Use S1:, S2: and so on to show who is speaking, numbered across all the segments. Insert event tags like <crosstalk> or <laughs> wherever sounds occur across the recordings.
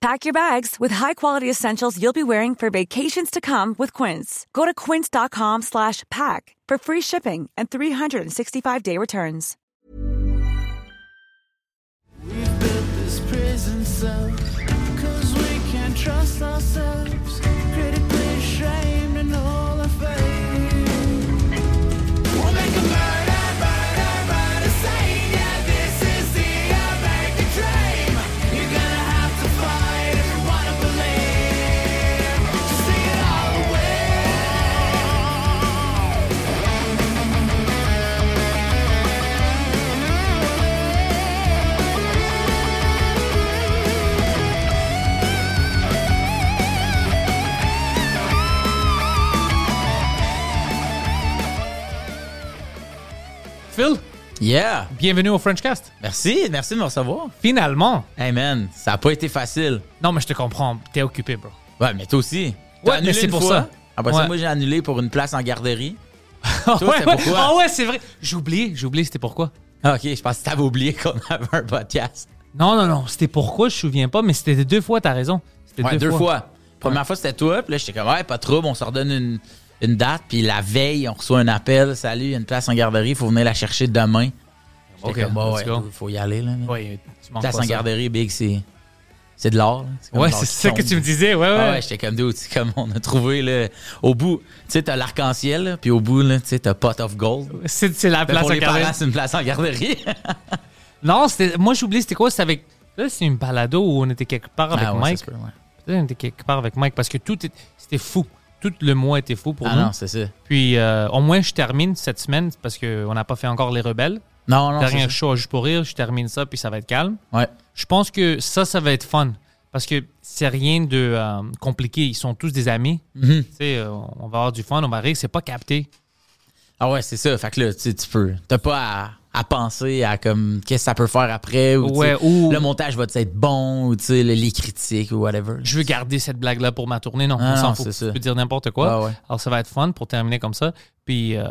S1: Pack your bags with high-quality essentials you'll be wearing for vacations to come with Quince. Go to quince.com slash pack for free shipping and 365-day returns.
S2: We've built this prison cell Cause we can't trust ourselves Critically shamed in all our failures We'll make a murder, murder, murder scene Yeah, this is the American dream You're gonna have to fight if you wanna believe To see it all the way
S3: Phil,
S4: Yeah!
S3: bienvenue au Frenchcast.
S4: Merci, merci de me recevoir.
S3: Finalement.
S4: Hey man, ça a pas été facile.
S3: Non, mais je te comprends. T'es
S4: <laughs>
S3: occupé, bro.
S4: Ouais, mais toi aussi. T'as
S3: Ouais,
S4: annulé
S3: mais c'est
S4: une
S3: pour
S4: fois.
S3: ça.
S4: Après
S3: Ouais.
S4: ça, moi j'ai annulé pour une place en garderie.
S3: Ah ouais,
S4: c'est
S3: ouais.
S4: pourquoi?
S3: Ah ouais, c'est vrai. J'ai oublié, j'ai oublié c'était pourquoi.
S4: Ah, ok, je pense que t'avais oublié qu'on <laughs> avait un podcast.
S3: Non, non, non, c'était pourquoi, je me souviens pas, mais c'était deux fois, t'as raison. C'était
S4: Ouais, deux, fois. Première fois c'était toi, puis là j'étais comme ouais, pas de trouble, on se redonne une, une date, puis la veille on reçoit un appel, salut, il y a une place en garderie, faut venir la chercher demain. J'étais
S3: Ok,
S4: comme, bah,
S3: let's
S4: ouais,
S3: go.
S4: faut y aller là. là.
S3: Ouais, tu m'en
S4: place en garderie, big, c'est c'est de l'or. là. comme
S3: Ouais,
S4: l'or
S3: c'est
S4: qui
S3: ça que
S4: tombe.
S3: tu me disais, ouais, ouais.
S4: Ah ouais, j'étais comme dude, c'est comme on a trouvé là, au bout, tu sais t'as l'arc-en-ciel, là, puis au bout là, tu sais t'as pot of gold.
S3: c'est c'est la
S4: Mais
S3: place
S4: Ben, pour
S3: en
S4: les
S3: garderie.
S4: parents, c'est une place en garderie.
S3: Non, c'était- moi j'ai oublié c'était quoi, c'était avec là c'est une balado où on était quelque part avec
S4: <laughs> Ah ouais, ça
S3: Mike.
S4: se peut, ouais.
S3: Peut-être on était quelque part avec Mike parce que tout est- c'était fou. Tout le mois était fou pour
S4: Ah
S3: nous.
S4: non, c'est ça.
S3: Puis euh, au moins je termine cette semaine parce que on n'a pas fait encore les rebelles.
S4: Non, non,
S3: Dernière
S4: c'est
S3: chose juste pour rire, je termine ça puis ça va être calme.
S4: ça. Ouais.
S3: Je pense que ça ça va être fun parce que c'est rien de euh, compliqué, ils sont tous des amis.
S4: Mhm.
S3: Tu sais, euh, on va avoir du fun, on va rire, c'est pas capté.
S4: Ah ouais, c'est ça. Fait que là, tu sais, tu peux. T'as pas à, à penser à comme qu'est-ce que ça peut faire après. Ou, tu
S3: Ouais,
S4: sais,
S3: ou-
S4: Le montage va être bon, ou tu sais, les- les critiques ou whatever.
S3: je veux garder cette blague là pour ma tournée. Non,
S4: Ah
S3: on s'en
S4: non,
S3: fout.
S4: c'est ça. Ah
S3: Tu peux dire n'importe quoi.
S4: Ouais, ouais.
S3: Alors ça va être fun pour terminer comme ça. Puis, euh,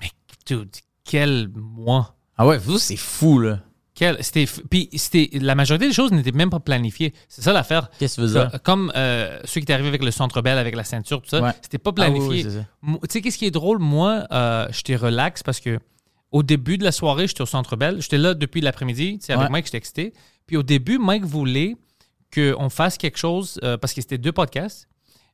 S3: mais dude, quel mois.
S4: Ah ouais, vous, c'est fou, là.
S3: Quel, c'était, f- puis c'était, la majorité des choses n'étaient même pas planifiées. C'est ça l'affaire.
S4: Qu'est-ce que tu veux dire?
S3: Co- Comme euh, ceux qui étaient arrivés avec le centre belle, avec la ceinture, tout ça,
S4: Ouais.
S3: c'était pas
S4: Ah oui, oui,
S3: planifié.
S4: c'est ça.
S3: Mo- tu sais, qu'est-ce qui est drôle? Moi, euh, j'étais relax parce que au début de la soirée, j'étais au Centre Bell. J'étais là depuis l'après-midi. Tu sais, avec
S4: Ouais.
S3: Mike, j'étais excité. Puis au début, Mike voulait qu'on fasse quelque chose euh, parce que c'était deux podcasts,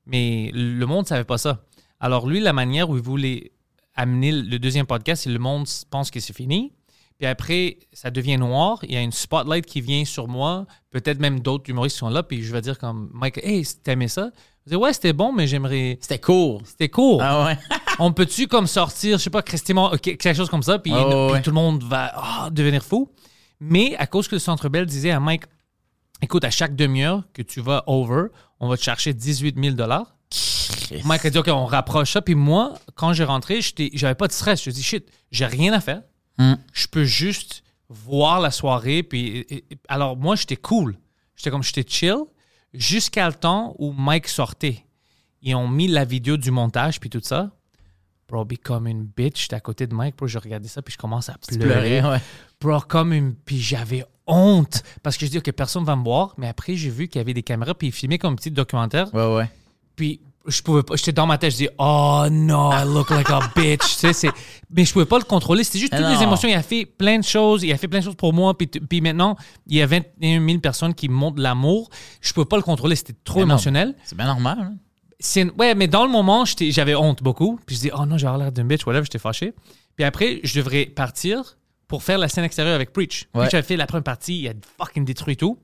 S3: mais le monde ne savait pas ça. Alors lui, la manière où il voulait amener le deuxième podcast, c'est le monde s- pense que c'est fini. Puis après, ça devient noir. Il y a une spotlight qui vient sur moi. Peut-être même d'autres humoristes sont là. Puis je vais dire comme Mike, hey, t'aimais ça? Je dis, ouais, c'était bon, mais j'aimerais.
S4: C'était court.
S3: C'était court
S4: Ah ouais.
S3: on peut-tu comme sortir, je sais pas, Christmas, euh, que- quelque chose comme ça, puis,
S4: Oh, Ouais, ouais,
S3: puis
S4: ouais.
S3: tout le monde va ah, devenir fou. Mais à cause que le Centre Bell disait à Mike, écoute, à chaque demi-heure que tu vas over, on va te chercher 18 000 dollars. Mike a dit, OK, on rapproche ça. Puis moi, quand j'ai rentré, j'étais- j'avais pas de stress. Je me suis dit, shit, j'ai rien à faire. Je peux juste voir la soirée. Puis, et- et- alors, moi, j'étais cool. J'étais comme, j'étais chill jusqu'à le temps où Mike sortait. Ils ont mis la vidéo du montage, puis tout ça. Bro, be comme une bitch. J'étais à côté de Mike, bro. Je regardais ça, puis je commence à pleurer.
S4: Pleurer, ouais.
S3: Bro, comme une. Puis j'avais honte. Parce que je dis, OK, personne va me voir. Mais après, j'ai vu qu'il y avait des caméras, puis ils filmaient comme un petit documentaire.
S4: Ouais, ouais.
S3: Puis je pouvais pas. J'étais dans ma tête, je dis, oh no, I look like a bitch. tu sais, c'est- mais je pouvais pas le contrôler. C'était juste
S4: Ah
S3: toutes les
S4: non.
S3: émotions. Il a fait plein de choses. Il a fait plein de choses pour moi. Puis, t- puis maintenant, il y a 21 000 personnes qui montrent l'amour. Je pouvais pas le contrôler. C'était trop
S4: Mais non.
S3: émotionnel.
S4: C'est bien normal, hein.
S3: C'est- ouais, mais dans le moment, j'étais- j'avais honte beaucoup. Puis je dis, oh non, j'ai l'air d'une bitch, whatever, j'étais fâché. Puis après, je devrais partir pour faire la scène extérieure avec Preach.
S4: Ouais.
S3: Preach avait fait la première partie, il a fucking détruit tout.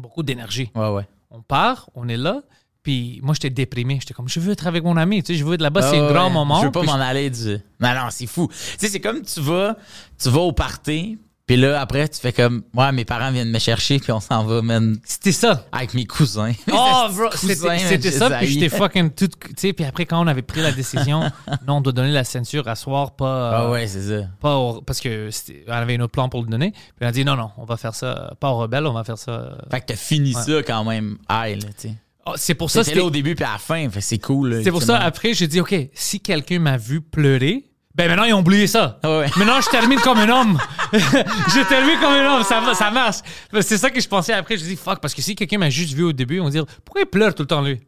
S3: Beaucoup d'énergie.
S4: Ouais, ouais.
S3: On part, on est là. Puis moi, j'étais déprimé. J'étais comme, je veux être avec mon ami. Tu sais, je veux être là-bas, c'est
S4: Ah
S3: un
S4: ouais.
S3: grand moment.
S4: Je veux pas
S3: Puis
S4: m'en aller du. Non, non, c'est fou. Tu sais, c'est comme tu vas, tu vas au party, Puis là, après, tu fais comme, ouais, mes parents viennent me chercher, puis on s'en va, man,
S3: C'était
S4: <laughs>
S3: ça.
S4: avec mes
S3: <laughs>
S4: cousins.
S3: Oh,
S4: Mes
S3: bro,
S4: cousins,
S3: c'était
S4: man,
S3: c'était
S4: je
S3: ça,
S4: les
S3: puis
S4: haïs.
S3: j'étais fucking tout. Tu sais, puis après, quand on avait pris la décision,
S4: <laughs>
S3: non, on doit donner la ceinture à soir, pas. euh,
S4: Ah ouais, c'est ça.
S3: pas au- parce que c'était- on avait un autre plan pour le donner. Puis on a dit non, non, on va faire ça euh, pas aux rebelles, on va faire ça. euh.
S4: Fait que t'as fini ça quand même high, là, tu sais.
S3: Oh, c'est pour ça,
S4: C'était
S3: c'était.
S4: là au début puis à la fin, fait que c'est cool. là,
S3: C'est pour ça,
S4: ultimement.
S3: après, j'ai dit, OK, si quelqu'un m'a vu pleurer, ben maintenant, ils ont oublié ça.
S4: Ah
S3: <laughs>
S4: ouais.
S3: Maintenant, je termine comme un homme. <laughs> je termine comme un homme, ça, va- ça marche. Ben, C'est ça que je pensais après. Je dis, fuck, parce que si quelqu'un m'a juste vu au début, on va dire, pourquoi il pleure tout le temps, lui?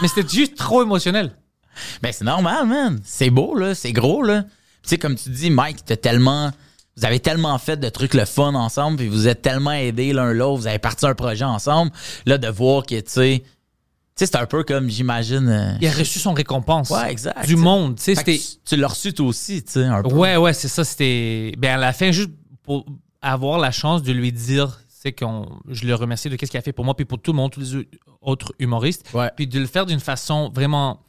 S3: Mais c'était juste trop émotionnel.
S4: Ben, c'est normal, man. C'est beau, là. C'est gros, là. Puis, Tu sais, comme tu dis, Mike, t'as tellement. Vous avez tellement fait de trucs le fun ensemble, puis vous êtes tellement aidés l'un l'autre, vous avez parti un projet ensemble. Là, de voir que, tu sais. Tu sais, c'est un peu comme, j'imagine. euh,
S3: Il a reçu son récompense.
S4: Ouais, exact.
S3: Du monde, tu sais,
S4: fait que
S3: c'était.
S4: tu tu l'as reçu toi aussi, tu sais, un peu.
S3: Ouais, ouais, c'est ça. C'était. Ben, à la fin, juste pour avoir la chance de lui dire, c'est qu'on. Je le remercie de qu'est-ce qu'il a fait pour moi, puis pour tout le monde, tous les autres humoristes.
S4: Ouais.
S3: Puis de le faire d'une façon vraiment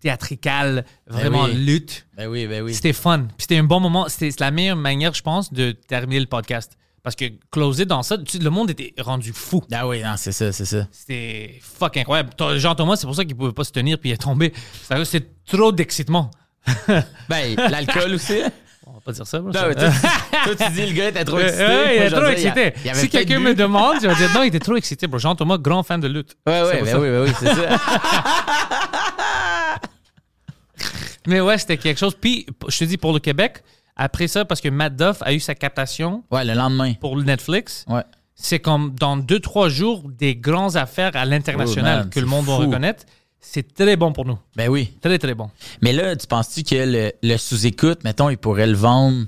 S3: théâtricale, vraiment
S4: oui.
S3: lutte.
S4: Ben oui, ben oui.
S3: C'était fun. Puis c'était un bon moment. C'était c'est la meilleure manière, je pense, de terminer le podcast. Parce que closer dans ça, tu sais, le monde était rendu fou.
S4: Ah oui, non, c'est ça, c'est ça.
S3: C'était fuck incroyable. Ton- Jean-Thomas, c'est pour ça qu'il pouvait pas se tenir puis il est tombé. C'est- C'est trop d'excitement.
S4: Ben, l'alcool
S3: <laughs>
S4: aussi.
S3: On va pas dire ça. moi,
S4: Non,
S3: ça-
S4: mais toi, tu, toi, tu dis, le gars était trop excité.
S3: Ouais,
S4: Moi,
S3: il
S4: je
S3: est
S4: veux
S3: trop
S4: dire, il y a-
S3: excité.
S4: il y avait
S3: si
S4: peut-être
S3: quelqu'un
S4: bu.
S3: me demande, je vais dire non, il était trop excité. Bro, Jean-Thomas, grand fan de lutte.
S4: Ouais,
S3: C'est
S4: ouais,
S3: pour
S4: ben
S3: ça.
S4: oui, ben oui, c'est ça.
S3: <laughs> Mais ouais, c'était quelque chose. Puis, p- je te dis, pour le Québec, après ça, parce que Matt Duff a eu sa captation
S4: Ouais, le lendemain.
S3: pour le Netflix,
S4: Ouais.
S3: c'est comme dans deux, trois jours, des grandes affaires à
S4: Oh,
S3: l'international
S4: man,
S3: que le
S4: c'est
S3: monde va
S4: fou.
S3: reconnaître. C'est très bon pour nous.
S4: Ben oui.
S3: Très, très bon.
S4: Mais là, tu penses-tu que le, le sous-écoute, mettons, il pourrait le vendre?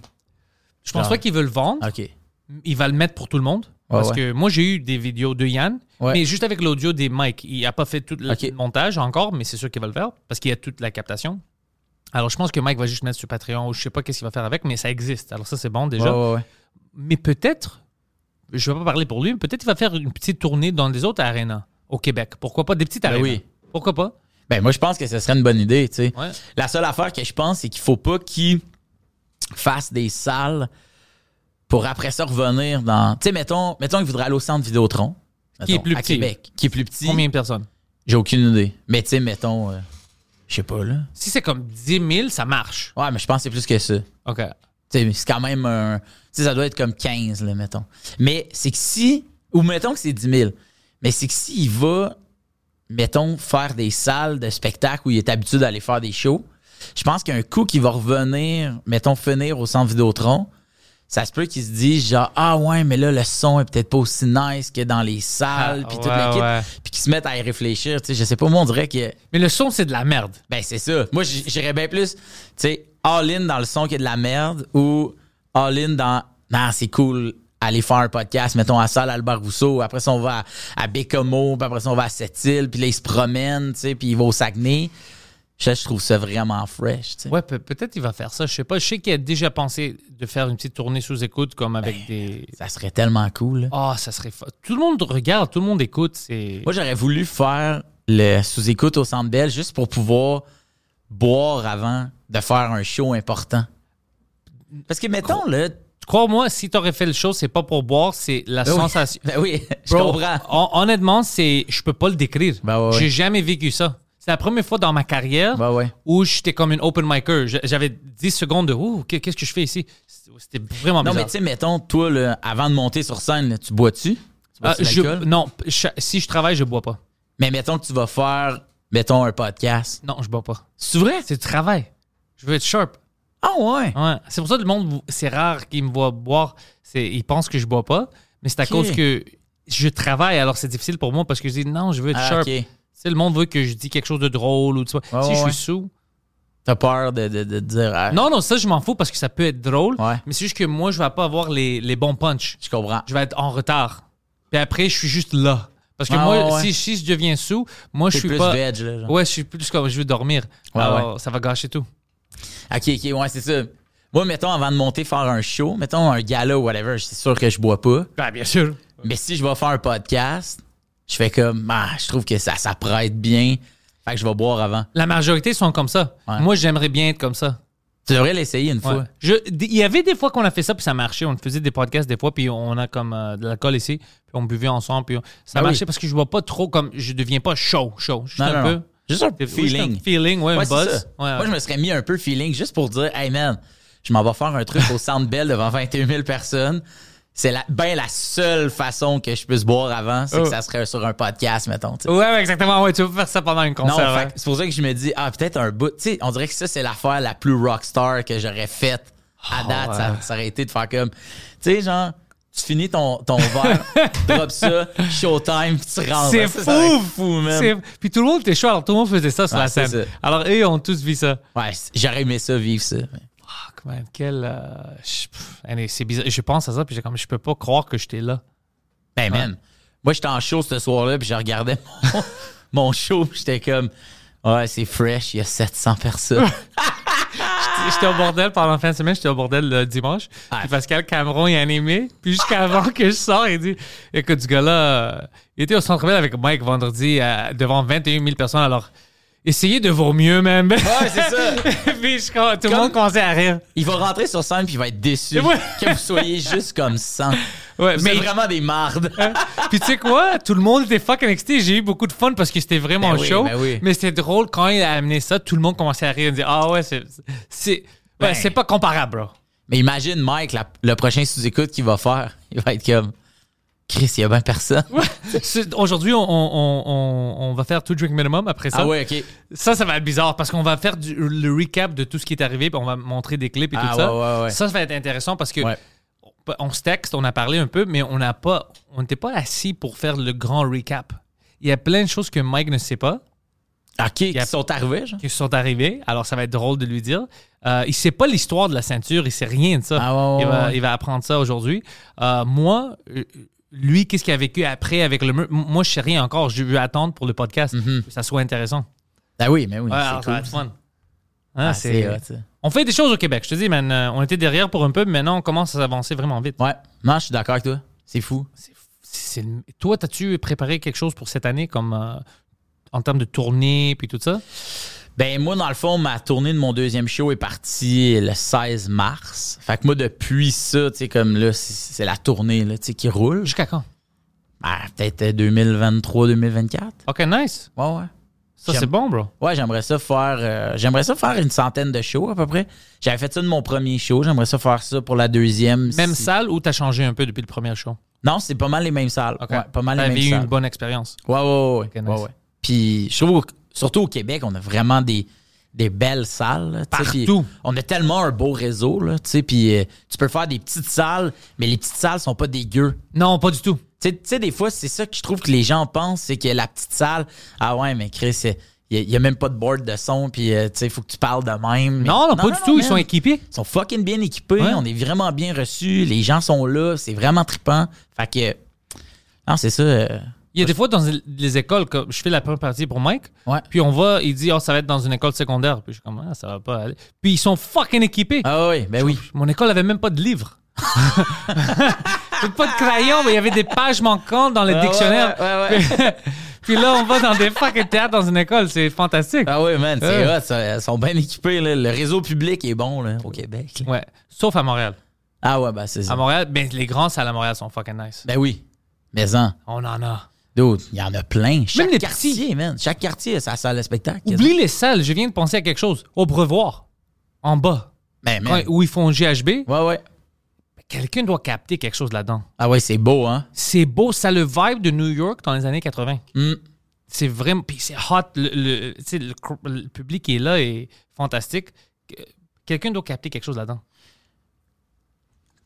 S3: Je pense
S4: Ah.
S3: pas qu'ils veulent vendre.
S4: OK.
S3: il va le mettre pour tout le monde. Parce
S4: ouais.
S3: que moi, j'ai eu des vidéos de Yann,
S4: Ouais.
S3: mais juste avec l'audio des mics. Il n'a pas fait tout le
S4: Ok.
S3: montage encore, mais c'est sûr qu'il va le faire parce qu'il y a toute la captation. Alors, je pense que Mike va juste mettre sur Patreon ou je sais pas qu'est-ce qu'il va faire avec, mais ça existe. Alors, ça, c'est bon déjà.
S4: Ouais, ouais, ouais.
S3: Mais peut-être, je ne vais pas parler pour lui, mais peut-être il va faire une petite tournée dans les autres arénas au Québec. Pourquoi pas des petites
S4: Ben
S3: arénas?
S4: oui.
S3: Pourquoi pas?
S4: Ben moi, je pense que ce serait une bonne idée, tu sais.
S3: Ouais.
S4: La seule affaire que je pense, c'est qu'il faut pas qu'il fasse des salles pour après ça revenir dans... Tu sais, mettons, mettons qu'il voudrait aller au centre Vidéotron.
S3: Qui est
S4: mettons,
S3: plus
S4: à
S3: petit.
S4: Québec. Qui est plus petit.
S3: Combien de personnes?
S4: J'ai aucune idée. Mais tu sais, mettons... euh, je sais pas, là.
S3: Si c'est comme 10 000, ça marche.
S4: Ouais, mais je pense que c'est plus que ça.
S3: OK.
S4: T'sais, C'est quand même un. tu sais, ça doit être comme 15, là, mettons. Mais c'est que si. Ou mettons que c'est 10 000. Mais c'est que s'il va, mettons, faire des salles de spectacle où il est habitué d'aller faire des shows, je pense qu'un coup qui va revenir, mettons, finir au centre Vidéotron, ça se peut qu'il se dise genre, ah ouais, mais là, le son est peut-être pas aussi nice que dans les salles,
S3: Ah,
S4: puis
S3: ouais,
S4: toute l'équipe.
S3: ouais.
S4: Puis qu'il se mette à y réfléchir. Tu sais, je sais pas, moi, on dirait que.
S3: Mais le son, c'est de la merde.
S4: Ben, c'est ça. Moi, j- j'irais bien plus, tu sais, all-in dans le son qui est de la merde ou all-in dans, non, c'est cool, aller faire un podcast, mettons, à Salle Albert Rousseau. Après ça, on va à, à Bécomo, puis après ça, on va à Sept-Îles, puis là, il se promène, tu sais, puis il va au Saguenay. Je, je trouve ça vraiment fresh, tu sais.
S3: Ouais, peut- peut-être il va faire ça. Je sais pas. Je sais qu'il a déjà pensé de faire une petite tournée sous écoute, comme avec des.
S4: Ça serait tellement cool. là.
S3: Ah, ça serait. fa- Tout le monde regarde, tout le monde écoute. C'est.
S4: Moi, j'aurais voulu faire le sous-écoute au Centre Bell juste pour pouvoir boire avant de faire un show important. Parce que, mettons, là...
S3: Crois-moi, si t'aurais fait le show, c'est pas pour boire, c'est la
S4: Ben oui.
S3: sensation. <laughs>
S4: Ben oui, <laughs> je
S3: Bro,
S4: comprends.
S3: hon- honnêtement, c'est. Je peux pas le décrire.
S4: Ben ouais, ouais.
S3: J'ai jamais vécu ça. C'est la première fois dans ma carrière
S4: Ben ouais.
S3: où j'étais comme une open micer. J- J'avais 10 secondes de Ouh, qu'est- qu'est-ce que je fais ici? C'était vraiment
S4: Non,
S3: bizarre.
S4: mais tu sais, mettons, toi, là, avant de monter sur scène, là, tu bois-tu? Tu bois
S3: Ah, je- non, cha- si je travaille, je bois pas.
S4: Mais mettons que tu vas faire, mettons, un podcast.
S3: Non, je bois pas.
S4: C'est vrai?
S3: C'est du travail. Je veux être sharp.
S4: Ah ouais?
S3: Ouais. C'est pour ça que le monde, c'est rare qu'il me voit boire. C'est- Ils pensent que je bois pas, mais c'est à
S4: Ok.
S3: cause que je travaille, alors c'est difficile pour moi parce que je dis non, je veux être
S4: Ah,
S3: sharp.
S4: ok.
S3: Tu sais, le monde veut que je dise quelque chose de drôle ou tu vois.
S4: Ouais,
S3: si
S4: ouais,
S3: je
S4: ouais.
S3: suis sous.
S4: T'as peur de, de, de dire. ah,
S3: Non, non, ça, je m'en fous parce que ça peut être drôle,
S4: Ouais.
S3: mais c'est juste que moi, je vais pas avoir les, les bons punchs.
S4: Je comprends.
S3: Je vais être en retard. Puis après, je suis juste là. Parce que
S4: Ouais,
S3: moi,
S4: ouais, ouais.
S3: Si, si je deviens sous, moi, je
S4: T'es
S3: suis
S4: plus
S3: pas.
S4: veg, là. genre.
S3: Ouais, je suis plus comme je veux dormir.
S4: Ouais,
S3: Alors, ça va gâcher tout. Oh.
S4: Ok, ok, ouais, c'est ça. Moi, mettons, avant de monter faire un show, mettons un gala ou whatever, c'est sûr que je bois pas.
S3: Ouais, Ben, bien sûr.
S4: Mais si je vais faire un podcast, je fais comme, ah, je trouve que ça, ça prête bien. Fait que je vais boire avant.
S3: La majorité sont comme ça.
S4: Ouais.
S3: Moi, j'aimerais bien être comme ça.
S4: Tu devrais l'essayer une
S3: Ouais.
S4: fois.
S3: Je- d- Il y avait des fois qu'on a fait ça, puis ça marchait. On faisait des podcasts des fois, puis on a comme euh, de l'alcool ici, puis on buvait ensemble, puis on- ça
S4: Ben oui.
S3: marchait parce que je bois pas trop comme. Je deviens pas chaud, chaud. Juste
S4: Non,
S3: un
S4: non,
S3: peu.
S4: non. Juste un
S3: Oui, juste
S4: feeling.
S3: un feeling, ouais,
S4: Ouais,
S3: un
S4: c'est
S3: buzz.
S4: ça.
S3: Ouais, ouais.
S4: Moi, je me serais mis un peu feeling juste pour dire, hey man, je m'en vais faire un truc au Centre Bell devant 21 000 personnes. C'est la, ben la seule façon que je puisse boire avant, c'est
S3: Oh.
S4: que ça serait sur un podcast, mettons. tu sais.
S3: Ouais, ouais, exactement. Ouais, tu veux faire ça pendant une
S4: Non,
S3: concert.
S4: fait
S3: ouais.
S4: que c'est pour ça que je me dis, ah, peut-être un bout. Tu sais, on dirait que ça, c'est l'affaire la plus rockstar que j'aurais faite
S3: Ah,
S4: à date. ça, ça aurait été de faire comme, tu sais, genre, tu finis ton, ton
S3: <laughs>
S4: verre, drop ça, showtime, puis tu rentres.
S3: C'est
S4: ben, Ça, ça aurait été
S3: fou!
S4: fou, man.
S3: C'est- Puis tout le monde était chaud, alors tout le monde faisait ça sur
S4: Ouais,
S3: la
S4: c'est
S3: scène.
S4: ça.
S3: Alors, eux, ont tous vu ça.
S4: Ouais, c'est- j'aurais aimé ça, vivre ça. mais-
S3: Fuck, man, quel. euh, je- pff, allez, c'est bizarre. Je pense à ça, puis j'ai comme, je peux pas croire que j'étais là.
S4: Ben, man. Moi, j'étais en show ce soir-là, puis je regardais mon, <laughs> mon show, puis j'étais comme, ouais, c'est fresh, il y a 700 <laughs> personnes.
S3: J'étais au bordel pendant la fin de semaine, j'étais au bordel le dimanche.
S4: Ah.
S3: Puis Pascal Cameron, il a animé. Puis jusqu'avant que je sors, il dit Écoute, du gars-là, euh, il était au centre ville avec Mike vendredi euh, devant 21 000 personnes. Alors, essayez de vos mieux, même.
S4: ouais, c'est ça.
S3: <laughs> puis je- tout le
S4: Comme-
S3: monde commençait à rire.
S4: Il va rentrer sur scène, puis il va être déçu
S3: Ouais.
S4: que vous soyez juste comme <laughs> 100.
S3: Ouais,
S4: mais
S3: mais-
S4: vraiment des mardes.
S3: Hein? Puis tu sais quoi, tout le monde était fucking excité. J'ai eu beaucoup de fun parce que c'était vraiment
S4: Ben oui,
S3: chaud.
S4: ben oui.
S3: Mais c'était drôle quand il a amené ça, tout le monde commençait à rire et dire Ah ouais, c'est c'est ouais,
S4: Ben.
S3: c'est pas comparable, bro.
S4: mais imagine Mike, la- le prochain sous-écoute qu'il va faire. Il va être comme, Chris, il y a bien personne.
S3: C'est- Aujourd'hui, on, on, on, on- on va faire tout drink minimum après ça.
S4: Ah ouais, OK.
S3: Ça, ça va être bizarre parce qu'on va faire du- le recap de tout ce qui est arrivé, puis on va montrer des clips et
S4: Ah,
S3: tout ça.
S4: ouais, ouais, ouais.
S3: Ça, ça va être intéressant parce que
S4: Ouais.
S3: on- on se texte, on a parlé un peu, mais on n'a pas, on n'était pas assis pour faire le grand recap. Il y a plein de choses que Mike ne sait pas
S4: OK, Ah, qui
S3: a-
S4: sont arrivés, genre.
S3: qui sont arrivées, alors ça va être drôle de lui dire. Euh, il sait pas l'histoire de la ceinture, il sait rien de ça.
S4: Ah, ouais, ouais,
S3: il, va,
S4: ouais.
S3: il va apprendre ça aujourd'hui. Euh, moi, euh, lui, qu'est-ce qu'il a vécu après avec le mur? M- Moi, je sais rien encore. Je veux attendre pour le podcast, que ça soit intéressant.
S4: Ah oui, mais oui,
S3: Ouais,
S4: Mm-hmm. c'est
S3: alors, ça va
S4: cool.
S3: être fun. Hein,
S4: Ah,
S3: c'est-
S4: c'est hot, ça.
S3: on fait des choses au Québec. Je te dis, man, euh, on était derrière pour un peu, mais maintenant on commence à s'avancer vraiment vite.
S4: Ouais. Non, je suis d'accord avec toi. C'est fou.
S3: C'est- c'est- Toi, as-tu préparé quelque chose pour cette année, comme euh, en termes de tournée puis tout ça?
S4: Ben moi, dans le fond, ma tournée de mon deuxième show est partie le 16 mars. Fait que moi, depuis ça, tu sais, comme là, c'est c'est la tournée là, tu sais, qui roule.
S3: Jusqu'à quand?
S4: Ben, peut-être 2023-2024.
S3: Ok, nice.
S4: Ouais, ouais.
S3: Ça,
S4: J'aime-
S3: c'est bon, bro.
S4: Ouais, j'aimerais ça faire euh, j'aimerais ça faire une centaine de shows à peu près. J'avais fait ça de mon premier show, j'aimerais ça faire ça pour la deuxième.
S3: Même
S4: Si-
S3: salle ou t'as changé un peu depuis le premier show?
S4: Non, c'est pas mal les mêmes salles.
S3: Ok. Ah,
S4: Ouais, pas mal les
S3: T'avais
S4: mêmes
S3: eu
S4: salles.
S3: une bonne expérience.
S4: Ouais, ouais, ouais.
S3: Ok, nice.
S4: ouais, ouais. Puis je trouve, au- surtout au Québec, on a vraiment des, des belles salles. là, tu sais, puis
S3: Partout.
S4: On a tellement un beau réseau, là, tu sais, puis euh, tu peux faire des petites salles, mais les petites salles sont pas dégueu.
S3: Non, pas du tout.
S4: Tu sais- tu sais, des fois, c'est ça que je trouve que les gens pensent, c'est que la petite salle, ah ouais, mais Chris, il n'y a, même pas de board de son, puis euh, tu sais, il faut que tu parles de même. Mais-
S3: Non, non, pas du tout. Ils
S4: man.
S3: sont équipés.
S4: Ils sont fucking bien équipés,
S3: Ouais.
S4: on est vraiment bien reçus, les gens sont là, c'est vraiment trippant. Fait que, non, c'est ça. euh,
S3: Il y a des fois dans les écoles, que je fais la première partie pour Mike,
S4: Ouais.
S3: puis on va, il dit, oh, ça va être dans une école secondaire. Puis je suis comme, ah, ça va pas aller. Puis ils sont fucking équipés.
S4: Ah oui, ben oui.
S3: Mon école avait même pas de <laughs> livres. pas de crayon, mais il y avait des pages manquantes dans le dictionnaire.
S4: Ah ouais, ouais, ouais,
S3: <laughs>
S4: ouais.
S3: Puis là, on va dans des fucking théâtres dans une école. C'est fantastique.
S4: Ah ouais, man, c'est
S3: Ouais.
S4: hot, ça. Ils sont bien équipés. Là. Le réseau public est bon là, au Québec. là.
S3: Ouais. Sauf à Montréal.
S4: Ah ouais, ben c'est ça.
S3: À Montréal, ben, les grandes salles à Montréal sont fucking nice.
S4: Ben oui. Mais en,
S3: On en a.
S4: d'autres, il y en a plein. Chaque
S3: les
S4: quartier, man. Chaque quartier a sa salle de spectacle.
S3: Oublie les salles, je viens de penser à quelque chose. Au brevoir, en bas,
S4: Ben,
S3: quand-
S4: man.
S3: où ils font GHB,
S4: Ouais, ouais.
S3: quelqu'un doit capter quelque chose là-dedans.
S4: Ah ouais, c'est beau, hein.
S3: C'est beau, ça le vibe de New York dans les années 80.
S4: Mm.
S3: C'est vraiment. Puis c'est hot, le, le- tu sais, le cr- le public qui est là est fantastique. Que- Quelqu'un doit capter quelque chose là-dedans.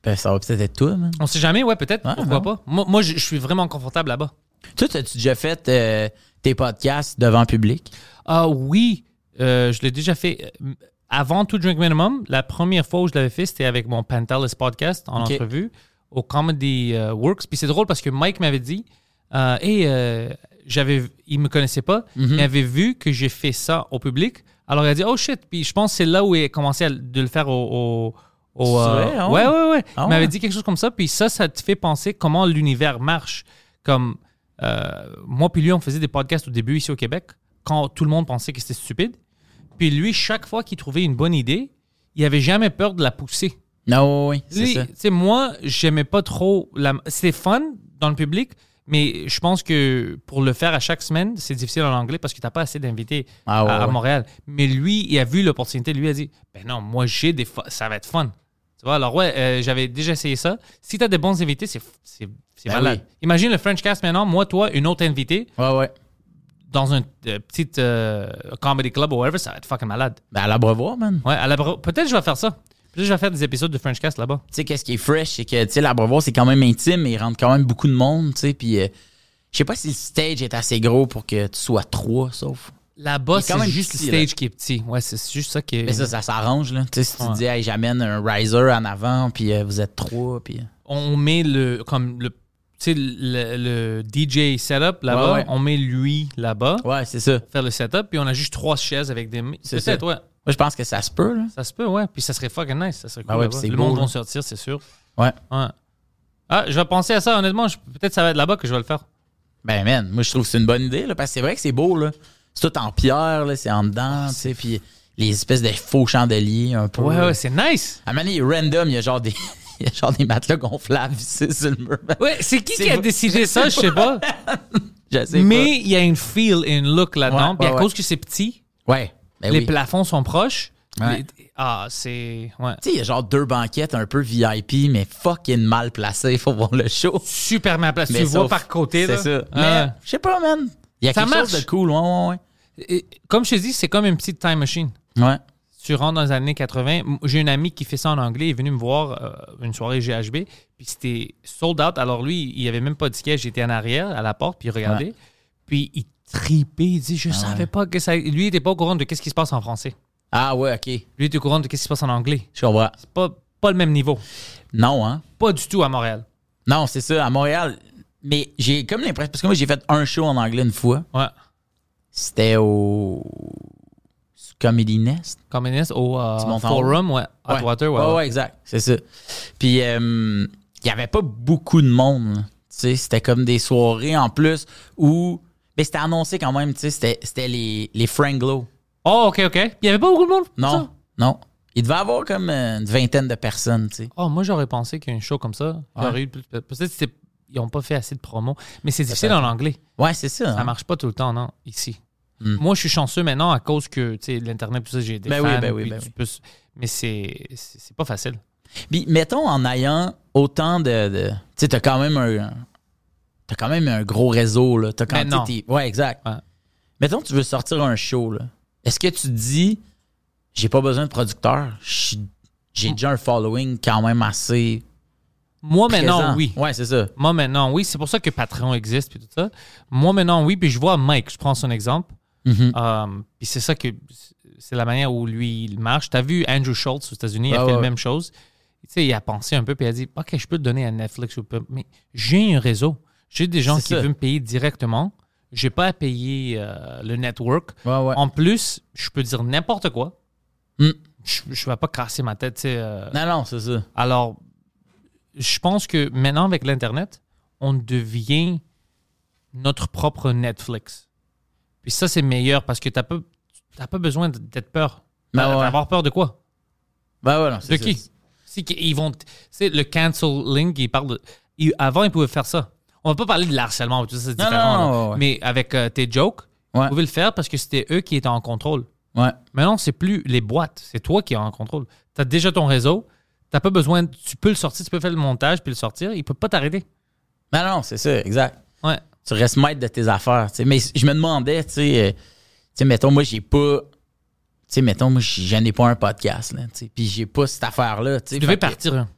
S4: Ben, ça va peut-être être toi, man.
S3: On sait jamais, ouais, peut-être,
S4: Ouais,
S3: pourquoi
S4: non.
S3: pas. Moi, moi, je je suis vraiment confortable là-bas.
S4: Toi, as-tu déjà fait euh, tes podcasts devant public?
S3: Ah oui, euh, je l'ai déjà fait. euh, Avant tout Drink Minimum, la première fois où je l'avais fait, c'était avec mon Pantelis podcast en
S4: Ok.
S3: entrevue au Comedy euh, Works. Puis c'est drôle parce que Mike m'avait dit, euh, et euh, j'avais, il me connaissait pas,
S4: Mhm.
S3: mais avait vu que j'ai fait ça au public. Alors il a dit, oh shit. Puis je pense que c'est là où il a commencé à, de le faire au. au- au,
S4: C'est
S3: euh,
S4: vrai, ah ouais?
S3: ouais, ouais, ouais.
S4: Ah
S3: Il m'avait
S4: ouais?
S3: dit quelque chose comme ça. Puis ça, ça te fait penser comment l'univers marche. Comme euh, moi puis lui, on faisait des podcasts au début ici au Québec quand tout le monde pensait que c'était stupide. Puis lui, chaque fois qu'il trouvait une bonne idée, il avait jamais peur de la pousser.
S4: Non, oui, c'est
S3: Lui,
S4: ça.
S3: tu sais, moi, j'aimais pas trop. La... C'est fun dans le public, mais je pense que pour le faire à chaque semaine, c'est difficile en anglais parce que t'as pas assez d'invités
S4: Ah ouais,
S3: à, à
S4: ouais.
S3: Montréal. Mais lui, il a vu l'opportunité. Lui a dit Ben non, moi, j'ai des. fo- Ça va être fun. Tu vois, alors ouais, euh, j'avais déjà essayé ça. Si t'as des bons invités, c'est c'est- c'est
S4: Ben
S3: malade.
S4: oui.
S3: Imagine le French cast maintenant, moi, toi, une autre invitée
S4: Ouais, ouais.
S3: dans un euh, petit euh, comedy club ou whatever, ça va être fucking malade.
S4: Ben, à l'abreuvoir, man.
S3: Ouais, à la bro- peut-être que je vais faire ça. Peut-être que je vais faire des épisodes de French Cast là-bas.
S4: Tu sais, qu'est-ce qui est fresh, c'est que, tu sais, l'abreuvoir, c'est quand même intime et il rentre quand même beaucoup de monde, tu sais. Puis, euh, je sais pas si le stage est assez gros pour que tu sois trois, sauf. Il
S3: Là-bas,
S4: est quand
S3: c'est
S4: même
S3: juste
S4: petit,
S3: le stage
S4: là.
S3: qui est petit. Ouais, c'est juste ça qui est.
S4: Mais ça, ça s'arrange, là. Tu sais, si tu
S3: Ouais.
S4: dis, hey, j'amène un riser en avant, puis euh, vous êtes trois, puis. euh,
S3: On met le comme le tu sais le, le DJ setup là-bas,
S4: Ouais, ouais.
S3: on met lui là-bas
S4: Ouais, c'est ça.
S3: pour faire le setup, puis on a juste trois chaises avec des mi-
S4: C'est
S3: peut-être
S4: ça.
S3: ouais.
S4: Moi, je pense que ça se peut, là.
S3: Ça se peut, ouais. Puis ça serait fucking nice. Ça serait cool.
S4: Ah ouais,
S3: là-bas.
S4: puis c'est
S3: le
S4: beau,
S3: monde
S4: là.
S3: va sortir, c'est sûr.
S4: Ouais.
S3: Ouais. Ah, je vais penser à ça, honnêtement. je- Peut-être ça va être là-bas que je vais le faire.
S4: Ben, man, moi, je trouve que c'est une bonne idée, là, parce que c'est vrai que c'est beau, là. C'est tout en pierre, là, c'est en dedans, tu sais, puis les espèces de faux chandeliers, un peu.
S3: Ouais,
S4: là.
S3: ouais, c'est nice.
S4: À un moment donné, il est random, il y a genre des, <laughs> il y a genre des matelas gonflables <laughs> ici sur le mur.
S3: Ouais, c'est qui
S4: C'est
S3: qui a
S4: vrai. <laughs>
S3: décidé ça, je sais pas.
S4: Je sais
S3: Mais il y a une feel et une look là-dedans.
S4: Ouais,
S3: puis à
S4: ouais,
S3: cause
S4: ouais.
S3: que c'est petit,
S4: pas. Ouais. Ben
S3: les
S4: oui.
S3: plafonds sont proches.
S4: Ouais.
S3: les- Ah, c'est. Ouais.
S4: Tu sais, il y a genre deux banquettes un peu VIP, mais fucking mal placées. Il faut voir le show.
S3: Super ma place.
S4: Mais
S3: tu vois
S4: sauf-
S3: par côté.
S4: C'est
S3: là.
S4: ça.
S3: Ah.
S4: Mais je sais pas, man. Il y a
S3: Ça
S4: quelque chose
S3: marche.
S4: de cool, ouais, ouais, ouais.
S3: Et comme je te dis, c'est comme une petite time machine.
S4: Ouais.
S3: Tu rentres dans les années 80. M- J'ai une amie qui fait ça en anglais. Il est venu me voir euh, une soirée GHB. Puis c'était sold out. Alors lui, il avait même pas de siège. Il était en arrière, à la porte. Puis il regardait. Puis il tripait. Il dit Je savais pas que ça. Lui, il était pas au courant de qu'est-ce qui se passe en français.
S4: Ah ouais, ok.
S3: Lui, il était au courant de qu'est-ce qui se passe en anglais.
S4: Je comprends.
S3: C'est pas, pas le même niveau.
S4: Non, hein.
S3: Pas du tout à Montréal.
S4: Non, c'est ça. À Montréal, mais j'ai comme l'impression. Parce que moi, j'ai fait un show en anglais une fois.
S3: Ouais.
S4: C'était au. Comedy Nest.
S3: Communiste au euh,
S4: Tu montes en haut.
S3: forum, ouais. Atwater, ouais.
S4: ouais, exact. C'est ça. Puis, euh, il y avait pas beaucoup de monde. là. Tu sais, c'était comme des soirées en plus où. Mais c'était annoncé quand même, tu sais, c'était, c'était les, les Franglo.
S3: Oh, ok, ok. Il y avait pas beaucoup de monde. pour
S4: Non,
S3: ça?
S4: non. Il devait avoir comme euh, une vingtaine de personnes, tu sais.
S3: Oh, moi, j'aurais pensé qu'un show comme ça, il y
S4: Ouais.
S3: aurait eu plus- Peut-être que c'est- ils n'ont pas fait assez de promos. Mais c'est difficile en anglais.
S4: Ouais, c'est ça.
S3: Ça
S4: hein.
S3: marche pas tout le temps, non, ici. Moi, je suis chanceux maintenant à cause que tu sais, l'Internet, tout ça, j'ai des
S4: Hmm. Ben oui,
S3: fans.
S4: ben oui,
S3: puis
S4: ben
S3: tu
S4: oui.
S3: peux s- Mais c'est c'est c'est pas facile.
S4: Puis, mettons, en ayant autant de. de- tu sais, t'as quand même un. T'as quand même un gros réseau, là. T'as quand
S3: Ben non.
S4: t'sais, t'es- Ouais, exact.
S3: Ouais.
S4: Mettons, tu veux sortir un show, là. Est-ce que tu te dis, j'ai pas besoin de producteur, je suis- j'ai déjà un following quand même assez.
S3: Moi,
S4: présent.
S3: maintenant, oui.
S4: Ouais, c'est ça.
S3: Moi, maintenant, oui. C'est pour ça que Patreon existe puis tout ça. Moi, maintenant, oui. Puis je vois Mike, je prends son exemple.
S4: Mm-hmm.
S3: Euh, puis c'est ça que c'est la manière où lui il marche. T'as vu Andrew Schultz aux États-Unis, il a
S4: Ah
S3: fait la
S4: ouais.
S3: même chose. Tu sais, il a pensé un peu puis il a dit OK, je peux te donner à Netflix ou peu, mais j'ai un réseau. J'ai des gens
S4: C'est
S3: qui
S4: ça.
S3: veulent me payer directement. J'ai pas à payer euh, le network.
S4: Ouais, ouais.
S3: En plus, je peux dire n'importe quoi.
S4: Mm.
S3: Je, je vais pas casser ma tête, tu sais, euh,
S4: Non, non, c'est ça.
S3: alors, je pense que maintenant, avec l'Internet, on devient notre propre Netflix. Puis ça, c'est meilleur parce que t'as pas, t'as pas besoin d- d'être peur.
S4: Ben
S3: T'as-
S4: ouais.
S3: D'avoir peur de quoi?
S4: Ben ouais, non,
S3: De
S4: c'est ça.
S3: qui? C'est qu'ils vont... t- C'est le canceling, ils parlent de- ils- avant, ils pouvaient faire ça. On va pas parler de l'harcèlement, tout ça, c'est
S4: Non,
S3: différent.
S4: non,
S3: là.
S4: ouais, ouais.
S3: Mais avec euh, tes jokes,
S4: Ouais.
S3: ils pouvaient le faire parce que c'était eux qui étaient en contrôle.
S4: Ouais.
S3: Maintenant, c'est plus les boîtes, c'est toi qui es en contrôle. Tu as déjà ton réseau, t'as pas besoin, tu peux le sortir, tu peux faire le montage puis le sortir, il peut pas t'arrêter.
S4: Non, non, c'est ça, exact.
S3: Ouais.
S4: tu restes maître de tes affaires. tu sais. Mais je me demandais, tu sais, euh, tu sais, mettons, moi, j'ai pas. Tu sais, mettons, moi, j'- j'en ai pas un podcast, là, tu sais, puis j'ai pas cette affaire-là, tu sais.
S3: Tu devais
S4: Fait que-
S3: partir. hein.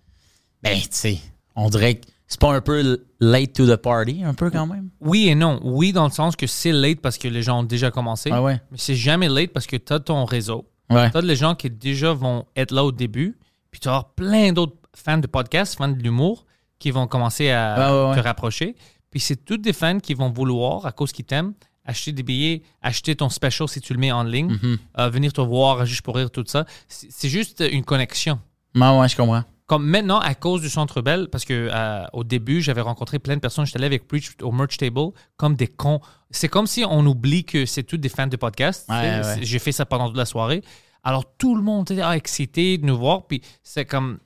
S4: Ben, tu sais, on dirait que c'est pas un peu l- late to the party, un peu quand même.
S3: Oui et non. Oui, dans le sens que c'est late parce que les gens ont déjà commencé.
S4: Ah ouais.
S3: Mais c'est jamais late parce que tu as ton réseau.
S4: Ouais.
S3: T'as des gens qui déjà vont être là au début, puis tu vas avoir plein d'autres fans de podcasts, fans de l'humour, qui vont commencer à
S4: Ouais, ouais, ouais.
S3: te rapprocher. Puis c'est toutes des fans qui vont vouloir, à cause qu'ils t'aiment, acheter des billets, acheter ton special si tu le mets en ligne,
S4: Mhm.
S3: euh, venir te voir juste pour rire, tout ça. C'est c'est juste une connexion.
S4: Non, Ah ouais, je comprends.
S3: Comme maintenant, à cause du Centre Bell, parce que euh, au début, j'avais rencontré plein de personnes, j'étais allé avec Preach au merch table comme des cons. C'est comme si on oublie que c'est tous des fans de podcast.
S4: Ouais,
S3: Tu sais,
S4: ouais.
S3: J'ai fait ça pendant toute la soirée. Alors, tout le monde était ah, excité de nous voir. Puis c'est comme.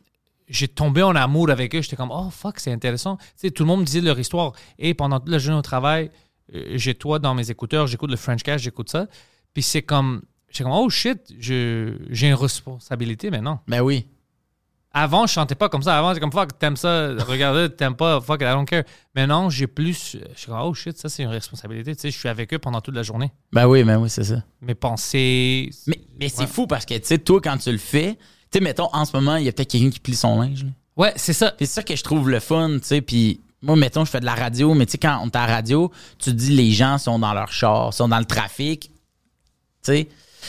S3: J'ai tombé en amour avec eux. J'étais comme, oh fuck, c'est intéressant. Tu sais, tout le monde me disait leur histoire. Et pendant toute la journée au travail, euh, j'ai toi dans mes écouteurs, j'écoute le French Cash, j'écoute ça. Puis c'est comme, j'étais comme, oh shit, je- j'ai une responsabilité maintenant.
S4: Ben oui.
S3: Avant, je chantais pas comme ça. Avant, j'étais comme fuck, t'aimes ça, regarde, t'aimes pas, fuck, I don't care. Maintenant, j'ai plus. Je suis comme, oh shit, ça c'est une responsabilité. Tu sais, je suis avec eux pendant toute la journée.
S4: Ben oui, ben oui, c'est ça.
S3: Mes pensées.
S4: Mais, mais c'est
S3: Ouais.
S4: fou parce que, tu sais, toi, quand tu le fais, tu sais, mettons, en ce moment, il y a peut-être quelqu'un qui plie son linge. là.
S3: Ouais, c'est ça.
S4: Puis c'est ça que je trouve le fun, tu sais. Puis moi, mettons, je fais de la radio, mais tu sais, quand on est à la radio, tu te dis les gens sont dans leur char, sont dans le trafic, tu sais.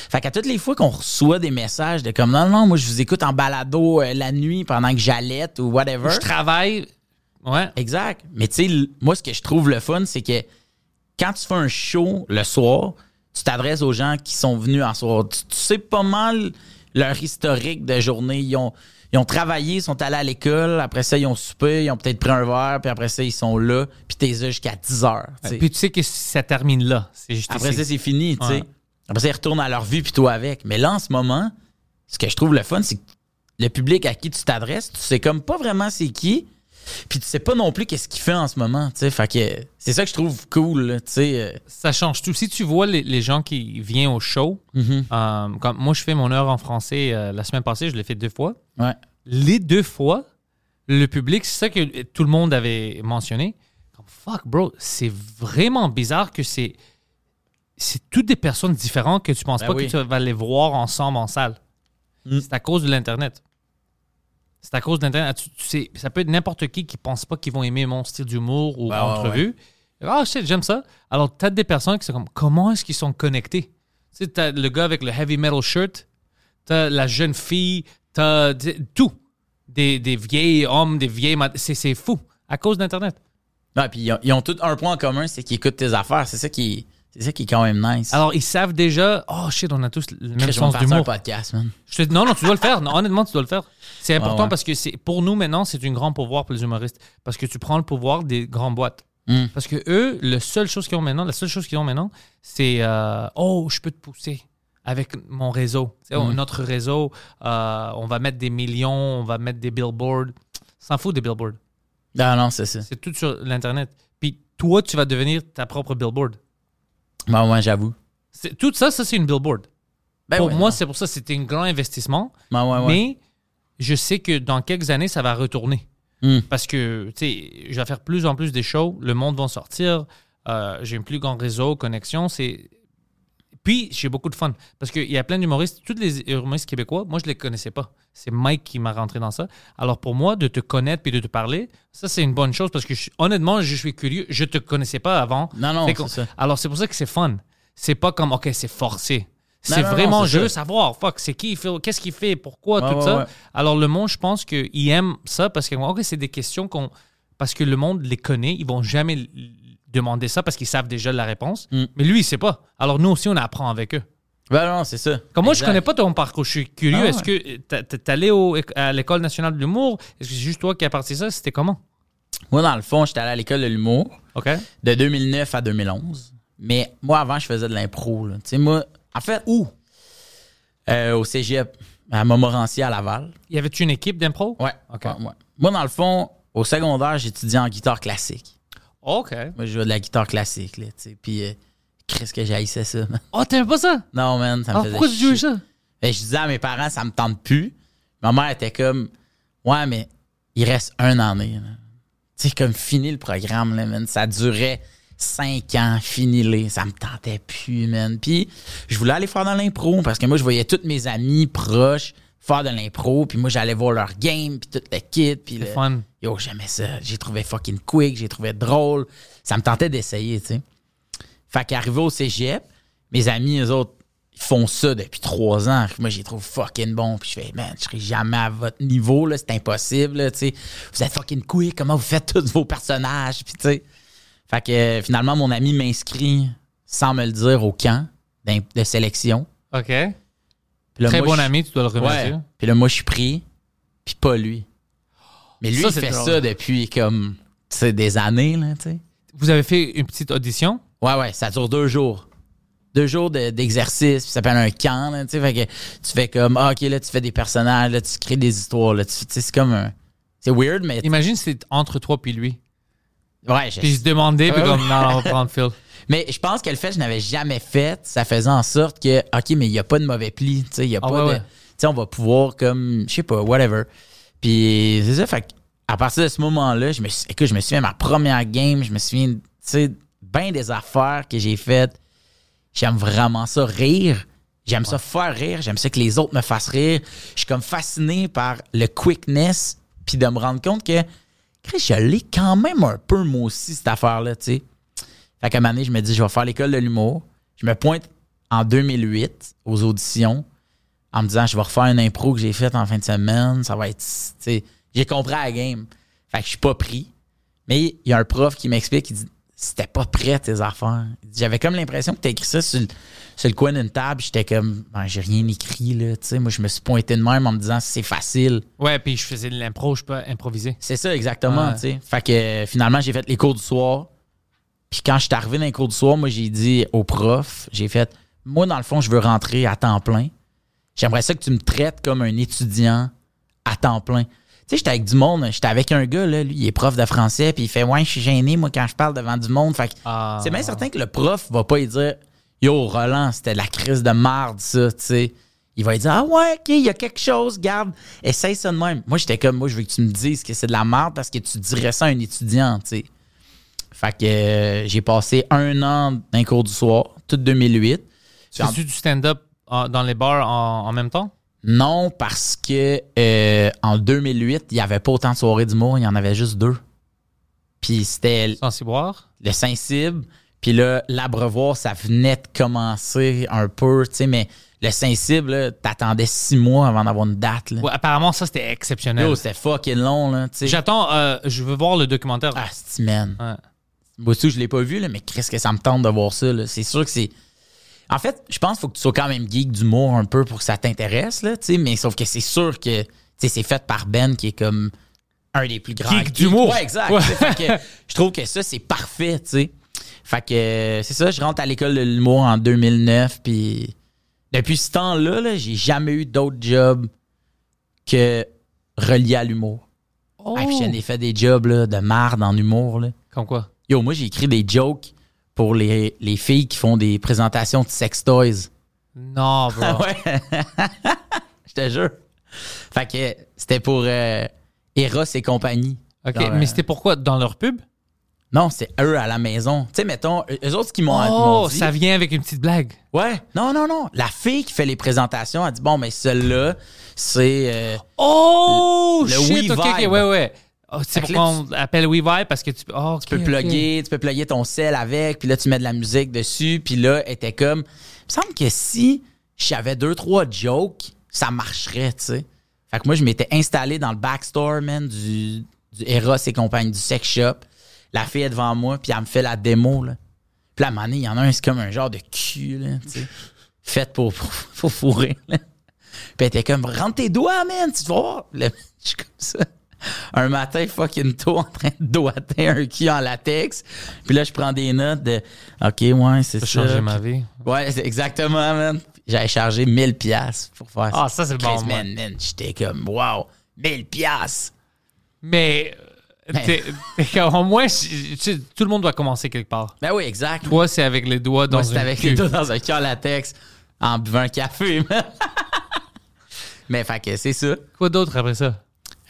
S4: Fait qu'à toutes les fois qu'on reçoit des messages de comme non, non, moi, je vous écoute en balado euh, la nuit pendant que j'allaite ou whatever.
S3: Je travaille. Ouais.
S4: Exact. Mais tu sais, l- moi, ce que je trouve le fun, c'est que quand tu fais un show le soir, tu t'adresses aux gens qui sont venus en soir. Tu, tu sais pas mal leur historique de journée. Ils ont, ils ont travaillé, ils sont allés à l'école, après ça, ils ont soupé, ils ont peut-être pris un verre, puis après ça, ils sont là, puis t'es là jusqu'à 10 heures. tu sais.
S3: Puis tu sais que ça termine là. C'est juste
S4: Après
S3: ici.
S4: ça, c'est fini, tu sais.
S3: Ouais.
S4: Après ça, ils retournent à leur vie, puis toi avec. Mais là, en ce moment, ce que je trouve le fun, c'est que le public à qui tu t'adresses, tu sais comme pas vraiment c'est qui, puis tu sais pas non plus qu'est-ce qu'il fait en ce moment, tu sais. Fait que c'est ça que je trouve cool, là, tu sais. euh.
S3: ça change tout. Si tu vois les, les gens qui viennent au show, euh, comme moi, je fais mon heure en français euh, la semaine passée, je l'ai fait deux fois.
S4: euh, Ouais.
S3: les deux fois, le public, c'est ça que tout le monde avait mentionné. Comme, fuck, bro, c'est vraiment bizarre que c'est. C'est toutes des personnes différentes que tu penses
S4: Ben
S3: pas
S4: oui. Mm.
S3: que tu vas les voir ensemble en salle. C'est à cause de l'Internet. C'est à cause de l'Internet. Ah, Tu- tu sais, ça peut être n'importe qui qui pense pas qu'ils vont aimer mon style d'humour ou
S4: Ben ouais,
S3: entrevue. Ah, shit, j'aime ça. Alors, t'as des personnes qui sont comme, comment est-ce qu'ils sont connectés? Tu sais, t'as le gars avec le heavy metal shirt, t'as la jeune fille, t'as d- tout. Des, des vieils hommes, des vieilles... mat- C'est, c'est fou, à cause d'Internet.
S4: Non, puis ils ont, ils ont tous un point en commun, c'est qu'ils écoutent tes affaires. C'est ça qui, c'est ça qui est quand même nice.
S3: Alors, ils savent déjà, oh shit, on a tous le
S4: je
S3: Ah, même
S4: vais me
S3: sens
S4: faire ça un
S3: d'humour.
S4: podcast, man.
S3: Je te dis, non, non, tu dois le faire. Non, honnêtement, tu dois le faire. C'est important
S4: ouais.
S3: parce que c'est, pour nous, maintenant, c'est un grand pouvoir pour les humoristes. Parce que tu prends le pouvoir des grandes boîtes.
S4: Mm.
S3: Parce que eux, la seule chose qu'ils ont maintenant, la seule chose qu'ils ont maintenant, c'est euh, oh, je peux te pousser avec mon réseau. Tu sais,
S4: Hmm.
S3: on- Notre réseau, euh, on va mettre des millions, on va mettre des billboards. S'en fout des billboards.
S4: Non, non, c'est ça.
S3: C'est tout sur l'Internet. Puis toi, tu vas devenir ta propre billboard.
S4: Bon, ouais, j'avoue.
S3: C'est- tout ça, ça, c'est une billboard.
S4: Ben
S3: pour
S4: ouais,
S3: moi,
S4: non.
S3: c'est pour ça c'était un grand investissement.
S4: Ben ouais, ouais.
S3: Mais je sais que dans quelques années, ça va retourner.
S4: Mm.
S3: Parce que, tu sais, je vais faire plus en plus des shows, le monde va sortir, euh, j'ai un plus grand réseau, connexion, c'est... Puis, j'ai beaucoup de fun. Parce qu'il y a plein d'humoristes, tous les humoristes québécois, moi, je les connaissais pas. C'est Mike qui m'a rentré dans ça. Alors, pour moi, de te connaître puis de te parler, ça, c'est une bonne chose parce que, je suis- honnêtement, je suis curieux. Je te connaissais pas avant.
S4: Non, non,
S3: Fait qu'on-
S4: c'est ça.
S3: Alors, c'est pour ça que c'est fun. C'est pas comme, OK, c'est forcé. C'est
S4: non, non,
S3: vraiment,
S4: c'est
S3: je veux
S4: ça.
S3: savoir, fuck, c'est qui, il fait- qu'est-ce qu'il fait, pourquoi,
S4: Ouais,
S3: tout
S4: ouais,
S3: ça.
S4: ouais.
S3: Alors, le monde, je pense qu'il aime ça parce que ok, c'est des questions qu'on. Parce que le monde les connaît, ils vont jamais l- demander ça parce qu'ils savent déjà la réponse.
S4: Mm.
S3: Mais lui, il sait pas. Alors, nous aussi, on apprend avec eux.
S4: Ben non, c'est ça.
S3: Comme moi, je
S4: Exact.
S3: connais pas ton parcours. Je suis curieux.
S4: Ah,
S3: Est-ce que t'as- t'as- t'es allé au- à l'École nationale de l'humour? Est-ce que c'est juste toi qui as parti ça? C'était comment?
S4: Moi, dans le fond, j'étais allé à l'école de l'humour.
S3: OK.
S4: de 2009 à 2011. Mais moi, avant, je faisais de l'impro. là. Tu sais, moi, en fait, où? Euh, au cégep, à Montmorency, à Laval.
S3: Y avait-tu une équipe d'impro?
S4: Ouais.
S3: OK.
S4: Ouais, ouais. Moi, dans le fond, au secondaire, j'étudiais en guitare classique.
S3: OK.
S4: Moi, je jouais de la guitare classique, là, tu sais. Puis, euh, Chris, que j'haïssais ça, man.
S3: Oh, t'aimais pas ça?
S4: Non, man, ça me
S3: Ah,
S4: faisait
S3: pourquoi tu jouais
S4: chier.
S3: ça?
S4: Fait que je disais à mes parents, ça me tente plus. Ma mère était comme, ouais, mais il reste un année. là. Tu sais, comme fini le programme, là, man. Ça durait cinq ans, fini-les. Ça me tentait plus, man. Puis je voulais aller faire de l'impro parce que moi, je voyais tous mes amis proches faire de l'impro. Puis moi, j'allais voir leur game, puis tout le kit. Puis le...
S3: fun.
S4: Yo, j'aimais ça. J'ai trouvé fucking quick, j'ai trouvé drôle. Ça me tentait d'essayer, tu sais. Fait qu'arrivé au cégep, mes amis, eux autres, ils font ça depuis trois ans. Moi, je les trouve fucking bons. Puis je fais, man, je serai jamais à votre niveau, là. C'est impossible, là, tu sais. Vous êtes fucking quick. Comment vous faites tous vos personnages? Puis, tu sais. Fait que euh, finalement, mon ami m'inscrit, sans me le dire, au camp d'im- de sélection.
S3: OK.
S4: Puis là,
S3: Très
S4: moi,
S3: bon
S4: je-
S3: ami, tu dois le remercier.
S4: Ouais. Puis là, moi, je suis pris, puis pas lui. Mais lui,
S3: Ça,
S4: il
S3: c'est
S4: fait
S3: drôle.
S4: ça depuis comme, tu sais, des années, là, tu sais.
S3: Vous avez fait une petite audition?
S4: Ouais, ouais, ça dure deux jours. deux jours de- d'exercice, puis ça s'appelle un camp, là, tu sais, fait que tu fais comme, ah, OK, là, tu fais des personnages, là, tu crées des histoires, là, tu tu sais, c'est comme un... C'est weird, mais...
S3: Imagine si c'est entre toi puis lui.
S4: Ouais, je-
S3: Puis il se demandait, puis
S4: Ah Ouais,
S3: comme,
S4: ouais.
S3: non, on va prendre Phil.
S4: Mais je pense que le fait que je n'avais jamais fait, ça faisait en sorte que, OK, mais il n'y a pas de mauvais pli. Tu sais, il y a
S3: Ah,
S4: pas
S3: ouais,
S4: de-
S3: ouais.
S4: tu sais, on va pouvoir, comme, je sais pas, whatever. Puis, c'est ça. Fait que, à partir de ce moment-là, je me suis, écoute, je me souviens de ma première game, je me souviens, tu sais, bien des affaires que j'ai faites. J'aime vraiment ça, rire. J'aime ça faire rire. J'aime ça que les autres me fassent rire. Je suis comme fasciné par le quickness, puis de me rendre compte que, Chris, je l'ai quand même un peu, moi aussi, cette affaire-là, tu sais. Fait qu'à un moment donné, je me dis, je vais faire l'école de l'humour. Je me pointe en 2008 aux auditions en me disant, je vais refaire une impro que j'ai faite en fin de semaine. Ça va être. tu sais, J'ai compris la game. Fait que je suis pas pris. Mais il y a un prof qui m'explique, il dit, c'était pas prêt tes affaires. Il dit, J'avais comme l'impression que t'as écrit ça sur, le- sur le coin d'une table. J'étais comme, ben, j'ai rien écrit, là. Tu sais, moi, je me suis pointé de même en me disant, c'est facile.
S3: Ouais, puis je faisais de l'impro, je peux improviser.
S4: C'est ça, exactement.
S3: Ouais.
S4: tu sais. Fait que euh, finalement, j'ai fait les cours du soir. Puis quand je suis arrivé dans les cours du soir, moi, j'ai dit au prof, j'ai fait Moi, dans le fond, je veux rentrer à temps plein. J'aimerais ça que tu me traites comme un étudiant à temps plein. Tu sais, j'étais avec du monde, j'étais avec un gars, là, lui, il est prof de français, puis il fait Ouais, je suis gêné, moi, quand je parle devant du monde. Fait que
S3: Ah.
S4: c'est bien certain que le prof va pas lui dire Yo, Roland, c'était de la crise de marde, ça, tu sais. Il va lui dire Ah ouais, ok, il y a quelque chose, garde, essaye ça de même. Moi, j'étais comme Moi, je veux que tu me dises que c'est de la marde parce que tu dirais ça à un étudiant, tu sais. Fait que euh, j'ai passé un an d'un cours du soir, tout 2008.
S3: Tu fais du stand-up en- dans les bars en, en même temps?
S4: Non, parce que euh, en 2008, il n'y avait pas autant de soirées d'humour, il y en avait juste deux. Puis c'était
S3: Sans s'y boire?
S4: le Saint-Cybe. Puis là, l'abreuvoir, ça venait de commencer un peu, tu sais, mais le Saint-Cybe, là, t'attendais six mois avant d'avoir une date. Là.
S3: Ouais, apparemment, ça, c'était exceptionnel.
S4: Yo, c'était fucking long, là, tu sais.
S3: J'attends, euh, je veux voir le documentaire.
S4: Ah, c'est man.
S3: Ouais.
S4: Moi aussi, je l'ai pas vu, là, mais qu'est-ce que ça me tente de voir ça, là. C'est sûr que c'est... En fait, je pense qu'il faut que tu sois quand même geek d'humour un peu pour que ça t'intéresse, là, tu sais, mais sauf que c'est sûr que, tu sais, c'est fait par Ben qui est comme un des plus grands
S3: Geek
S4: geeks.
S3: d'humour.
S4: Ouais, exact.
S3: Ouais.
S4: tu sais, fait que je trouve que ça, c'est parfait, tu sais. Fait que euh, c'est ça, je rentre à l'école de l'humour en 2009, puis depuis ce temps-là, là, j'ai jamais eu d'autres jobs que reliés à l'humour. Ah, puis j'en
S3: Oh!
S4: ai fait des jobs là, de marde en humour, là.
S3: Comme quoi?
S4: Yo, moi, j'ai écrit des jokes pour les, les filles qui font des présentations de sex toys.
S3: Non, bro.
S4: <laughs> ouais. Je te jure. Fait que c'était pour euh, Eros et compagnie.
S3: OK,
S4: Genre,
S3: mais
S4: euh,
S3: c'était pourquoi? Dans leur pub?
S4: Non, c'est eux à la maison. Tu sais, mettons, eux- eux autres qui m'ont
S3: Oh,
S4: m'ont dit.
S3: ça vient avec une petite blague.
S4: Ouais. Non, non, non. La fille qui fait les présentations, elle dit bon, mais celle-là, c'est. euh,
S3: Oh,
S4: Le
S3: shit, OK, OK,
S4: WeVibe.
S3: ouais, ouais. Oh,
S4: Fait
S3: c'est
S4: que
S3: pourquoi
S4: là,
S3: on appelle WeVibe parce que tu, oh,
S4: tu peux plugger, tu peux plugger ton sel avec, puis là, tu mets de la musique dessus, puis là, elle était comme. Il me semble que si j'avais deux, trois jokes, ça marcherait, tu sais. Fait que moi, je m'étais installé dans le backstore, man, du, du Eros et compagnie, du sex shop. La fille est devant moi, puis elle me fait la démo, là. Puis là, à un moment donné, il y en a un, c'est comme un genre de cul, là, tu sais. Fait pour, pour, pour fourrer, là. Puis elle était comme, rentre tes doigts, man, tu vas voir. Là, <laughs> je suis comme ça. Un matin, fucking tôt, en train de doigter un cul en latex. Puis là, je prends des notes de, OK, ouais, c'est ça.
S3: Ça a changé ma vie.
S4: Ouais, c'est exactement, man. J'avais chargé 1000 pièces pour faire
S3: Ah, ça, c'est bon,
S4: Chris,
S3: moi.
S4: man, man, j'étais comme, wow, 1000 pièces. <laughs>
S3: Mais, euh,
S4: Ben.
S3: t'es- t'es comme, au moins, tu sais, tout le monde doit commencer quelque part.
S4: Ben oui, exact.
S3: Toi, c'est avec les doigts dans
S4: Moi,
S3: une
S4: c'était avec
S3: queue.
S4: les doigts dans un cœur latex en buvant un café, man. <laughs> Mais fait que c'est ça.
S3: Quoi d'autre après ça?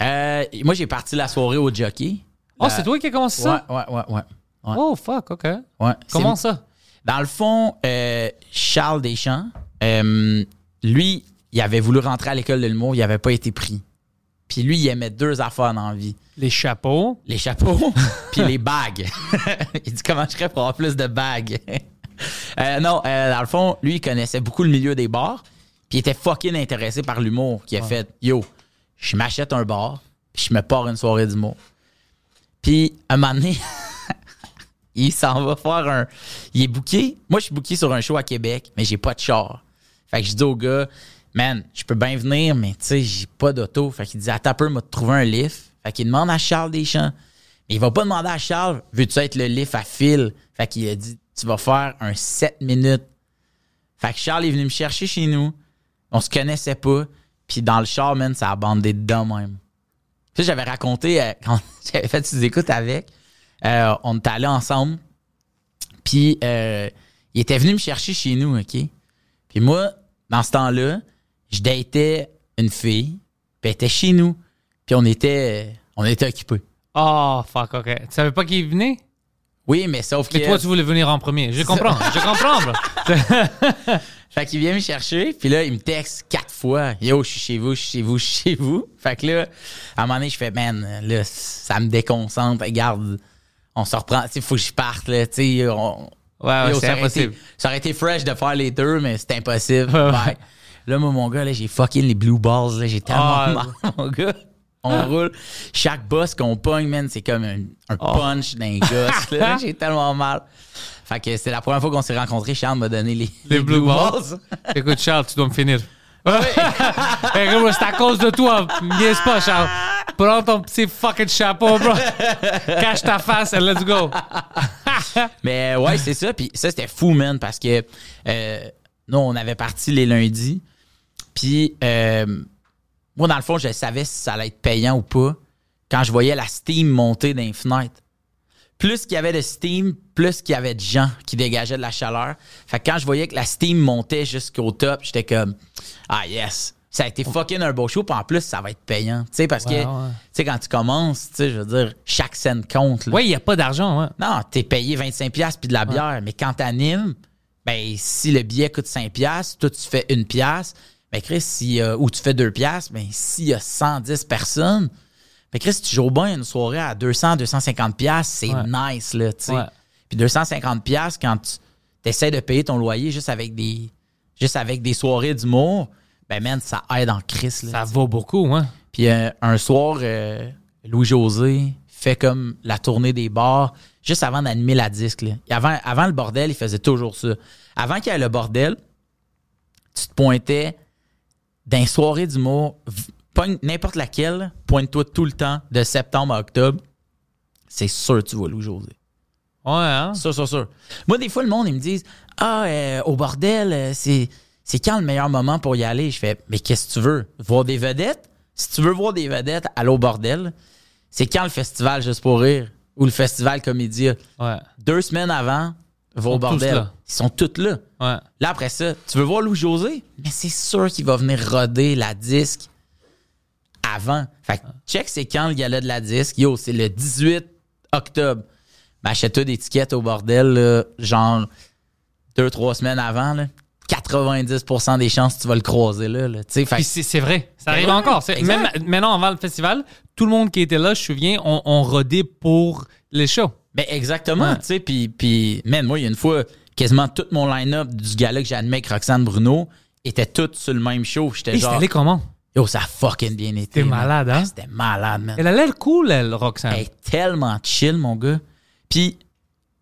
S4: Euh, moi, j'ai parti la soirée au jockey.
S3: Oh, c'est toi qui as commencé
S4: Ouais,
S3: ça?
S4: ouais, ouais, ouais. ouais,
S3: Oh, fuck, OK.
S4: ouais.
S3: Comment
S4: C'est-
S3: ça?
S4: Dans le fond, euh, Charles Deschamps, euh, lui, il avait voulu rentrer à l'école de l'humour, il n'avait pas été pris. Puis lui, il aimait deux affaires dans la vie.
S3: Les chapeaux.
S4: les chapeaux, <laughs> puis les bagues. <laughs> il dit comment je ferais pour avoir plus de bagues. <laughs> Euh, non, euh, dans le fond, lui, il connaissait beaucoup le milieu des bars, puis il était fucking intéressé par l'humour. qui a fait Yo, je m'achète un bar, puis je me pars une soirée d'humour. Puis, un moment donné, il s'en va faire un. Il est booké. Moi, je suis booké sur un show à Québec, mais j'ai pas de char. Fait que je dis au gars, man, je peux bien venir, mais tu sais, j'ai pas d'auto. Fait qu'il dit, attends un peu, m'a trouvé un lift. Fait qu'il demande à Charles Deschamps. Mais il va pas demander à Charles, veux-tu être le lift à fil? Fait qu'il a dit, tu vas faire un 7 minutes. Fait que Charles est venu me chercher chez nous. On se connaissait pas. Puis dans le char, man, ça a bandé dedans même. Puis j'avais raconté, euh, <laughs> quand j'avais fait ses écoutes avec, euh, on était allés ensemble. Puis euh, il était venu me chercher chez nous, OK? Puis moi, dans ce temps-là, je datais une fille, puis elle était chez nous. Puis on était, on était occupés.
S3: Oh, fuck, OK. Tu savais pas qu'il venait?
S4: Oui, mais sauf que...
S3: Mais toi, tu voulais venir en premier. Je comprends, je
S4: <laughs>
S3: comprends. bro.
S4: Fait qu'il vient me chercher, puis là, il me texte quatre fois. Yo, je suis chez vous, je suis chez vous, je suis chez vous. Fait que là, à un moment donné, je fais, man, là, ça me déconcentre. Regarde, on se reprend. Tu sais, faut que je parte, là. Tu sais, on-
S3: Ouais, ouais,
S4: Yo,
S3: c'est
S4: ça aurait été-
S3: impossible.
S4: ça aurait été fresh de faire les deux, mais c'est impossible.
S3: Ouais, ouais.
S4: Bye. Là, moi, mon gars, là, j'ai fucking les blue balls. Là, j'ai tellement
S3: Ah.
S4: mal, <laughs> mon gars. On roule. Chaque boss qu'on pogne, man, c'est comme un, un
S3: Ah.
S4: punch d'un gosse.
S3: <laughs>
S4: là. J'ai tellement mal. Fait que c'est la première fois qu'on s'est rencontrés. Charles m'a donné les,
S3: Les Blue Balls. Écoute, Charles, tu dois me finir. <laughs> Hey, gros, c'est à cause de toi. Niaise pas, Charles. Prends ton petit fucking chapeau, bro. Cache ta face and let's go.
S4: Mais ouais, c'est ça. Puis ça, c'était fou, man, parce que euh, nous, on avait parti les lundis. Puis euh, moi, dans le fond, je savais si ça allait être payant ou pas quand je voyais la steam monter dans les fenêtres. Plus qu'il y avait de steam, plus qu'il y avait de gens qui dégageaient de la chaleur. Fait que quand je voyais que la steam montait jusqu'au top, j'étais comme Ah yes! Ça a été fucking un beau show, puis en plus, ça va être payant. Tu sais, parce que,
S3: Ouais, ouais.
S4: tu sais, quand tu commences, tu sais, je veux dire, chaque scène compte. là.
S3: Ouais, il n'y a pas d'argent, hein. ouais.
S4: Non, t'es payé 25$ piastres puis de la bière. Mais quand t'animes, ben, si le billet coûte 5$, piastres, toi, tu fais 1$, piastre. ben, Chris, si, euh, ou tu fais 2$, piastres, ben, s'il y a 110 personnes, ben, Chris, tu joues bien une soirée à 200, 250$, piastres, c'est
S3: Ouais.
S4: nice, là, tu sais.
S3: Ouais.
S4: Puis 250$, piastres, quand tu essaies de payer ton loyer juste avec des, juste avec des soirées d'humour, ben, man, ça aide en Chris, là.
S3: Ça vaut beaucoup, hein. ouais.
S4: Puis euh, un soir, euh, Louis-José fait comme la tournée des bars juste avant d'animer la disque. là. Et Avant, avant le bordel, il faisait toujours ça. Avant qu'il y ait le bordel, tu te pointais d'un soirée d'humour, v- pogne n'importe laquelle, pointe-toi tout le temps de septembre à octobre. C'est sûr que tu vois Louis-José.
S3: Ouais, hein?
S4: Sûr, sûr, sûr. Moi, des fois, le monde, ils me disent Ah, euh, au bordel, euh, c'est, c'est quand le meilleur moment pour y aller Je fais Mais qu'est-ce que tu veux Voir des vedettes Si tu veux voir des vedettes, allez au bordel. C'est quand le festival Juste pour rire ou le festival Comédia
S3: Ouais,
S4: Deux semaines avant, va au
S3: Ils sont tous
S4: bordel.
S3: là.
S4: Ils sont toutes là.
S3: ouais.
S4: Là, après ça, tu veux voir Louis-José Mais c'est sûr qu'il va venir roder la disque avant. Fait que check, c'est quand le gala de la disque. Yo, c'est le 18 octobre. M'achète-toi des tickets au bordel, là, genre deux, trois semaines avant. là. 90% des chances que tu vas le croiser là. là. Tu sais, fait
S3: Puis
S4: que-
S3: c'est c'est vrai, ça
S4: Ben
S3: arrive
S4: ouais,
S3: encore. C'est- Même
S4: exact.
S3: maintenant, avant le festival, tout le monde qui était là, je me souviens, on, on rodait pour les shows.
S4: Ben exactement,
S3: Ouais.
S4: tu sais, puis, puis, man, moi, il y a une fois, quasiment tout mon line-up du gala que j'animais avec Roxane Bruno était tout sur le même show. J'étais
S3: Et c'est
S4: genre,
S3: allé comment?
S4: yo, ça a fucking bien été.
S3: T'es
S4: man.
S3: malade, hein?
S4: Ah, C'était malade, man.
S3: Elle a l'air cool, elle, Roxane.
S4: Elle est tellement chill, mon gars. Puis,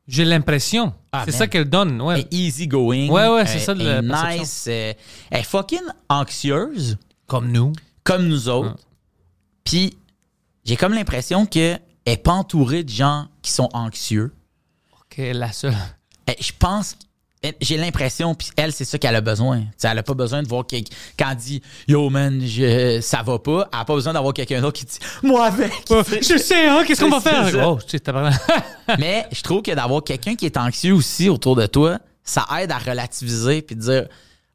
S3: J'ai l'impression.
S4: Ah,
S3: c'est
S4: man.
S3: ça qu'elle donne, ouais.
S4: elle est easy going.
S3: Ouais, ouais, c'est ça de la perception.
S4: nice. euh, Elle est fucking anxieuse,
S3: Comme nous.
S4: comme nous autres.
S3: Ah.
S4: Puis, j'ai comme l'impression qu'elle n'est pas entourée de gens qui sont anxieux.
S3: Ok, la seule.
S4: Eh, Je pense, eh, j'ai l'impression, puis elle, c'est ça qu'elle a besoin. T'sais, elle a pas besoin de voir quelqu'un. Quand elle dit Yo man, je, ça va pas, elle a pas besoin d'avoir quelqu'un d'autre qui dit Moi avec.
S3: <laughs> je sais, hein, qu'est-ce qu'on va
S4: C'est
S3: faire?
S4: ça.
S3: Oh, tu sais, tabarnak.
S4: Mais je trouve que d'avoir quelqu'un qui est anxieux aussi autour de toi, ça aide à relativiser puis de dire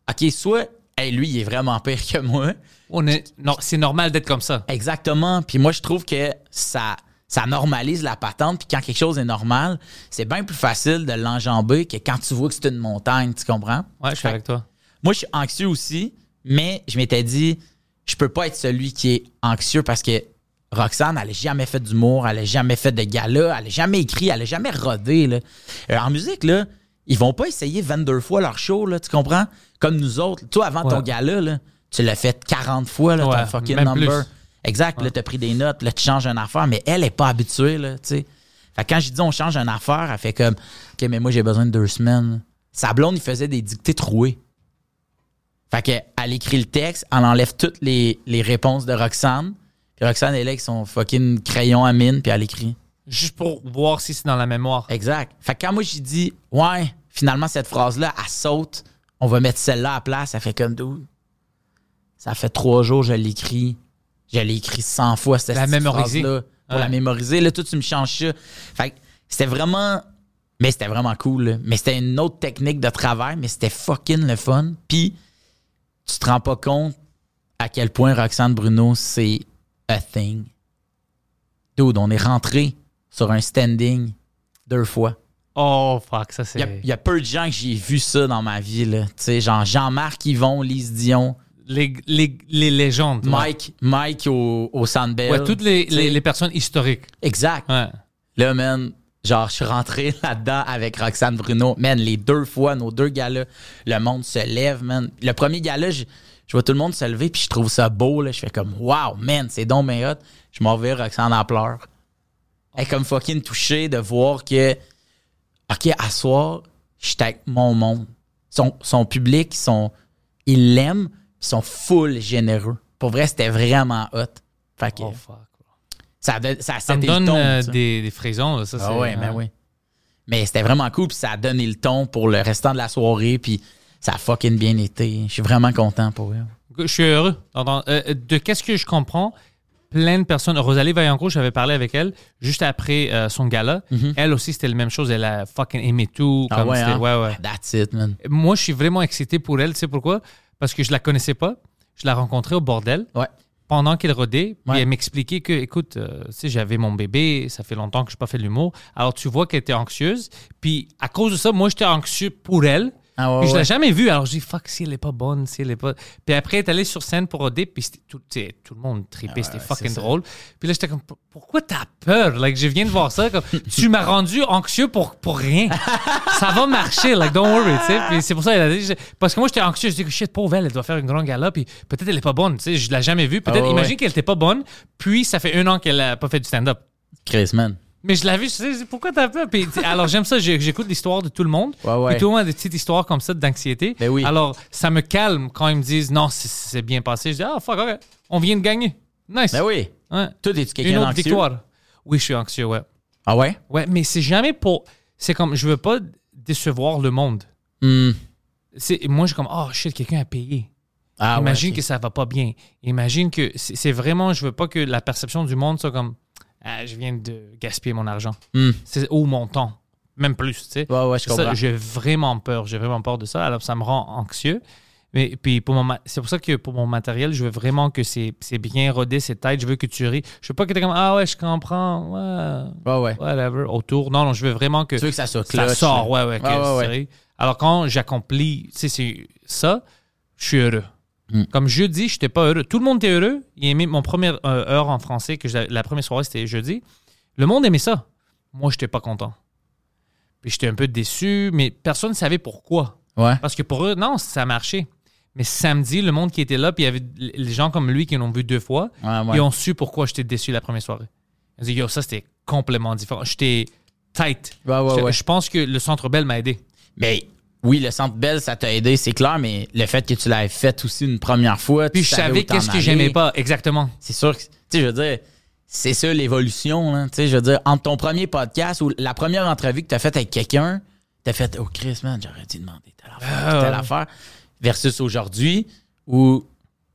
S4: OK, soit hey, lui, il est vraiment pire que moi.
S3: On est... Non, c'est normal d'être comme ça.
S4: Exactement. Puis moi, je trouve que ça, ça normalise la patente. Puis quand quelque chose est normal, c'est bien plus facile de l'enjamber que quand tu vois que c'est une montagne, tu comprends?
S3: Ouais, je suis
S4: Fait
S3: avec toi.
S4: Moi, je suis anxieux aussi, mais je m'étais dit, je peux pas être celui qui est anxieux parce que Roxane, elle n'a jamais fait d'humour, elle n'a jamais fait de gala, elle n'a jamais écrit, elle n'a jamais rodé. là. Euh, en musique, là, ils vont pas essayer 22 fois leur show, là, tu comprends? Comme nous autres. Toi, avant ton
S3: Ouais.
S4: gala, là, tu l'as fait 40 fois, là,
S3: Ouais,
S4: ton fucking
S3: même
S4: number.
S3: plus.
S4: Exact, là, tu as pris des notes, là, tu changes une affaire, mais elle est pas habituée, là, tu sais. Fait que quand je dis on change une affaire, elle fait comme, OK, mais moi, j'ai besoin de deux semaines. Sa blonde, il faisait des dictées trouées. Fait que, elle écrit le texte, elle enlève toutes les, les réponses de Roxane. Puis Roxane est là avec son fucking crayon à mine, puis elle écrit.
S3: Juste pour voir si c'est dans la mémoire.
S4: Exact. Fait que quand moi j'ai dit, ouais, finalement cette phrase-là, elle saute, on va mettre celle-là à la place. Ça fait comme d'où? Ça fait trois jours, je l'écris. Je l'ai écrit 100 fois, cette
S3: La
S4: petite
S3: mémoriser.
S4: phrase-là, Pour
S3: Ouais.
S4: la mémoriser. Là, toi, tu me changes ça. Fait que c'était vraiment. Mais c'était vraiment cool. là. Mais c'était une autre technique de travail, mais c'était fucking le fun. Puis, tu te rends pas compte à quel point Roxane Bruno, c'est a thing. Dude, on est rentré sur un standing deux fois.
S3: Oh, fuck, ça c'est.
S4: Il y a- il y, a peu de gens que j'ai vu ça dans ma vie. Là. Tu sais, genre Jean-Marc Yvon, Lise Dion,
S3: Les, les, les légendes. ouais.
S4: Mike, Mike au, au Sandbell.
S3: Ouais, toutes les,
S4: Tu sais,
S3: les, les personnes historiques.
S4: Exact.
S3: Ouais.
S4: Là, man, genre, je suis rentré <laughs> là-dedans avec Roxane Bruno. Man, les deux fois, nos deux galas, le monde se lève, man. Le premier gala, je, je vois tout le monde se lever, puis je trouve ça beau, là. Je fais comme, wow, man, c'est donc bien hot. Je m'en vais, Roxane en pleurs. Elle est comme fucking touchée de voir que, OK, à soir, je suis avec mon monde. Son, son public, son, ils l'aiment, ils sont full généreux. Pour vrai, c'était vraiment hot. Fait que
S3: Oh, fuck.
S4: ça, donne- ça a
S3: Ça me
S4: seté le
S3: donne
S4: ton,
S3: euh,
S4: tu sais.
S3: des, des frissons. là, Ça,
S4: Ah
S3: c'est- euh,
S4: ouais, mais
S3: ouais.
S4: oui. Mais c'était vraiment cool, puis ça a donné le ton pour le restant de la soirée, puis ça a fucking bien été. Je suis vraiment content pour elle.
S3: Je suis heureux. d'entendre- euh, euh, de qu'est-ce que je comprends, plein de personnes. Rosalie Vaillancourt, j'avais parlé avec elle juste après euh, son gala. Elle aussi, c'était la même chose. Elle a fucking aimé tout.
S4: Ah
S3: comme
S4: ouais,
S3: c'était-
S4: hein?
S3: ouais, ouais.
S4: That's it, man.
S3: Moi, je suis vraiment excité pour elle. Tu sais pourquoi? Parce que je la connaissais pas. Je la rencontrais au bordel.
S4: Ouais.
S3: pendant qu'elle rodait, puis
S4: Ouais.
S3: elle m'expliquait que, écoute, euh, tu sais, j'avais mon bébé, ça fait longtemps que je n'ai pas fait de l'humour. Alors, tu vois qu'elle était anxieuse. Puis, à cause de ça, moi, j'étais anxieux pour elle.
S4: Ah ouais,
S3: puis, je l'ai
S4: ouais.
S3: jamais vue. Alors, j'ai dit, fuck, si elle n'est pas bonne, si elle n'est pas. Puis après, elle est allée sur scène pour roder, puis c'était tout, tu sais, tout le monde tripait, c'était fucking
S4: c'est ça.
S3: drôle. Puis là, j'étais comme, Pour- pourquoi t'as peur? Like, je viens de
S4: <laughs>
S3: voir ça. Comme, tu m'as rendu anxieux pour, pour rien. ça va marcher, like, don't worry, tu sais. Puis c'est pour ça, elle a dit, je- parce que moi, j'étais anxieux. Je dis, shit, pauvre elle, elle doit faire une grande gala, puis peut-être elle est pas bonne, tu sais, je l'ai jamais vue. Peut-être,
S4: Ah ouais,
S3: imagine
S4: ouais.
S3: qu'elle était pas bonne, puis ça fait un an qu'elle a pas fait du stand-up.
S4: Chris, man.
S3: Mais je l'avais, je sais pourquoi t'as peur. Puis, tu- alors j'aime ça, j'ai- j'écoute l'histoire de tout le monde.
S4: Ouais, ouais.
S3: Puis tout le monde a des petites histoires comme ça d'anxiété.
S4: Ben oui.
S3: Alors ça me calme quand ils me disent non, c'est- c'est bien passé. Je dis ah fuck, ok, on vient de gagner. Nice.
S4: Ben oui.
S3: Ouais.
S4: Toi, es-tu
S3: Une
S4: quelqu'un
S3: autre
S4: d'anxieux?
S3: victoire. Oui, je suis anxieux, ouais.
S4: Ah ouais?
S3: Ouais, mais c'est jamais pour. C'est comme je veux pas décevoir le monde.
S4: Hmm.
S3: C'est moi, je suis comme oh shit, quelqu'un a payé.
S4: Ah,
S3: Imagine
S4: ouais, ok.
S3: que ça va pas bien. Imagine que c'est c'est vraiment, je veux pas que la perception du monde soit comme ah, je viens de gaspiller mon argent.
S4: Hmm.
S3: C'est ou mon temps, même plus, tu sais.
S4: Ouais, ouais, je
S3: Ça,
S4: comprends.
S3: j'ai vraiment peur, j'ai vraiment peur de ça. Alors ça me rend anxieux. Mais puis pour mon ma- c'est pour ça que pour mon matériel, je veux vraiment que c'est c'est bien rodé, c'est tight, je veux que tu ris. Je veux pas que tu comme ah ouais, je comprends. Ouais.
S4: Ouais, ouais.
S3: Whatever, autour. Non, non, je veux vraiment que
S4: Tu veux que ça soit
S3: ça
S4: clutch,
S3: sort, ouais,
S4: là.
S3: ouais, que
S4: Ouais, ouais,
S3: c'est-
S4: ouais.
S3: Alors quand j'accomplis, tu sais, c'est ça, je suis heureux.
S4: Hmm.
S3: Comme jeudi, je n'étais pas heureux. Tout le monde était heureux. Il aimait mon première euh, heure en français, que j'avais- la première soirée, c'était jeudi. Le monde aimait ça. Moi, je n'étais pas content. Puis j'étais un peu déçu, mais personne ne savait pourquoi.
S4: Ouais.
S3: Parce que pour eux, non, ça marchait. Mais samedi, le monde qui était là, puis il y avait les gens comme lui qui l'ont vu deux fois,
S4: Ouais, ouais.
S3: ils ont su pourquoi j'étais déçu la première soirée. Ils ont dit, yo, ça c'était complètement différent. J'étais tight.
S4: Ouais, ouais,
S3: je,
S4: ouais.
S3: je pense que le Centre Bell m'a aidé.
S4: Ben oui, le centre belle, ça t'a aidé, c'est clair, mais le fait que tu l'avais fait aussi une première fois,
S3: Puis
S4: tu
S3: je
S4: savais
S3: savais
S4: où t'en
S3: qu'est-ce que
S4: allais.
S3: j'aimais pas, exactement.
S4: c'est sûr que, tu sais, je veux dire, c'est ça l'évolution, là. Tu sais, je veux dire, entre ton premier podcast ou la première entrevue que tu as faite avec quelqu'un, tu as fait, oh Chris, man, j'aurais dû demander telle affaire,
S3: Ah,
S4: telle
S3: ouais.
S4: affaire, versus aujourd'hui où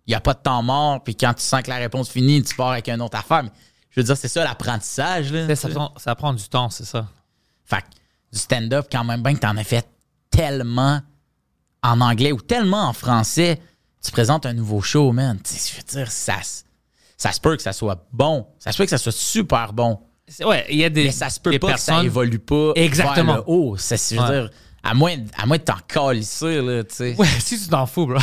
S4: il n'y a pas de temps mort, puis quand tu sens que la réponse finit, tu pars avec une autre affaire. Mais je veux dire, c'est ça l'apprentissage, là.
S3: Ça, ça prend, ça prend du temps, c'est ça.
S4: Fait que du stand-up, quand même bien que t'en as fait tellement en anglais ou tellement en français, tu présentes un nouveau show, man. Tu sais, je veux dire, ça, se- ça se peut que ça soit bon. Ça se peut que ça soit super bon.
S3: C'est- Ouais, il y a des,
S4: Mais ça se peut
S3: des
S4: pas que ça
S3: personnes.
S4: évolue pas
S3: Exactement.
S4: vers le haut. Ça, je veux
S3: Ouais.
S4: dire, à moins, à moins de t'en calisser, là, tu sais.
S3: Ouais, si tu
S4: <laughs>
S3: t'en fous, bro.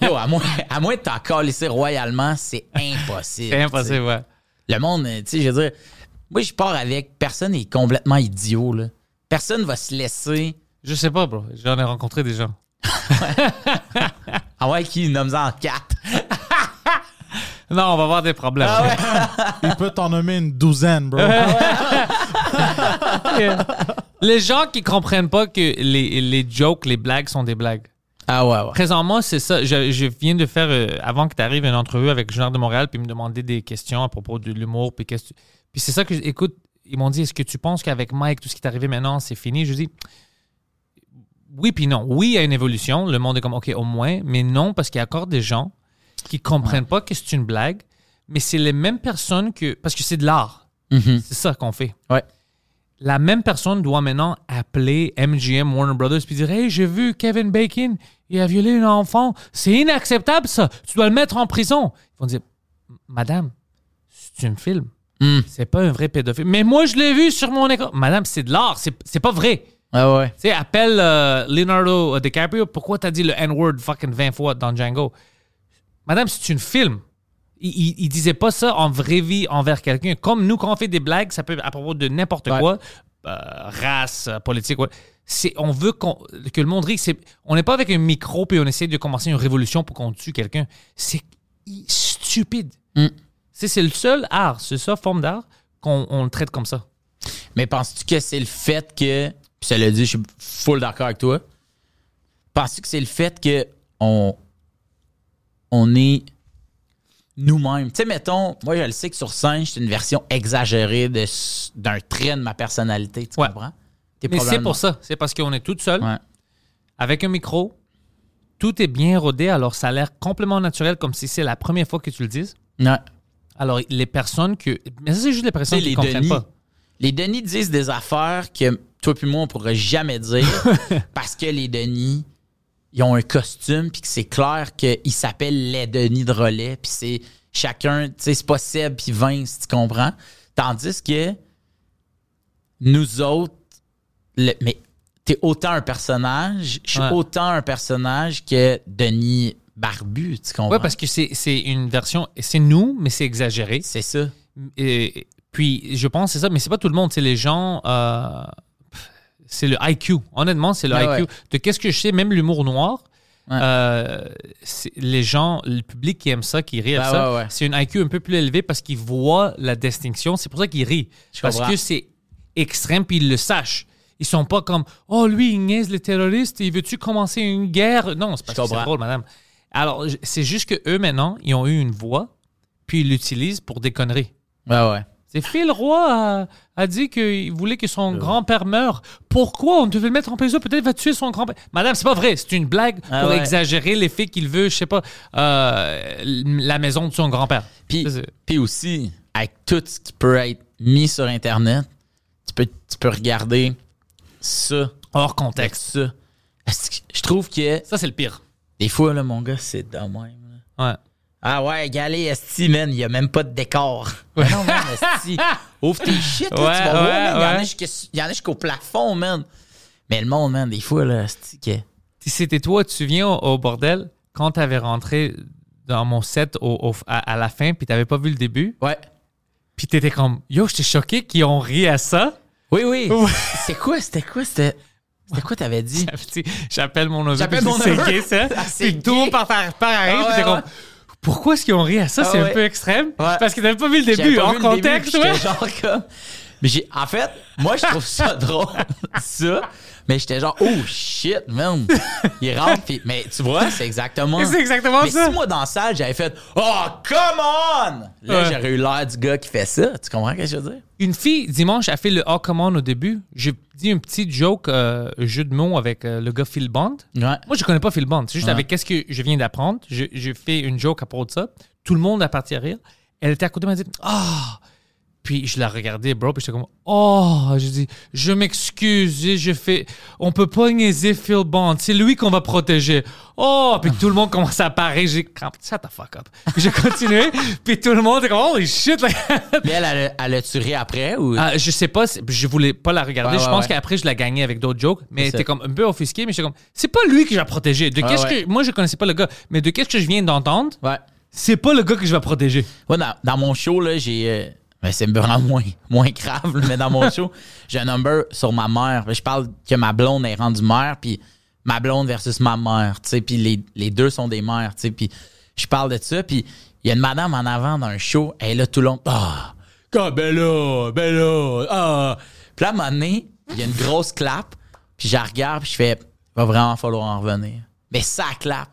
S4: Yo, à moins, à moins de t'en calisser royalement, c'est impossible.
S3: c'est
S4: tu sais.
S3: impossible, ouais.
S4: Le monde, euh, tu sais, je veux dire, moi, je pars avec, personne est complètement idiot, là. Personne va se laisser...
S3: Je sais pas, bro. J'en ai rencontré des gens.
S4: Ah ouais, qui nomme en quatre.
S3: Non, on va avoir des problèmes.
S4: Ah
S5: Il peut t'en nommer une douzaine, bro.
S3: <laughs> les gens qui comprennent pas que les, les jokes, les blagues sont des blagues.
S4: Ah ouais, ouais.
S3: Présentement, c'est ça. Je, je viens de faire, euh, avant que tu arrives, une entrevue avec le Journal de Montréal, puis ils me demandaient des questions à propos de l'humour, puis qu'est-ce que tu- Puis c'est ça que, écoute, ils m'ont dit, est-ce que tu penses qu'avec Mike, tout ce qui t'est arrivé maintenant, c'est fini? Je dis, oui puis non. Oui, il y a une évolution. Le monde est comme, OK, au moins. Mais non, parce qu'il y a encore des gens qui comprennent pas que c'est une blague. Mais c'est les mêmes personnes que... Parce que c'est de l'art. C'est ça qu'on fait.
S4: Ouais.
S3: La même personne doit maintenant appeler MGM Warner Brothers puis dire Hey, j'ai vu Kevin Bacon, il a violé une enfant. C'est inacceptable, ça. Tu dois le mettre en prison. Ils vont dire Madame, c'est un film.
S4: Hmm.
S3: C'est pas un vrai pédophile. Mais moi, je l'ai vu sur mon écran. Madame, c'est de l'art. C'est c'est pas vrai.
S4: Ah ouais.
S3: Tu sais, appelle euh, Leonardo DiCaprio. Pourquoi t'as dit le N-word fucking 20 fois dans Django? Madame, c'est une film. Il, il, il disait pas ça en vraie vie envers quelqu'un. Comme nous, quand on fait des blagues, ça peut être à propos de n'importe
S4: Ouais.
S3: quoi, euh, race, euh, politique. ouais. C'est, on veut qu'on- que le monde rit. C'est, on n'est pas avec un micro puis on essaie de commencer une révolution pour qu'on tue quelqu'un. C'est i- stupide.
S4: Mm.
S3: C'est, c'est le seul art, c'est ça, forme d'art, qu'on on le traite comme ça.
S4: Mais penses-tu que c'est le fait que. Puis ça l'a dit, je suis full d'accord avec toi. Penses-tu que c'est le fait que on, on est nous-mêmes? Tu sais, mettons, moi je le sais que sur scène, je suis une version exagérée de s- d'un trait de ma personnalité. Tu
S3: Ouais.
S4: comprends? T'es
S3: Mais c'est
S4: probablement-
S3: pour ça. C'est parce qu'on est toute seule.
S4: Ouais.
S3: avec un micro, tout est bien rodé, alors ça a l'air complètement naturel, comme si c'est la première fois que tu le dises.
S4: Ouais.
S3: Alors, les personnes que. Mais ça, c'est juste les
S4: Tu
S3: personnes
S4: sais,
S3: qui
S4: les
S3: ne comprennent
S4: Denis.
S3: pas.
S4: Les Denis disent des affaires que toi puis moi, on pourrait jamais
S3: <laughs>
S4: dire parce que les Denis, ils ont un costume puis que c'est clair qu'ils s'appellent les Denis de relais puis c'est chacun, tu sais, c'est pas Seb puis Vince, tu comprends? Tandis que nous autres, le- mais t'es autant un personnage, je suis
S3: Ouais.
S4: autant un personnage que Denis Barbu, tu comprends?
S3: Ouais, parce que c'est c'est une version. C'est nous, mais c'est exagéré.
S4: c'est ça.
S3: Et puis, je pense que c'est ça, mais c'est pas tout le monde. C'est les gens. euh, pff, c'est le IQ. Honnêtement, c'est le
S4: Ah
S3: IQ.
S4: ouais.
S3: De qu'est-ce que je sais, même l'humour noir.
S4: Ouais.
S3: euh, c'est- les gens, le public qui aime ça, qui rit à
S4: Ben
S3: ça,
S4: ouais, ouais.
S3: c'est une IQ un peu plus élevée parce qu'ils voient la distinction. C'est pour ça qu'ils rient.
S4: Je
S3: parce
S4: comprends.
S3: que c'est extrême puis ils le sachent. Ils sont pas comme Oh, lui, il niaise les terroristes, il veut-tu commencer une guerre Non, c'est pas
S4: Je
S3: que c'est
S4: comprends.
S3: drôle, madame. Alors, j- c'est juste que eux, maintenant, ils ont eu une voix, puis ils l'utilisent pour des conneries.
S4: Ouais, ouais.
S3: C'est Phil Roy a, a dit qu'il voulait que son
S4: Euh.
S3: grand-père meure. Pourquoi on devait le mettre en prison? Peut-être va tuer son grand-père. Madame, c'est pas vrai. C'est une blague
S4: Ah
S3: pour
S4: ouais.
S3: exagérer l'effet qu'il veut, je sais pas, euh, la maison de son grand-père.
S4: Puis,
S3: Ça, c'est-
S4: puis aussi, avec tout ce qui peut être mis sur Internet, tu peux, tu peux regarder ça,
S3: Hors
S4: avec
S3: contexte.
S4: ça. Est-ce que- Je trouve que
S3: Ça, c'est le pire.
S4: des fois, là, mon gars, c'est de même. là.
S3: Ouais.
S4: Ah ouais, galé, esti, man, il n'y a même pas de
S3: <laughs>
S4: décor. Ah, Mais non, man, esti, ouvre tes shit, là,
S3: Ouais,
S4: tu vas voir,
S3: ouais,
S4: man, il y en a
S3: ouais.
S4: jusqu'à- il y en a jusqu'au plafond, man. Mais le monde, man, des fois, là, esti, que...
S3: Si c'était toi, tu te souviens au, au bordel quand t'avais rentré dans mon set au- au- à, à la fin, puis t'avais pas vu le début,
S4: Ouais.
S3: puis t'étais comme Yo, j'étais choqué qu'ils ont ri à ça. <laughs>
S4: Oui, oui.
S3: Ouais.
S4: C'est quoi, c'était quoi, c'était... C'était quoi t'avais dit?
S3: Puis, tu sais, J'appelle mon neveu.
S4: J'appelle
S3: puis je
S4: mon
S3: dis, c'est
S4: neveu.
S3: gay, ça.
S4: <laughs> Ah, c'est
S3: Puis tout le monde
S4: gay.
S3: part par par arrière.
S4: Ah,
S3: puis
S4: ouais,
S3: t'es
S4: ouais.
S3: comme, pourquoi est-ce qu'ils ont ri à ça?
S4: Ah,
S3: c'est
S4: ouais.
S3: un peu extrême.
S4: Ouais.
S3: Parce qu'ils n'avaient pas vu le
S4: J'avais
S3: début.
S4: pas
S3: En
S4: vu le début,
S3: contexte,
S4: puis
S3: ouais.
S4: j'étais genre comme. Mais j'ai. En fait, moi, je trouve ça <laughs> drôle, ça. Mais j'étais genre, oh shit, man. Il rentre, puis. Mais tu vois, c'est exactement.
S3: <laughs> C'est exactement
S4: mais
S3: ça.
S4: si moi, dans la salle, j'avais fait, oh, come on! Là,
S3: Ouais.
S4: j'aurais eu l'air du gars qui fait ça. Tu comprends ce que je veux dire?
S3: Une fille, dimanche, a fait le hors command au début. J'ai dit une petite joke, euh, jeu de mots avec euh, le gars Phil Bond. <laughs>
S4: Ouais.
S3: Moi, je connais pas Phil Bond. C'est juste
S4: Ouais.
S3: avec qu'est-ce que je viens d'apprendre. Je, je fais une joke à propos de ça. Tout le monde a parti à rire. Elle était à côté de moi, elle dit Ah Puis je la regardais, bro, puis j'étais comme Oh Je dis Je m'excuse, et je fais. On peut pas niaiser Phil Bond. C'est lui qu'on va protéger. Oh Puis tout le monde commence à parler. J'ai comme Shut the fuck up. Puis j'ai <laughs> continué. puis tout le monde était comme Holy shit like- <laughs>
S4: Mais elle, elle, a- elle a tué après ou.
S3: ah, je sais pas, c'est- je voulais pas la regarder.
S4: Ouais,
S3: je
S4: ouais,
S3: pense
S4: ouais.
S3: qu'après, je la gagnais avec d'autres jokes, mais
S4: C'est
S3: elle
S4: ça.
S3: était comme un peu offusquée. Mais j'étais comme, c'est pas lui que je vais protéger. De
S4: Ouais,
S3: qu'est-ce
S4: ouais.
S3: que, moi, je connaissais pas le gars, mais de qu'est-ce que je viens d'entendre,
S4: Ouais.
S3: c'est pas le gars que je vais protéger.
S4: Moi, dans, dans mon show, là, j'ai. euh, ben, c'est vraiment <laughs> moins, moins grave, là, mais dans mon show, j'ai un number sur ma mère. Je parle que ma blonde est rendue mère, puis ma blonde versus ma mère, tu sais, puis les, les deux sont des mères, tu sais, puis je parle de ça, puis il y a une madame en avant dans un show, elle est là tout le long. Ah, comme ben là, ben là, ah. Puis là, à un moment donné, il y a une grosse clap, puis je la regarde, puis je fais, va vraiment falloir en revenir. Mais ça clap.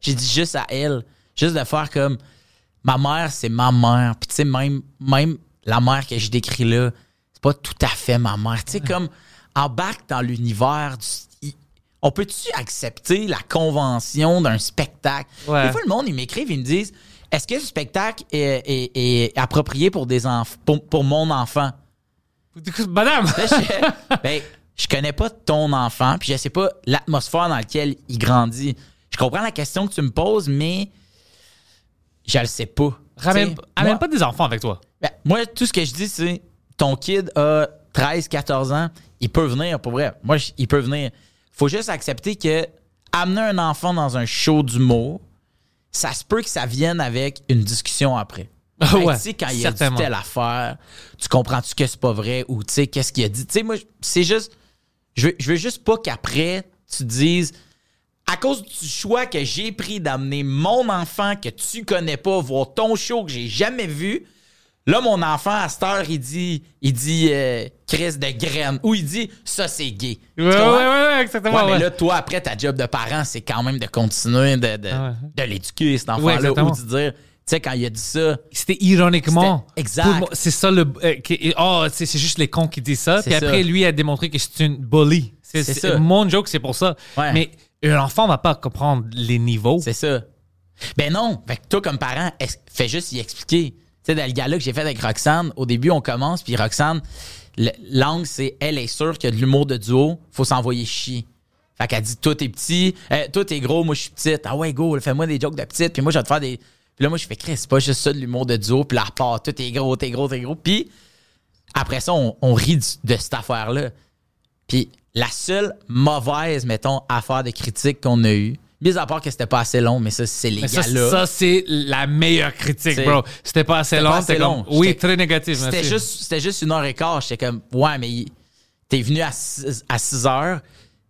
S4: J'ai dit juste à elle, juste de faire comme ma mère, c'est ma mère. Puis tu sais, même, même la mère que je décris là, c'est pas tout à fait ma mère. Tu sais, comme embarque dans l'univers du. il- on peut-tu accepter la convention d'un spectacle?
S3: Ouais.
S4: Des fois, le monde, ils m'écrivent, ils me disent Est-ce que ce spectacle est, est- est approprié pour, des enf- pour, pour mon enfant? <laughs>
S3: Madame!
S4: Là,
S3: <laughs>
S4: je, ben, je connais pas ton enfant, puis je sais pas l'atmosphère dans laquelle il grandit. Je comprends la question que tu me poses, mais je le sais pas.
S3: Ramène,
S4: Tu sais,
S3: ramène
S4: moi-
S3: pas des enfants
S4: <laughs>
S3: avec toi.
S4: ben, moi, tout ce que je dis, c'est ton kid a 13, 14 ans, il peut venir, pour vrai. Moi, je- il peut venir. faut juste accepter que amener un enfant dans un show d'humour, ça se peut que ça vienne avec une discussion après.
S3: Ah
S4: Hey,
S3: ouais,
S4: tu sais, quand il a dit
S3: certainement.
S4: telle affaire, tu comprends-tu que c'est pas vrai ou tu sais, qu'est-ce qu'il a dit? Tu sais, moi, je- c'est juste. Je veux, je veux juste pas qu'après, tu te dises à cause du choix que j'ai pris d'amener mon enfant que tu connais pas voir ton show que j'ai jamais vu. Là, mon enfant, à cette heure, il dit, il dit euh, crise de graines ou il dit ça, c'est gay. Tu
S3: Ouais, ouais, ouais,
S4: comprends?
S3: ouais, exactement.
S4: Ouais,
S3: ouais.
S4: mais là, toi, après, ta job de parent, c'est quand même de continuer de, de,
S3: Ah
S4: de l'éduquer, cet
S3: Ouais,
S4: enfant-là,
S3: exactement.
S4: ou de dire, tu sais, quand il a dit ça,
S3: C'était ironiquement.
S4: C'était- exact.
S3: Pour moi, C'est ça le. euh, qui- oh, c'est c'est juste les cons qui disent ça.
S4: C'est
S3: Puis après,
S4: ça.
S3: lui a démontré que c'est une bully. C'est
S4: C'est
S3: c'est-
S4: ça.
S3: Mon joke, c'est pour ça.
S4: Ouais.
S3: Mais un enfant va pas comprendre les niveaux.
S4: c'est ça. Ben non, fait que toi, comme parent, es- fais juste y expliquer. Tu sais, dans le gala que j'ai fait avec Roxane, au début, on commence, puis Roxane, le- l'angle, c'est elle est sûre qu'il y a de l'humour de duo, faut s'envoyer chier. Fait qu'elle dit, toi, t'es petit, euh, toi, t'es gros, moi, je suis petite. Ah ouais, go, fais-moi des jokes de petite, puis moi, je vais te faire des. Puis là, moi, je fais, Chris, c'est pas juste ça de l'humour de duo, puis là, elle repart, toi, t'es gros, t'es gros, t'es gros. Puis après ça, on, on rit du- de cette affaire-là. Puis la seule mauvaise, mettons, affaire de critique qu'on a eue, mis à part que c'était pas assez long, mais ça, c'est les
S3: Mais ça,
S4: gars-là.
S3: ça, c'est la meilleure critique,
S4: C'est-
S3: bro. C'était pas assez
S4: C'était
S3: long.
S4: pas assez
S3: t'es comme-
S4: long.
S3: Oui,
S4: J'étais-
S3: très négatif.
S4: C'était
S3: merci.
S4: juste, c'était juste une heure et quart. J'étais comme, ouais, mais il- t'es venu à 6, à six heures.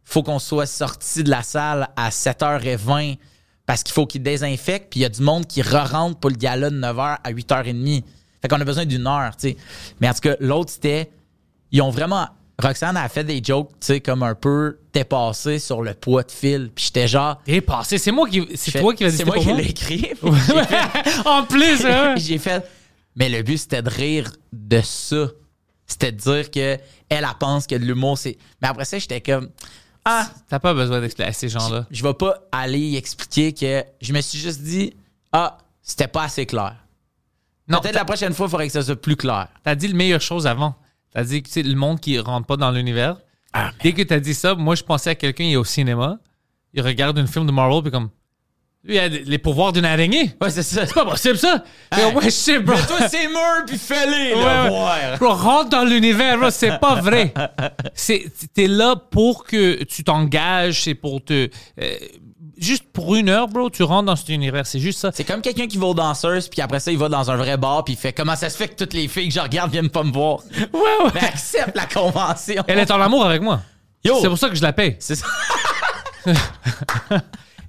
S4: Faut qu'on soit sorti de la salle à 7h20 parce qu'il faut qu'il désinfecte. Puis il y a du monde qui re-rentre pour le gala de 9h à 8h30. Fait qu'on a besoin d'une heure, tu sais. Mais en tout cas, l'autre, c'était, ils ont vraiment. Roxane a fait des jokes, tu sais, comme un peu dépassés sur le poids de fil. Puis j'étais genre.
S3: Dépassé. C'est moi qui. C'est
S4: je fais-
S3: toi qui vas dire
S4: C'est moi
S3: pour
S4: qui
S3: moi.
S4: l'ai écrit.
S3: <laughs> en <laughs>
S4: <laughs>
S3: plus, hein.
S4: j'ai fait. Mais le but, c'était de rire de ça. C'était de dire que elle, elle pense que de l'humour, c'est. Mais après ça, j'étais comme. Ah,
S3: T'as pas besoin d'expliquer à ces gens-là.
S4: je vais pas aller y expliquer que. Je me suis juste dit, ah, c'était pas assez clair.
S3: Non,
S4: Peut-être la prochaine fois, il faudrait que ça soit plus clair.
S3: T'as dit le meilleure chose avant. T'as dit que tu sais, le monde qui rentre pas dans l'univers.
S4: Ah,
S3: Dès que t'as dit ça, moi je pensais à quelqu'un qui est au cinéma, il regarde un film de Marvel puis comme lui il a les pouvoirs d'une araignée.
S4: Ouais, c'est ça.
S3: C'est pas possible ça. Mais ouais, je sais, bro.
S4: Toi, c'est mur, puis fais-les,
S3: Ouais,
S4: là,
S3: ouais.
S4: voir.
S3: Bro, rentre dans l'univers, bro, c'est pas vrai. C'est t'es là pour que tu t'engages, c'est pour te euh, juste pour une heure, bro, tu rentres dans cet univers, c'est juste ça.
S4: C'est comme quelqu'un qui va aux danseuses, puis après ça, il va dans un vrai bar, puis il fait Comment ça se fait que toutes les filles que je regarde viennent pas me voir
S3: Ouais, ouais.
S4: Mais accepte la convention.
S3: Elle est en amour avec moi.
S4: Yo.
S3: C'est pour ça que je la paye.
S4: C'est ça.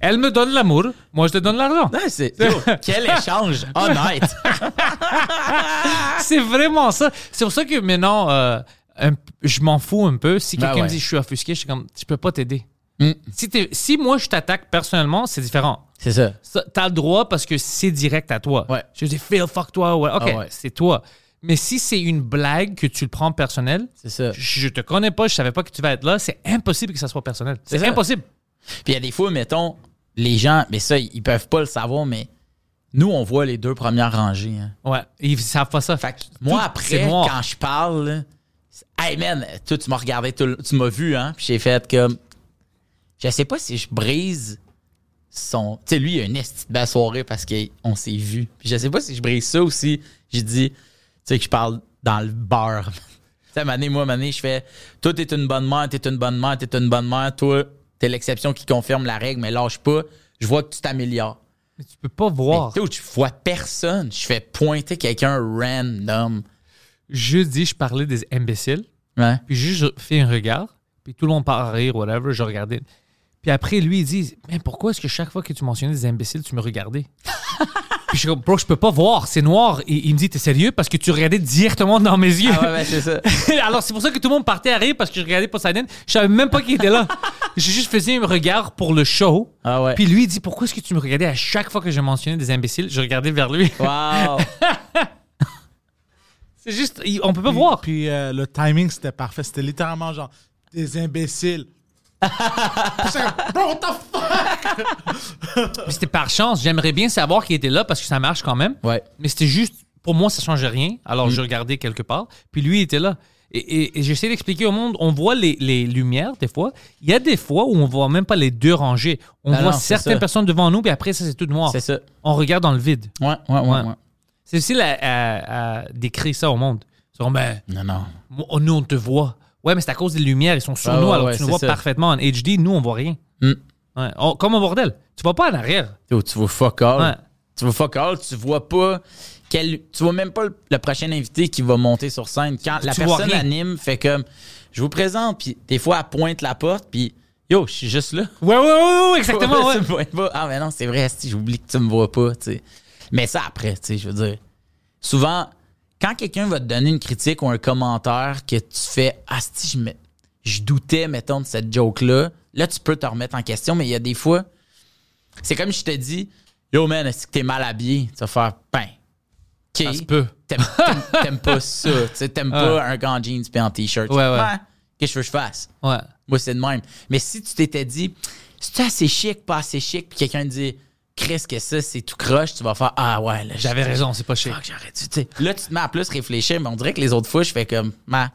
S3: Elle me donne l'amour, moi je te donne l'argent.
S4: Non, c'est- yo, quel <laughs> échange honnête.
S3: C'est vraiment ça. C'est pour ça que maintenant, euh, un p- je m'en fous un peu. Si
S4: Ben
S3: quelqu'un me
S4: ouais.
S3: dit je suis offusqué, je suis comme, je peux pas t'aider.
S4: Mm.
S3: Si, t'es- si moi je t'attaque personnellement, c'est différent.
S4: C'est ça.
S3: Ça, T'as le droit parce que c'est direct à toi.
S4: Ouais.
S3: Je dis Phil, fuck toi. Ouais. Ok,
S4: Ah ouais.
S3: c'est toi. Mais si c'est une blague que tu le prends personnel,
S4: C'est ça.
S3: je te connais pas, je savais pas que tu vas être là, c'est impossible que ça soit personnel.
S4: C'est
S3: C'est
S4: ça.
S3: impossible.
S4: Puis il y a des fois, mettons, les gens, mais ça, ils peuvent pas le savoir, mais nous, on voit les deux premières rangées. hein.
S3: Ouais, ils savent pas ça.
S4: Fait que moi,
S3: Tout-
S4: après,
S3: c'est noir.
S4: quand je parle, là, c'est- hey man, toi, tu m'as regardé, tout le- tu m'as vu, hein, puis j'ai fait comme. Je sais pas si je brise son. Tu sais, lui, il a une esti de belle soirée parce qu'on s'est vu. Puis je sais pas si je brise ça aussi. J'ai dit, tu sais, que je parle dans le bar. <laughs> tu sais, mané, moi, mané, je fais, toi, t'es une bonne mère, t'es une bonne mère, t'es une bonne mère, toi, t'es l'exception qui confirme la règle, mais lâche pas, je vois que tu t'améliores.
S3: Mais tu peux pas
S4: Mais
S3: voir.
S4: tu sais, où tu vois personne, je fais pointer quelqu'un random. hein.
S3: Jeudi, je parlais des imbéciles.
S4: Ouais.
S3: Puis juste, je fais un regard. Puis tout le monde part à rire, whatever. Je regardais. Puis après, lui, il dit Mais pourquoi est-ce que chaque fois que tu mentionnais des imbéciles, tu
S4: <laughs>
S3: me regardais Puis je suis comme Bro, je peux pas voir, c'est noir. Et il me dit T'es sérieux Parce que tu regardais directement dans mes yeux.
S4: Ah ouais, ouais, c'est ça.
S3: <laughs> Alors, c'est pour ça que tout le monde partait à rire parce que je regardais Poseidon. Je savais même pas qu'il
S4: <laughs>
S3: était là. J'ai juste faisais un regard pour le show.
S4: Ah ouais.
S3: Puis lui, il dit Pourquoi est-ce que tu me regardais à chaque fois que je mentionnais des imbéciles Je regardais
S4: <laughs>
S3: vers lui.
S4: Wow.
S3: C'est juste, il- on peut pas voir.
S5: Puis euh, le timing, c'était parfait. C'était littéralement genre des imbéciles. Puis j'étais comme, bro, what the fuck?
S3: Puis c'était par chance. J'aimerais bien savoir qu'il était là parce que ça marche quand même.
S4: Ouais.
S3: Mais c'était juste, pour moi, ça changeait rien.
S4: Mm.
S3: Alors, je regardais quelque part. Puis lui, il était là. Et, et- et j'essaie d'expliquer au monde, on voit les, les lumières des fois. Il y a des fois où on voit même pas les deux rangées. On
S4: Ah Non,
S3: voit
S4: non, c'est
S3: certaines
S4: ça.
S3: personnes devant nous, puis après, ça, c'est tout noir.
S4: C'est ça.
S3: On regarde dans le vide.
S4: Ouais, ouais, ouais, ouais.
S3: C'est facile à, à- à décrire ça au monde. Ils sont, ben,
S4: Non, non.
S3: moi, oh, nous, on te voit. Ouais, mais c'est à cause des lumières. Ils sont sur
S4: Ouais,
S3: nous,
S4: Ah ouais,
S3: alors
S4: ouais,
S3: tu nous
S4: c'est
S3: vois
S4: ça.
S3: parfaitement en HD. Nous, on voit rien.
S4: Mm.
S3: Ouais. On- comme un bordel. Tu vois pas en arrière.
S4: Yo, tu vois fuck all.
S3: Ouais.
S4: Tu vois fuck all, tu vois pas quel, tu vois même pas le, le prochain invité qui va monter sur scène. Quand la
S3: Tu vois
S4: personne
S3: rien.
S4: anime fait comme je vous présente, puis des fois elle pointe la porte, puis yo, je suis juste là.
S3: Ouais, ouais, ouais, ouais, exactement. ouais.
S4: Tu me vois pas. Ah mais non, c'est vrai, esti, j'oublie que tu me vois pas, tu sais. Mais ça après, tu sais, je veux dire. Souvent, quand quelqu'un va te donner une critique ou un commentaire que tu fais Asti, je, me- je doutais, mettons, de cette joke-là, là tu peux te remettre en question, mais il y a des fois. C'est comme je te dis Yo man, est-ce que t'es mal habillé? Tu vas faire pain.
S3: Ça se peut.
S4: T'aimes t'aimes- t'aimes pas ça. Tu sais,
S3: <laughs>
S4: t'aimes pas un gant jeans puis un t-shirt. Ben,
S3: Ouais, ouais.
S4: Qu'est-ce que je veux que je fasse?
S3: Ouais.
S4: Moi, c'est de même. Mais si tu t'étais dit, c'est assez chic, pas assez chic, puis quelqu'un te dit, Chris, que ça, c'est tout croche, tu vas faire, ah ouais, là,
S3: J'avais raison, c'est pas chic.
S4: Fuck, j'aurais dû, tu sais. Là, tu te mets à plus réfléchir, mais on dirait que les autres fois, je fais comme, ma.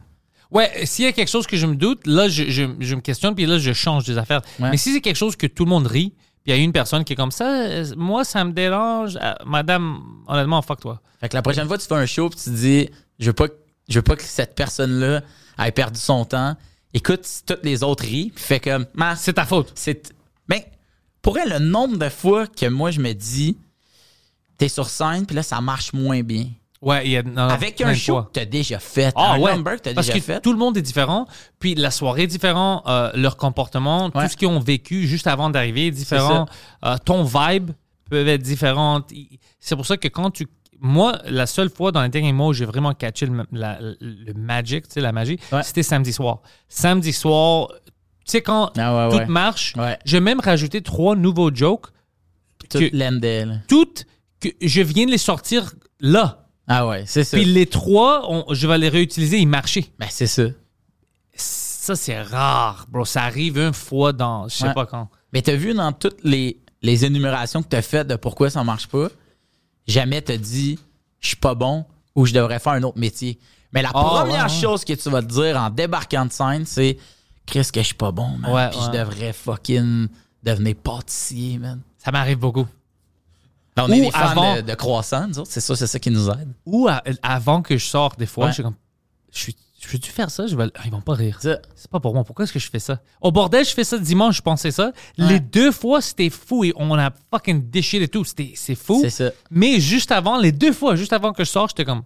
S3: Ouais, euh, s'il y a quelque chose que je me doute, là, je, je, je me questionne, puis là, je change des affaires.
S4: Ouais.
S3: Mais si c'est quelque chose que tout le monde rit, puis il y a une personne qui est comme ça, euh, moi, ça me dérange. Ah, madame, honnêtement, fuck toi.
S4: Fait que la prochaine fois, tu fais un show, puis tu te dis, je veux pas, que- je veux pas que cette personne-là ait perdu son temps. Écoute, si toutes les autres rient, puis fais comme, ma.
S3: C'est ta faute.
S4: C'est. Ben, pour elle, le nombre de fois que moi, je me dis, t'es sur scène, puis là, ça marche moins bien.
S3: Ouais, il y a. non, non,
S4: Avec un
S3: Ah, même
S4: show
S3: pas.
S4: que t'as déjà fait.
S3: Ah
S4: un
S3: ouais,
S4: number que t'as
S3: parce
S4: déjà
S3: que
S4: fait.
S3: tout le monde est différent, puis la soirée est différente, euh, leur comportement,
S4: Ouais.
S3: tout ce qu'ils ont vécu juste avant d'arriver est différent, Euh, ton vibe peut être différent. C'est pour ça que quand tu... Moi, la seule fois dans les derniers mois où j'ai vraiment catché le, ma- la- le magic, tu sais, la magie,
S4: Ouais.
S3: c'était samedi soir. Samedi soir, tu sais, quand
S4: Ah ouais,
S3: tout
S4: ouais.
S3: marche,
S4: Ouais.
S3: j'ai même rajouté trois nouveaux jokes,
S4: Tout
S3: que-
S4: l'endel.
S3: toutes que je viens de les sortir là.
S4: Ah ouais, c'est ça.
S3: Puis les trois, on- je vais les réutiliser, ils marchaient.
S4: Ben, c'est ça.
S3: Ça, c'est rare, bro. Ça arrive une fois dans je sais
S4: Ouais.
S3: pas quand.
S4: Mais t'as vu dans toutes les, les énumérations que t'as faites de pourquoi ça marche pas, jamais t'as dit je suis pas bon ou je devrais faire un autre métier. Mais la
S3: Oh,
S4: première
S3: ouais, ouais.
S4: chose que tu vas te dire en débarquant de scène, c'est Chris que je suis pas bon, man.
S3: Ouais,
S4: puis
S3: ouais.
S4: je devrais fucking devenir pâtissier, man.
S3: Ça m'arrive beaucoup.
S4: Ben, on
S3: Ou
S4: est des fans
S3: avant-
S4: de, de croissants, nous autres, c'est ça, c'est ça qui nous aide.
S3: Ou à- avant que je sors, des fois,
S4: Ouais.
S3: je suis comme, je suis- je veux-tu faire ça? Je vais- ah, ils vont pas rire.
S4: C'est ça.
S3: C'est pas pour moi. Pourquoi est-ce que je fais ça? Au bordel, je fais ça dimanche, je pensais ça. Les deux fois, c'était fou et on a fucking déchiré tout. C'était- C'est fou.
S4: C'est ça.
S3: Mais juste avant, les deux fois, juste avant que je sors, j'étais comme,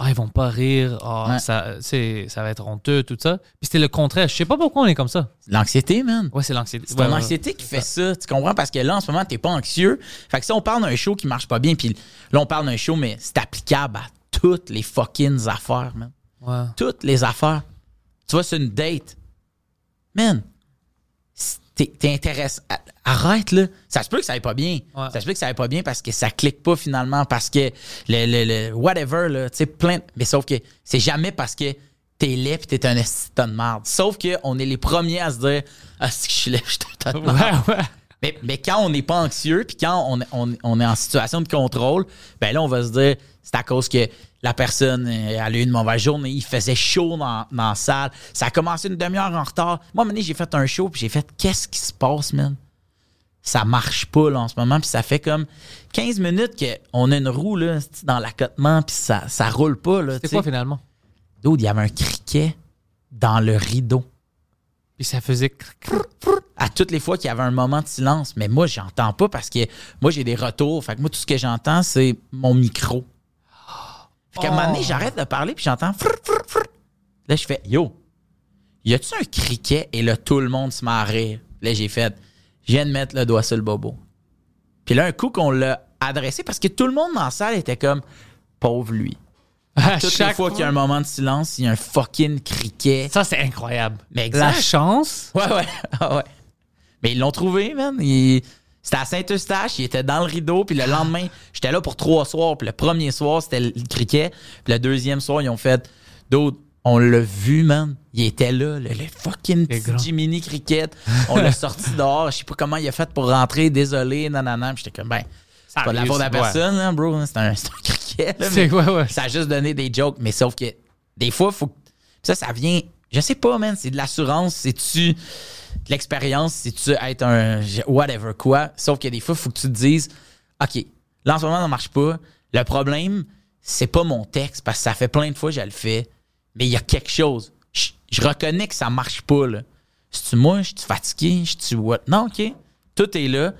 S3: ah, ils vont pas rire. Ah,
S4: Ouais.
S3: ça, c'est- ça va être honteux, tout ça. Puis c'était le contraire. Je sais pas pourquoi on est comme ça.
S4: L'anxiété, man.
S3: Ouais, c'est l'anxiété.
S4: C'est
S3: Ouais,
S4: ton
S3: ouais, ouais.
S4: anxiété qui fait ça. Tu comprends? Parce que là, en ce moment, t'es pas anxieux. Fait que si on parle d'un show qui marche pas bien, puis là, on parle d'un show, mais c'est applicable à toutes les fucking affaires, man. <laughs>
S3: Ouais.
S4: Toutes les affaires. Tu vas sur une date. Man, si t'es t'es intéressé. à- Arrête, là. Ça se peut que ça aille pas bien.
S3: Ouais.
S4: Ça se peut que ça aille pas bien parce que ça clique pas finalement, parce que le, le- le whatever, là, tu sais, plein. de- Mais sauf que c'est jamais parce que t'es laid pis t'es un esti de tas de marde. Sauf que on est les premiers à se dire, ah, c'est que je suis laid, je suis un tas
S3: <laughs>
S4: de marde.
S3: Ouais, ouais.
S4: Mais, mais quand on n'est pas anxieux, puis quand on, on- on est en situation de contrôle, ben là, on va se dire, c'est à cause que la personne, euh, elle a eu une mauvaise journée, il faisait chaud dans, dans la salle, ça a commencé une demi-heure en retard. Moi, à un moment donné, j'ai fait un show, puis j'ai fait, qu'est-ce qui se passe, man? Ça marche pas, là, en ce moment, puis ça fait comme 15 minutes qu'on a une roue, là, c'est-tu, dans l'accotement, puis ça, ça roule pas, là.
S3: C'était
S4: tu
S3: quoi
S4: sais.
S3: finalement?
S4: Dude, il y avait un criquet dans le rideau.
S3: Puis ça faisait. cr- cr-
S4: à toutes les fois qu'il y avait un moment de silence. Mais moi, j'entends pas parce que moi, j'ai des retours. Fait que moi, tout ce que j'entends, c'est mon micro. Fait qu'à un
S3: Oh.
S4: moment donné, j'arrête de parler puis j'entends frr, frr, frr. Là, je fais Yo, y a-tu un criquet? Et là, tout le monde se met à rire. Là, j'ai fait Je viens de mettre le doigt sur le bobo. Puis là, un coup qu'on l'a adressé parce que tout le monde dans la salle était comme Pauvre lui.
S3: À
S4: Toutes les
S3: chaque
S4: fois qu'il y a un moment de silence, il y a un fucking criquet.
S3: Ça, c'est incroyable.
S4: Mais exact.
S3: La chance.
S4: Ouais, <laughs> ouais. Ah ouais. Mais ils l'ont trouvé, man. Il- C'était à Saint-Eustache, il était dans le rideau, puis le
S3: Ah.
S4: lendemain, j'étais là pour trois soirs, puis le premier soir, c'était le criquet, puis le deuxième soir, ils ont fait, d'autres, On l'a vu, man. Il était là, le, le fucking
S3: Il est
S4: petit
S3: grand.
S4: Jiminy Cricket. On l'a
S3: <laughs>
S4: sorti dehors. Je sais pas comment il a fait pour rentrer. Désolé, nanana. Puis j'étais comme, ben, c'est pas de la
S3: arrive,
S4: faute de la
S3: ouais.
S4: personne, là, bro. C'est un, c'est un cricket. là,
S3: C'est-
S4: mais
S3: ouais, ouais.
S4: Ça a juste donné des jokes. Mais sauf que des fois, faut que- ça, ça vient. Je sais pas, man. C'est de l'assurance. C'est-tu de l'expérience? C'est-tu être un whatever quoi? Sauf que des fois, faut que tu te dises, OK, là, en ce moment, ça marche pas. Le problème, c'est pas mon texte parce que ça fait plein de fois que je le fais. Mais il y a quelque chose. Je, je reconnais que ça marche pas, là. C'est-tu moi? Je suis fatigué? Je suis what? Non, OK. Tout est là.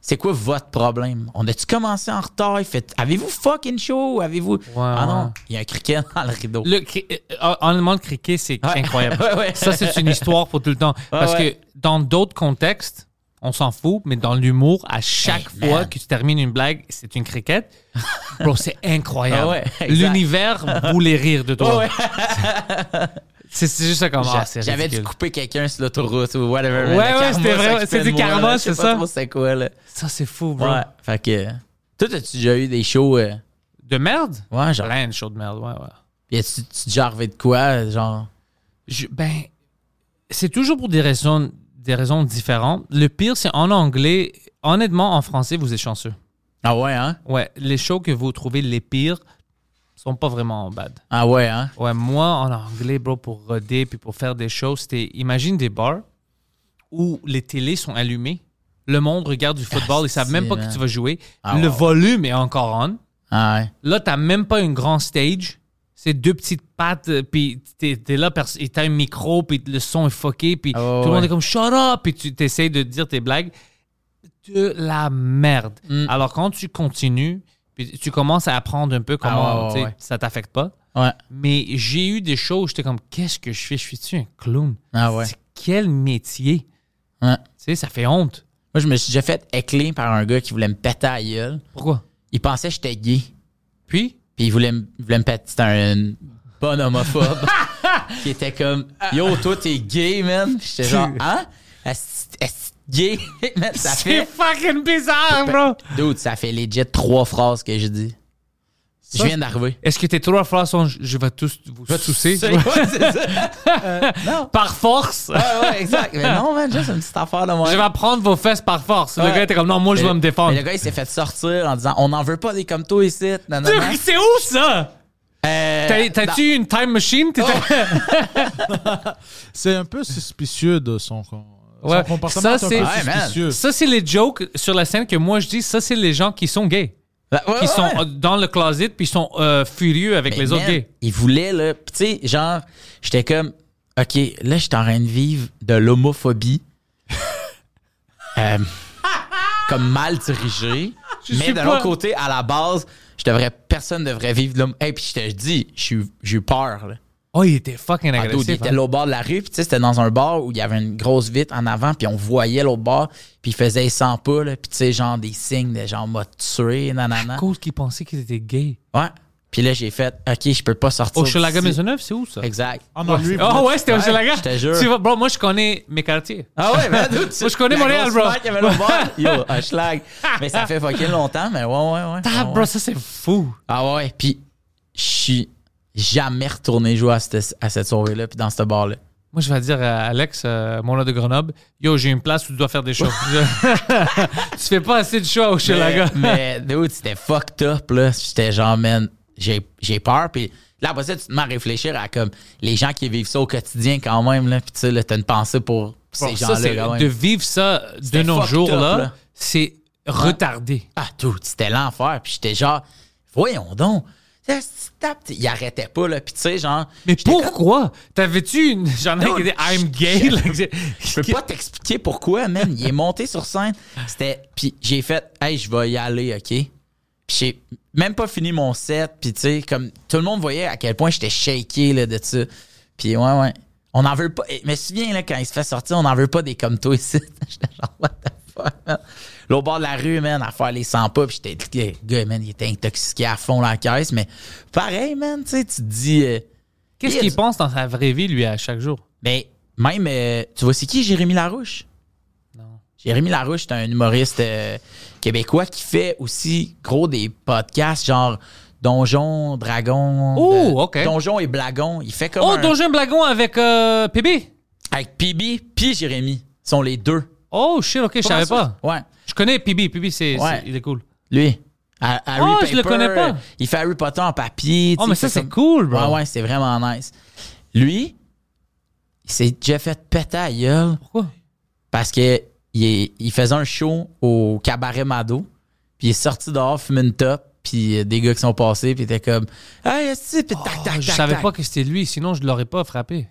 S4: C'est quoi votre problème? On a-tu commencé en retard? Il fait- Avez-vous fucking chaud? Avez-vous. ah non,
S3: ouais.
S4: il y a un cricket dans le rideau.
S3: Le, cri- euh, en le monde criquet, c'est
S4: Ouais.
S3: incroyable.
S4: <laughs> Ouais, ouais.
S3: Ça, c'est une histoire pour tout le temps.
S4: <laughs>
S3: Parce
S4: ouais.
S3: que dans d'autres contextes, on s'en fout, mais dans l'humour, à chaque
S4: Hey,
S3: fois
S4: man.
S3: que tu termines une blague, c'est une criquette.
S4: <laughs>
S3: Bro, c'est incroyable.
S4: Ah ouais, exact.
S3: L'univers voulait rire de toi.
S4: Ouais, ouais.
S3: <laughs> C'est c'est juste ça comme ah, c'est
S4: J'avais dû
S3: ridicule.
S4: couper quelqu'un sur l'autoroute ou whatever.
S3: Ouais,
S4: Le
S3: ouais,
S4: karma,
S3: c'était
S4: ça
S3: vrai,
S4: qui
S3: c'est
S4: fait
S3: du
S4: de moi,
S3: karma,
S4: là. Je sais
S3: c'est
S4: pas
S3: ça?
S4: trop c'est quoi, là.
S3: Ça, c'est fou, bro.
S4: Ouais. Fait que. Toi, as-tu déjà eu des shows. euh,
S3: De merde?
S4: Ouais, genre.
S3: Plein de shows de merde, ouais, ouais.
S4: Puis as-tu tu déjà arrivé de quoi? euh, Genre.
S3: Je- ben, c'est toujours pour des raisons, des raisons différentes. Le pire, c'est en anglais. Honnêtement, en français, vous êtes chanceux.
S4: Ah ouais, hein?
S3: Ouais, les shows que vous trouvez les pires sont pas vraiment bad.
S4: Ah ouais, hein?
S3: Ouais, moi, en anglais, bro, pour roder puis pour faire des shows, c'était... Imagine des bars où les télés sont allumées. Le monde regarde du football, ils savent même pas
S4: man.
S3: que tu vas jouer.
S4: Ah,
S3: le
S4: wow.
S3: volume est encore on.
S4: Ah ouais.
S3: Là, t'as même pas une grande stage. C'est deux petites pattes, euh, puis t'es t'es là, pers- et t'as un micro, puis le son est foqué, puis
S4: Ah ouais,
S3: tout le monde
S4: ouais.
S3: est comme « shut up », puis tu t'essayes de dire tes blagues. De la merde.
S4: Mm.
S3: Alors, quand tu continues, puis tu commences à apprendre un peu comment
S4: Ah ouais,
S3: tu sais,
S4: ouais.
S3: ça t'affecte pas.
S4: Ouais.
S3: Mais j'ai eu des choses, j'étais comme « qu'est-ce que je fais? Je suis-tu un clown?
S4: Ah ouais.
S3: C'est Quel métier?
S4: Ouais.
S3: Tu sais, ça fait honte.
S4: Moi, je me suis déjà fait écler par un gars qui voulait me péter à la gueule.
S3: Pourquoi?
S4: Il pensait que j'étais gay.
S3: Puis,
S4: Puis il voulait me, il voulait me péter. C'était un bon homophobe.
S3: <laughs>
S4: qui était comme Yo, toi, t'es gay, man. Puis j'étais genre, hein? Est-ce est-ce gay? <laughs> man, ça fait.
S3: c'est fucking bizarre, bro!
S4: Dude, ça fait legit trois phrases que j'ai dit. Je viens d'arriver.
S3: Est-ce que tes trois phrases sont je je vais tous vous sucer?
S4: C'est- <laughs> ouais, c'est ça. Euh, non.
S3: <laughs> Par force?
S4: Ouais, ouais, exact. Mais non, man, juste une petite affaire de moi.
S3: Je vais prendre vos fesses par force. Le
S4: Ouais.
S3: gars était comme non, moi je
S4: Mais-
S3: vais me défendre.
S4: mais le gars, il s'est fait sortir en disant On n'en veut pas des comme toi ici. Non, non, non.
S3: Dude, C'est où ça?
S4: Euh,
S3: T'as- T'as-tu eu une time machine? T'étais-
S5: C'est un peu suspicieux de son, com- son
S3: Ouais.
S5: comportement.
S3: Ça,
S5: est un peu
S4: c'est- Ouais, man.
S3: <laughs>
S5: suspicieux.
S3: Ça, c'est les jokes sur la scène que moi je dis. Ça, c'est les gens qui sont gays.
S4: Ouais, bah, ouais,
S3: Qui
S4: ouais,
S3: sont
S4: ouais.
S3: euh, dans le closet puis ils sont euh, furieux avec
S4: Mais
S3: les autres
S4: man,
S3: gays.
S4: Il voulait, là. Puis, tu sais, genre, j'étais comme, OK, là, j'étais en train de vivre de
S3: <laughs>
S4: l'homophobie. Euh, <laughs> comme mal dirigé. mais
S3: suis
S4: de
S3: pas-
S4: l'autre côté, à la base, je devrais, personne ne devrait vivre de l'homo. Et puis, je te dis, je suis- j'ai eu peur, là.
S3: Oh, il était fucking
S4: Ah, dude, il
S3: agressif.
S4: était
S3: hein.
S4: là au bord de la rue, puis tu sais, c'était dans un bar où il y avait une grosse vitre en avant, puis on voyait l'autre bar, puis il faisait 100 pas, là, puis tu sais, genre des signes de genre m'a tué, nanana.
S3: À cause qu'il pensait qu'il était gay.
S4: Ouais. Puis là, j'ai fait, OK, je peux pas sortir.
S3: Au Chelaga
S4: d'ici.
S3: Maisonneuve, c'est où ça?
S4: Exact.
S5: Ah non, lui,
S3: Oh ouais, c'était au
S4: Ouais,
S3: Chelaga.
S4: je te jure.
S3: Tu vois, bro, moi je connais mes quartiers.
S4: Ah ouais, <laughs> mais d'où tu-
S3: Moi, je connais
S4: la
S3: Montréal,
S4: grosse
S3: bro.
S4: marque, il y avait
S3: <laughs>
S4: le bar. Yo, un schlag. Mais ça fait fucking longtemps, mais ouais, ouais, ouais.
S3: Ah,
S4: ouais,
S3: bro,
S4: ouais.
S3: ça c'est fou.
S4: Ah ouais, puis je suis jamais retourné jouer à cette, à cette soirée-là, puis dans ce bar-là.
S3: Moi, je vais dire à Alex, euh, mon gars de Grenoble, yo, j'ai une place où tu dois faire des <laughs> shows. tu fais pas assez de shows chez la gars.
S4: Mais, dude, c'était fucked up, là. J'étais genre, man, j'ai j'ai peur, puis là, après ça, tu te mets à réfléchir à comme les gens qui vivent ça au quotidien quand même, là, puis tu sais, là, t'as une pensée pour ces
S3: Ça,
S4: gens-là
S3: c'est-
S4: quand même.
S3: de vivre ça de
S4: C'était
S3: nos
S4: fucked
S3: jours,
S4: up,
S3: là,
S4: là.
S3: c'est retardé.
S4: Ah, tout, c'était l'enfer. Puis j'étais genre, voyons donc. Ça, c'est tap, t'sais, Il arrêtait pas, là. Puis tu sais, genre.
S3: Mais
S4: j'étais comme,
S3: pourquoi? T'avais-tu une. J'en ai qui dit I'm
S4: <laughs>
S3: gay. là, que-
S4: Je peux pas t'expliquer pourquoi, man. Il est monté sur scène. C'était. Puis j'ai fait, hey, je vais y aller, OK? Puis j'ai même pas fini mon set. Puis tu sais, comme tout le monde voyait à quel point j'étais shaké, là, de ça. Puis ouais, ouais. On n'en veut pas. Et Je me souviens, là, quand il se fait sortir, on n'en veut pas des comme toi ici. <laughs> J'étais genre, what the fuck, man. Là, au bord de la rue, man, à faire les 100 pas. Puis j'étais, le gars, man, il était intoxiqué à fond la caisse. Mais pareil, man, tu sais, tu te dis. euh,
S3: Qu'est-ce qu'il pense dans sa vraie vie, lui, à chaque jour?
S4: mais même, euh, tu vois, c'est qui Jérémy Larouche?
S3: Non.
S4: Jérémy Larouche, c'est un humoriste euh, québécois qui fait aussi gros des podcasts genre Donjon, Dragon.
S3: Oh,
S4: de-
S3: ok.
S4: Donjon et Blagon. Il fait comme.
S3: Oh,
S4: un-
S3: Donjon Blagon avec euh, PB.
S4: Avec PB puis Jérémy. Ils sont les deux.
S3: Oh, shit, ok, je savais pas.
S4: Ouais.
S3: Je connais PB. PB, c'est,
S4: Ouais.
S3: c'est- il est cool.
S4: Lui. Ha- Harry
S3: Oh, je le
S4: Paper,
S3: connais pas.
S4: euh, Il fait Harry Potter en papier. tu
S3: Oh,
S4: sais,
S3: mais
S4: il
S3: ça,
S4: fait
S3: c'est
S4: comme-
S3: cool, bro.
S4: Ouais, ouais, c'est vraiment nice. Lui, il s'est déjà fait péter à la gueule
S3: Pourquoi?
S4: parce que il, est- il faisait un show au cabaret Mado, puis il est sorti dehors fumer une top, puis euh, des gars qui sont passés, puis il était comme Hey, esti, puis tac,
S3: Ah,
S4: tac,
S3: je
S4: tac,
S3: savais
S4: tac.
S3: pas que c'était lui, sinon je l'aurais
S4: <laughs>
S3: pas frappé.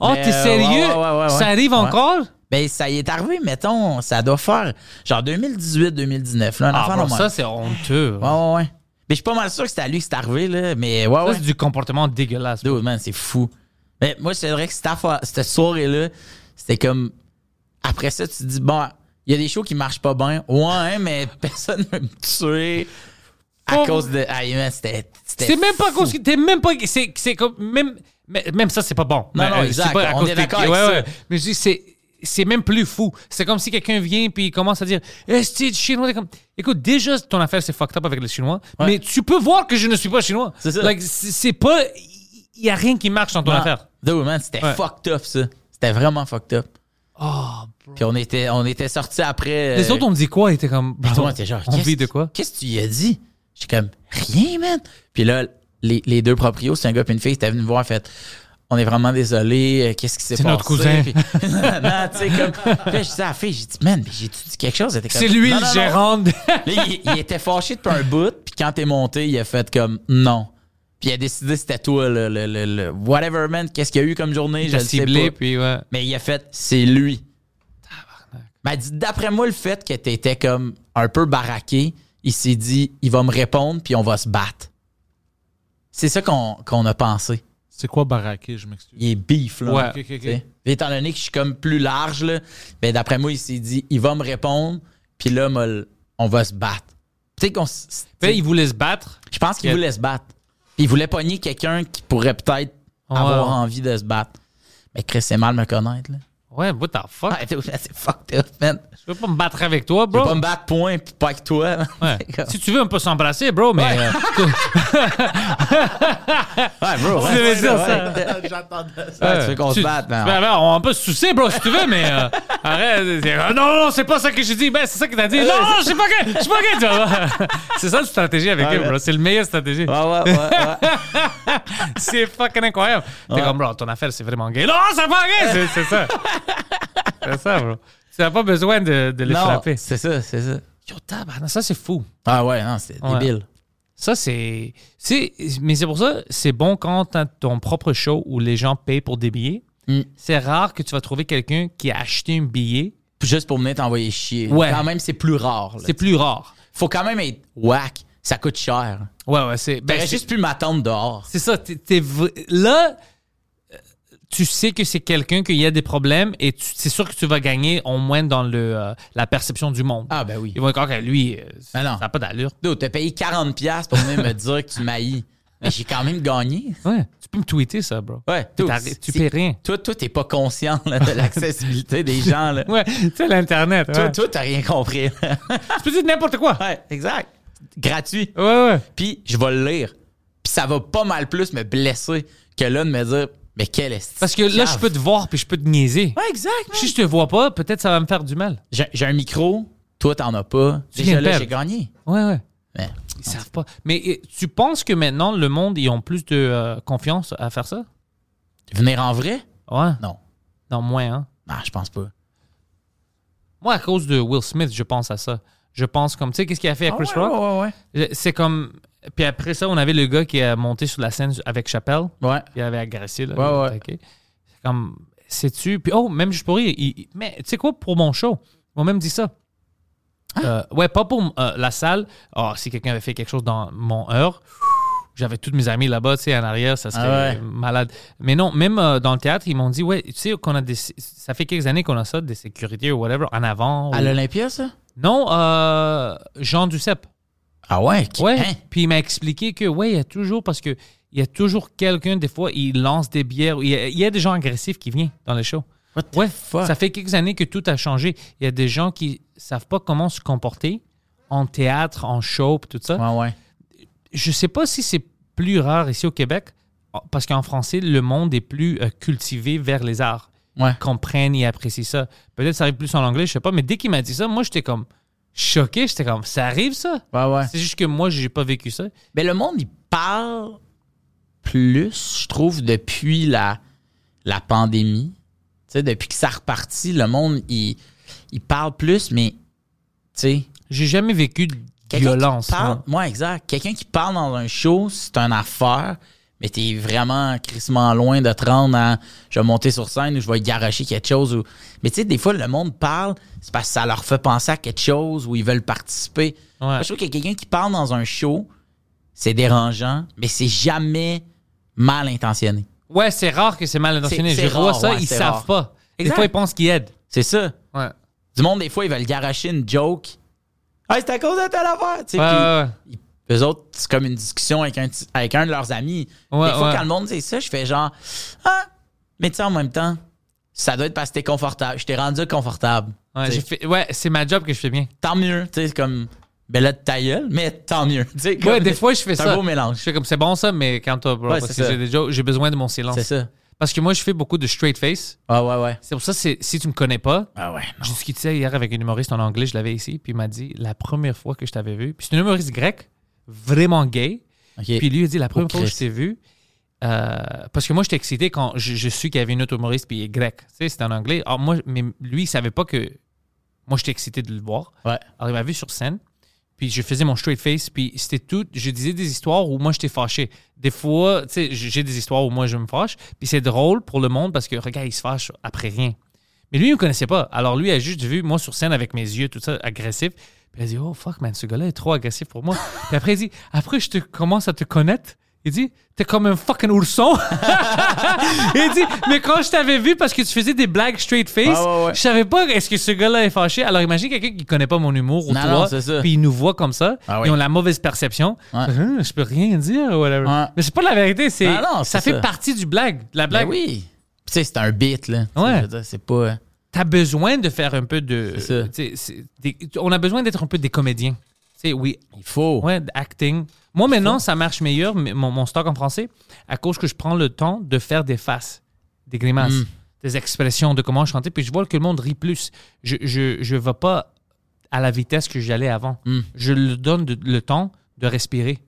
S3: oh,
S4: Mais,
S3: t'es
S4: euh,
S3: sérieux?
S4: ouais, ouais, ouais, ouais,
S3: Ça arrive
S4: ouais.
S3: encore?
S4: Ben, ça y est arrivé, mettons, ça doit faire genre 2018-2019, là, un
S3: Ah,
S4: enfant
S3: bro,
S4: normal.
S3: ça, c'est honteux.
S4: Ouais, ouais, ouais. Mais je suis pas mal sûr que c'est à lui que c'est arrivé, là, mais ouais,
S3: Ça,
S4: ouais.
S3: c'est du comportement dégueulasse.
S4: Dude, man, c'est fou. Mais moi, c'est vrai que cette, affaire- cette soirée-là, c'était comme. Après ça, tu te dis, bon, il y a des shows qui marchent pas bien. Ouais, mais <laughs> personne veut me tuer à
S3: Pour-
S4: cause de. Ah, man, c'était. c'était
S3: C'est même pas
S4: fou.
S3: cause que t'es même pas. C'est c'est comme. Même, mais- même ça, c'est pas bon.
S4: Non, non,
S3: euh,
S4: exact.
S3: c'est pas à
S4: On
S3: cause
S4: est
S3: que-
S4: d'accord
S3: ouais,
S4: avec
S3: ouais.
S4: ça.
S3: Mais je dis, c'est. C'est même plus fou. C'est comme si quelqu'un vient puis il commence à dire Est-ce que tu es chinois T'es comme, Écoute, déjà, ton affaire, c'est fucked up avec les Chinois, mais tu peux voir que je ne suis pas chinois.
S4: C'est ça.
S3: Like, c'est c'est pas. Il n'y a rien qui marche dans ton
S4: Non.
S3: affaire.
S4: Dude, man, c'était
S3: Ouais. Oh,
S4: fucked up, ça. C'était vraiment fucked up. Puis on était, on était sortis après.
S3: Les
S4: euh,
S3: autres, on me dit quoi Ils étaient comme.
S4: Puis tout le monde était genre,
S3: on
S4: Qu'est-ce
S3: vit de
S4: que-
S3: quoi
S4: Qu'est-ce que tu lui as dit? J'étais comme, rien, man. Puis là, les, les deux proprios, c'est un gars et une fille, étaient venus me voir, en fait, on est vraiment désolé, euh, qu'est-ce qui s'est
S3: C'est
S4: passé?
S3: notre cousin.
S4: Puis- <laughs> non, tu sais, comme. Puis là, je disais à la fille, j'ai dit, man, mais j'ai-tu dit quelque chose? Elle était comme,
S3: C'est lui
S4: Non,
S3: le
S4: non, non.
S3: gérant. de-
S4: Là, il, il était fâché depuis un bout, puis quand t'es monté, il a fait comme, non. Puis il a décidé, c'était toi, le, le, le, le- whatever, man, qu'est-ce qu'il y a eu comme journée, <laughs> je
S3: T'as
S4: le sais
S3: ciblé,
S4: pas.
S3: puis ouais.
S4: Mais il a fait, c'est lui. M'a dit, d'après moi, le fait que t'étais comme un peu baraqué, il s'est dit, il va me répondre, puis on va se battre. C'est ça qu'on qu'on a pensé.
S5: C'est quoi baraqué, je m'excuse.
S4: Il est beef, là.
S3: Ouais.
S5: Ok, ok, ok.
S4: Tu sais. Puis Étant donné que je suis comme plus large, là, ben d'après moi, il s'est dit, il va me répondre, puis là, m'a l- on va se battre. Tu sais qu'on s- s- tu
S3: Puis
S4: sais,
S3: il voulait se battre.
S4: Je pense qu'il voulait se battre. Puis il voulait pogner quelqu'un qui pourrait peut-être avoir
S3: Ouais.
S4: envie de se battre. Mais Chris, c'est mal me connaître, là.
S3: Ouais, what the fuck
S4: Ouais, <laughs> t'es- c'est fucked up, man.
S3: Je veux pas me battre avec toi,
S4: Je
S3: bro.
S4: vais pas me battre point pis pas avec toi.
S3: Ouais.
S4: D'accord.
S3: Si tu veux, on peut s'embrasser, bro, mais. euh,
S4: <laughs> Ouais, bro.
S3: Tu devais dire ça.
S5: <laughs> J'attendais ça.
S4: Ouais, tu veux qu'on se
S3: tu-
S4: batte, hein. man.
S3: ben, ben, on peut se soucier, bro, si tu veux, mais.
S4: <laughs>
S3: euh, arrête. c'est- ah, non, non, c'est pas ça que j'ai dit. Ben, c'est ça que t'as dit. Non, non, je sais pas que. Je sais pas que. tu vois. <laughs> c'est ça la stratégie avec eux, bro. C'est le meilleur stratégie.
S4: Ouais, ouais, ouais,
S3: <laughs>
S4: ouais.
S3: C'est fucking incroyable. T'es comme, bro, ton affaire, c'est vraiment gay. Non, c'est pas gay. C'est- C'est ça. c'est ça, bro. Tu n'as pas besoin de, de les
S4: Non,
S3: frapper.
S4: c'est ça, c'est ça.
S3: Yo, tabarnak, ça, c'est fou.
S4: Ah ouais, non, c'est
S3: Ouais.
S4: débile.
S3: Ça, c'est. c'est- Mais c'est pour ça, c'est bon quand t'as ton propre show où les gens payent pour des billets.
S4: Mm.
S3: C'est rare que tu vas trouver quelqu'un qui a acheté un billet.
S4: Juste pour venir t'envoyer chier.
S3: Ouais.
S4: Quand même, c'est plus rare. là.
S3: C'est plus rare.
S4: Faut quand même être whack. Ça coûte cher.
S3: Ouais, ouais, c'est. ben,
S4: T'aurais
S3: c'est-
S4: juste pu m'attendre dehors.
S3: C'est ça. t'es- t'es v- Là, euh, tu sais que c'est quelqu'un qu'il y a des problèmes et tu- c'est sûr que tu vas gagner au moins dans le, euh, la perception du monde.
S4: Ah, ben oui.
S3: Ils vont encore que lui, euh,
S4: Ben
S3: ça
S4: non.
S3: n'a pas d'allure.
S4: Dude, t'as payé 40$ piastres pour venir
S3: <laughs>
S4: me dire que tu m'haïs. Mais j'ai quand même gagné.
S3: Ouais, tu peux me tweeter ça, bro.
S4: Ouais,
S3: Tu
S4: dude,
S3: t'arrêtes- tu
S4: c'est-
S3: payes rien.
S4: Toi, toi, t'es pas conscient là, de l'accessibilité des gens. Là.
S3: Ouais, tu sais, l'Internet.
S4: Toi,
S3: Ouais.
S4: toi, t'as rien compris.
S3: Tu peux dire n'importe quoi.
S4: ouais, exact. Gratuit.
S3: Ouais, ouais.
S4: puis je vais le lire. Puis ça va pas mal plus me blesser que là de me dire, mais quel est
S3: Parce que là, je peux te voir puis je peux te niaiser.
S4: Ouais, exact. man.
S3: Si je te vois pas, peut-être ça va me faire du mal.
S4: J'ai j'ai un micro, toi, t'en as pas.
S3: Tu viens
S4: Déjà
S3: de
S4: là,
S3: perdre.
S4: j'ai gagné.
S3: Ouais, ouais.
S4: Mais,
S3: Ils savent pas. Mais eh, tu penses que maintenant, le monde, ils ont plus de euh, confiance à faire ça?
S4: venir en vrai?
S3: Ouais.
S4: Non.
S3: Non, moins, hein.
S4: Non, je pense pas.
S3: Moi, à cause de Will Smith, je pense à ça. Je pense comme, tu sais, qu'est-ce qu'il a fait à Chris Rock?
S4: Ah Ouais,
S3: Je- C'est comme. Puis après ça, on avait le gars qui a monté sur la scène avec Chappelle.
S4: ouais. Ouais.
S3: Il avait agressé, là.
S4: Ouais, ouais.
S3: attaqué. C'est comme, sais-tu. Puis, oh, même juste pour rire. il- il- mais, tu sais quoi, pour mon show, ils m'ont même dit ça.
S4: Hein?
S3: Euh, ouais, pas pour euh, la salle. Oh, si quelqu'un avait fait quelque chose dans mon heure, j'avais tous mes amis là-bas, tu sais, en arrière, ça serait
S4: Ah ouais.
S3: malade. Mais non, même euh, dans le théâtre, ils m'ont dit, ouais, tu sais, qu'on a des. Ça fait quelques années qu'on a ça, des sécurités ou whatever, en avant.
S4: À
S3: ou-
S4: l'Olympia, ça?
S3: Non, euh, Jean Duceppe.
S4: Ah ouais? qui-
S3: Ouais.
S4: hein?
S3: Puis il m'a expliqué que, ouais, il y a toujours, parce que il y a toujours quelqu'un, des fois, il lance des bières. Il y a, il y a des gens agressifs qui viennent dans les shows.
S4: What the
S3: Ouais,
S4: fuck?
S3: ça fait quelques années que tout a changé. Il y a des gens qui savent pas comment se comporter en théâtre, en show, puis tout ça.
S4: Ouais, ouais.
S3: Je sais pas si c'est plus rare ici au Québec, oh, parce qu'en français, le monde est plus euh, cultivé vers les arts.
S4: Ouais.
S3: Comprennent et apprécient ça. Peut-être ça arrive plus en anglais, je sais pas, mais dès qu'il m'a dit ça, moi, j'étais comme choqué. J'étais comme, ça arrive, ça?
S4: Ouais, ouais.
S3: C'est juste que moi, j'ai pas vécu ça.
S4: Mais Ben, le monde, il parle plus, je trouve, depuis la, la pandémie. Tu sais, depuis que ça a reparti, le monde, il, il parle plus, mais, tu sais,
S3: J'ai jamais vécu de
S4: quelqu'un
S3: violence.
S4: qui parle,
S3: moi.
S4: ouais, exact. Quelqu'un qui parle dans un show, c'est une affaire, mais t'es vraiment crissement loin de te rendre à je vais monter sur scène ou je vais garocher quelque chose. Ou... Mais tu sais, des fois, le monde parle, c'est parce que ça leur fait penser à quelque chose ou ils veulent participer.
S3: Ouais.
S4: Moi, Je trouve que quelqu'un qui parle dans un show, c'est dérangeant, mais c'est jamais mal intentionné.
S3: Ouais, c'est rare que c'est mal intentionné.
S4: C'est- c'est
S3: Je vois
S4: rare,
S3: ça,
S4: ouais,
S3: ils
S4: c'est
S3: savent
S4: rare.
S3: pas. Des
S4: Exact.
S3: fois, ils pensent qu'ils aident.
S4: C'est ça.
S3: Ouais.
S4: Du monde, des fois, ils veulent garocher une joke. Hey, c'est à cause de telle affaire! Tu sais,
S3: Ouais,
S4: puis-
S3: ouais, ouais.
S4: ils- eux autres, c'est comme une discussion avec un, petit- avec un de leurs amis.
S3: Ouais,
S4: des fois,
S3: ouais.
S4: quand le monde dit ça, je fais genre, ah, mais tu sais, en même temps, ça doit être parce que t'es confortable. Je t'ai rendu confortable.
S3: Ouais,
S4: Tu sais,
S3: j'ai fait- ouais, c'est ma job que je
S4: <laughs>
S3: fais bien.
S4: Tant mieux, tu sais, c'est comme, ben là, ta gueule, mais tant mieux. <laughs> Tu sais, comme-
S3: Ouais, des fois, je fais
S4: c'est
S3: ça.
S4: un beau mélange.
S3: Je fais comme, c'est bon ça, mais quand toi, bro,
S4: Ouais,
S3: parce
S4: c'est
S3: que
S4: ça.
S3: j'ai déjà- j'ai besoin de mon silence.
S4: C'est ça.
S3: Parce que moi, je fais beaucoup de straight face.
S4: Ah ouais, ouais.
S3: C'est pour ça, c'est- si tu me connais pas,
S4: Ah ouais,
S3: j'ai discuté hier avec une humoriste en anglais, je l'avais ici, puis il m'a dit la première fois que je t'avais vu, puis c'est une humoriste grecque, vraiment gay,
S4: OK.
S3: puis lui il a dit la première fois que je
S4: Christ.
S3: t'ai vu, euh, parce que moi j'étais excité quand je, je suis qu'il y avait une autre humoriste, puis il est grec, tu sais, c'était en anglais. Alors, moi, mais lui il savait pas que moi j'étais excité de le voir.
S4: Ouais.
S3: Alors il m'a vu sur scène, puis je faisais mon straight face, puis c'était tout. Je disais des histoires où moi j'étais fâché. Des fois, tu sais, j- j'ai des histoires où moi je me fâche, puis c'est drôle pour le monde parce que regarde, il se fâche après rien. Mais lui, il me connaissait pas. Alors lui, il a juste vu moi sur scène avec mes yeux, tout ça, agressif. Puis il a dit, oh fuck man, ce gars-là est trop agressif
S4: <laughs>
S3: pour moi. puis après, il dit, après, je te commence à te connaître. Il dit, t'es comme un fucking
S4: <laughs>
S3: ourson. il dit, mais quand je t'avais vu parce que tu faisais des blagues straight face,
S4: Ouais, ouais, ouais.
S3: je savais pas est-ce que ce gars-là est fâché. Alors imagine quelqu'un qui connaît pas mon humour ou
S4: Non,
S3: toi,
S4: non, c'est ça.
S3: puis ils nous voient comme ça,
S4: Ah oui.
S3: ils ont la mauvaise perception.
S4: Ouais.
S3: Hum, je peux rien dire, whatever.
S4: Ouais.
S3: Mais c'est pas la vérité, c'est
S4: Ah non,
S3: ça
S4: c'est
S3: fait
S4: ça.
S3: partie du blague, de la
S4: Ben
S3: blague.
S4: oui. Puis Tu sais, c'est un beat, là. Tu sais,
S3: Ouais.
S4: je veux dire, C'est pas. euh,
S3: T'as besoin de faire un peu de.
S4: C'est ça.
S3: tu sais, c'est- des- on a besoin d'être un peu des comédiens. Tu sais, oui,
S4: Il faut.
S3: ouais, acting. Moi maintenant, ça marche meilleur, mais mon, mon stock en français, à cause que je prends le temps de faire des faces, des grimaces, des expressions de comment je chantais, puis je vois que le monde rit plus. Je je, je vais pas à la vitesse que j'allais avant.
S4: Mm.
S3: Je le donne de- le temps de respirer.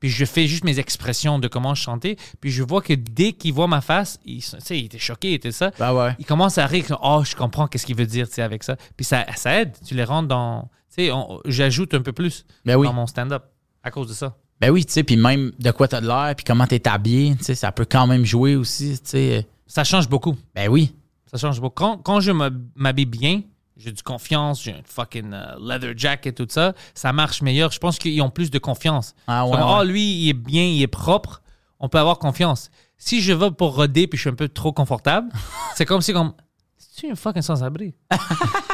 S3: Puis je fais juste mes expressions de comment je chantais, puis je vois que dès qu'il voit ma face, il, se- tu sais, il était choqué, il était ça.
S4: Ben ouais.
S3: Ils commencent à rire. Oh, je comprends qu'est-ce qu'il veut dire tu sais, avec ça. Puis ça, ça aide. Tu les rends dans. Tu sais, on- j'ajoute un peu plus
S4: Ben oui.
S3: dans mon stand-up à cause de ça.
S4: Ben oui, tu sais, puis même de quoi t'as de l'air, puis comment t'es habillé, tu sais, ça peut quand même jouer aussi, tu sais.
S3: Ça change beaucoup.
S4: Ben oui.
S3: Ça change beaucoup. Quand, quand je me- m'habille bien, j'ai du confiance, j'ai un fucking euh, leather jacket, tout ça, ça marche meilleur. Je pense qu'ils ont plus de confiance.
S4: Ah ouais,
S3: Comme,
S4: ouais.
S3: oh, lui, il est bien, il est propre, on peut avoir confiance. Si je vais pour roder puis je suis un peu trop confortable,
S4: <laughs>
S3: c'est comme si, comme, c'est-tu un fucking sans-abri? <laughs>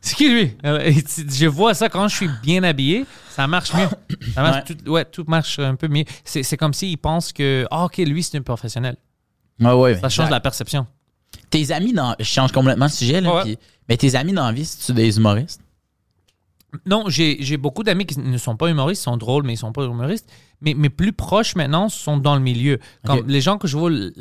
S3: c'est qui lui? Euh, et tu- Je vois ça quand je suis bien habillé, ça marche mieux. Ça marche,
S4: Ouais.
S3: Tout, ouais, tout marche un peu mieux. C'est c'est comme s'ils pensent que, Ah, ok, lui, c'est un professionnel.
S4: Ouais, ouais.
S3: Ça change
S4: exact.
S3: la perception.
S4: Tes amis dans. Je change complètement de sujet, là.
S3: Ouais.
S4: puis- mais tes amis dans la vie, c'est-tu des humoristes?
S3: Non, j'ai j'ai beaucoup d'amis qui ne sont pas humoristes, sont drôles, mais ils sont pas humoristes. Mais mes plus proches maintenant sont dans le milieu. Comme
S4: Ok.
S3: Les gens que je vois le,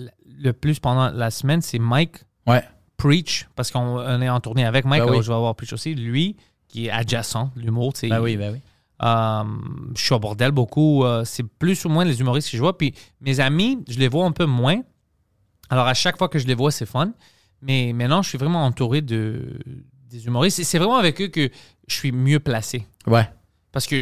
S3: le plus pendant la semaine, c'est Mike
S4: Ouais.
S3: Preach, parce qu'on on est en tournée avec Mike,
S4: Ben
S3: alors
S4: oui.
S3: je vais avoir Preach aussi. Lui, qui est adjacent, l'humour, tu sais.
S4: Ben oui, ben oui.
S3: Euh, je suis au bordel beaucoup. euh, c'est plus ou moins les humoristes que je vois. Puis mes amis, je les vois un peu moins. Alors à chaque fois que je les vois, c'est fun. Mais maintenant, je suis vraiment entouré de, des humoristes. Et c'est vraiment avec eux que je suis mieux placé.
S4: Ouais.
S3: Parce que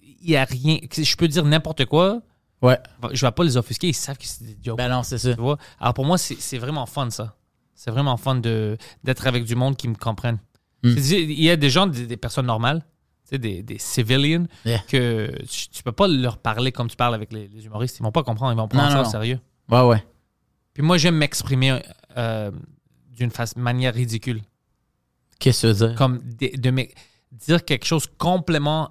S3: il y a rien. Je peux dire n'importe quoi.
S4: Ouais.
S3: Je vais pas les offusquer. Ils savent que c'est des jokes.
S4: Ben non, c'est ça.
S3: tu vois? Alors pour moi, c'est c'est vraiment fun ça. C'est vraiment fun de- d'être avec du monde qui me comprenne.
S4: Mm.
S3: C'est-à-dire, Il y a des gens, des, des personnes normales, tu sais, des, des civilians,
S4: Yeah.
S3: que tu, tu peux pas leur parler comme tu parles avec les, les humoristes. Ils vont pas comprendre. Ils vont prendre
S4: Non,
S3: ça
S4: non,
S3: au
S4: non.
S3: sérieux.
S4: Ouais, ouais.
S3: Puis moi, j'aime m'exprimer euh, d'une fa- manière ridicule
S4: Qu'est-ce que ça veut dire?
S3: comme de, de me- dire quelque chose complètement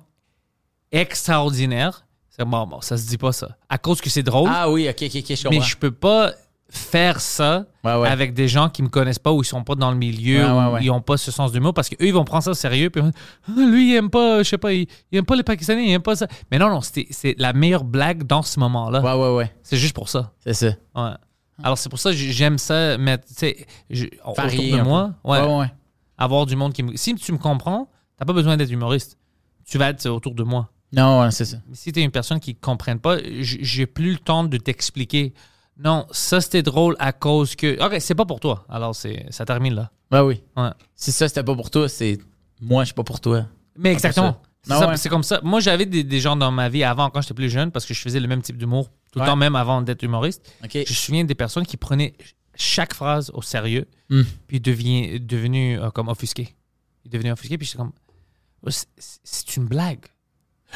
S3: extraordinaire, c'est bon, bon, ça se dit pas ça. À cause que c'est drôle,
S4: Ah oui, ok, ok, ok, je
S3: mais
S4: comprends.
S3: je peux pas faire ça
S4: Ouais, ouais.
S3: avec des gens qui me connaissent pas ou ils sont pas dans le milieu
S4: Ouais, ouais,
S3: ou
S4: ouais.
S3: ils ont pas ce sens d'humour parce qu'eux ils vont prendre ça au sérieux puis ils vont dire, Ah, lui il aime pas je sais pas il, il aime pas les Pakistanais il aime pas ça mais non non c'était- c'est la meilleure blague dans ce moment là
S4: Ouais, Hum. ouais, ouais.
S3: c'est juste pour ça
S4: C'est ça.
S3: ouais. alors c'est pour ça que j'ai- j'aime ça mettre tu sais je- autour
S4: Varier
S3: de
S4: un
S3: moi
S4: peu. Ouais, ouais. ouais.
S3: avoir du monde qui me... Si tu me comprends, t'as pas besoin d'être humoriste. Tu vas être autour de moi.
S4: Non, ouais, c'est ça.
S3: Mais si t'es une personne qui ne comprenne pas, j- j'ai plus le temps de t'expliquer. Non, ça c'était drôle à cause que... OK, c'est pas pour toi. Alors c'est ça termine là.
S4: Ouais, oui.
S3: Ouais.
S4: Si ça, c'était pas pour toi, c'est moi, je suis pas pour toi.
S3: Mais exactement.
S4: ça.
S3: C'est
S4: Ah
S3: ça,
S4: ouais.
S3: c'est comme ça. Moi, j'avais des, des gens dans ma vie avant, quand j'étais plus jeune, parce que je faisais le même type d'humour tout
S4: Ouais.
S3: le temps, même avant d'être humoriste.
S4: OK.
S3: Je me souviens des personnes qui prenaient ch- chaque phrase au sérieux,
S4: Hmm.
S3: puis devient, devenu euh, comme offusqué. Il devenait offusqué, puis j'étais comme, Oh, c'est- c'est c'est une blague.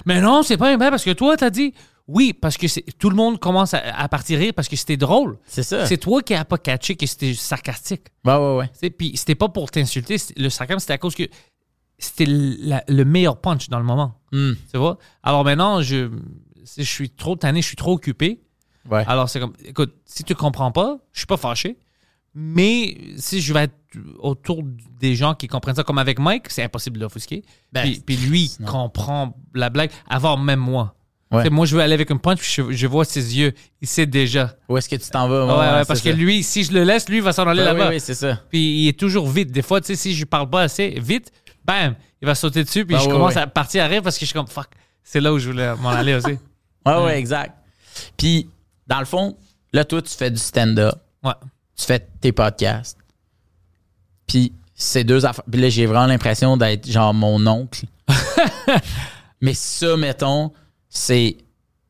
S3: Mais non, c'est pas une blague parce que toi, t'as dit, oui, parce que c'est- tout le monde commence à, à partir rire parce que c'était drôle.
S4: C'est ça.
S3: C'est toi qui n'as pas catché que c'était sarcastique.
S4: Ouais, ouais, ouais.
S3: Tu sais, Puis c'était pas pour t'insulter, c'est- le sarcasme, c'était à cause que c'était la- le meilleur punch dans le moment.
S4: Hmm.
S3: Tu vois? Alors maintenant, je, je suis trop tanné, je suis trop occupé.
S4: Ouais.
S3: Alors, c'est comme, écoute, si tu comprends pas, je suis pas fâché, mais si je vais être autour des gens qui comprennent ça, comme avec Mike, c'est impossible de l'offusquer.
S4: Ben,
S3: puis, puis lui, il
S4: non.
S3: comprend la blague avant même moi.
S4: Ouais.
S3: Tu sais, Moi, je veux aller avec une punch, puis je, je vois ses yeux, il sait déjà.
S4: Où est-ce que tu t'en vas?
S3: Ouais, ouais, parce
S4: c'est
S3: que
S4: ça.
S3: lui, si je le laisse, lui, il va s'en aller
S4: Ouais,
S3: là-bas.
S4: Oui, oui, c'est ça.
S3: Puis il est toujours vite. Des fois, tu sais, si je parle pas assez vite, bam, il va sauter dessus, puis
S4: Ah,
S3: je
S4: ouais,
S3: commence
S4: ouais.
S3: à partir à rire parce que je suis comme, fuck, c'est là où je voulais m'en aller
S4: <laughs>
S3: aussi. Hmm.
S4: Ouais, ouais, exact. Puis, dans le fond, là, toi, tu fais du stand-up,
S3: Ouais.
S4: tu fais tes podcasts. Puis, ces deux affaires. Puis là, j'ai vraiment l'impression d'être genre mon
S3: <laughs>
S4: oncle. Mais ça, mettons, c'est.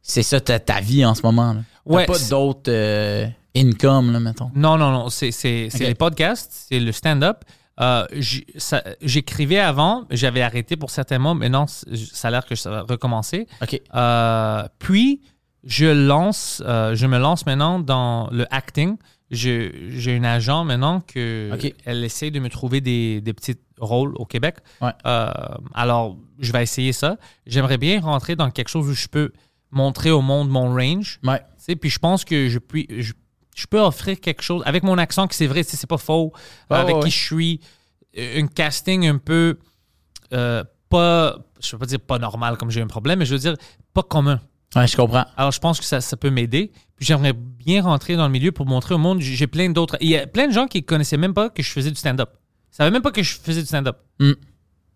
S4: C'est ça ta, ta vie en ce moment. Là. T'as
S3: Ouais,
S4: pas
S3: c'est-
S4: d'autres euh, income, là, mettons.
S3: Non, non, non. C'est c'est- c'est
S4: Ok.
S3: les podcasts, c'est le stand-up. Euh, j- ça- J'écrivais avant, j'avais arrêté pour certains mois, mais non, c- ça a l'air que ça va recommencer.
S4: OK.
S3: Euh, puis, je lance, euh, je me lance maintenant dans le acting. Je- J'ai une agent maintenant que
S4: Ok.
S3: elle essaie de me trouver des, des petits rôles au Québec.
S4: Ouais.
S3: Euh, alors, je vais essayer ça. J'aimerais bien rentrer dans quelque chose où je peux montrer au monde mon range.
S4: Ouais.
S3: Tu sais, puis je pense que je, puis, je, je peux offrir quelque chose avec mon accent, que c'est vrai, tu sais, c'est pas faux,
S4: Ouais,
S3: avec
S4: ouais,
S3: qui
S4: ouais.
S3: je suis, euh, une casting un peu euh, pas, je veux pas dire pas normal comme j'ai un problème, mais je veux dire pas commun.
S4: Ouais, je comprends.
S3: Alors je pense que ça, ça peut m'aider. Puis j'aimerais bien rentrer dans le milieu pour montrer au monde, j'ai j'ai plein d'autres. Il y a plein de gens qui connaissaient même pas que je faisais du stand-up. Ils savaient même pas que je faisais du stand-up.
S4: Mm.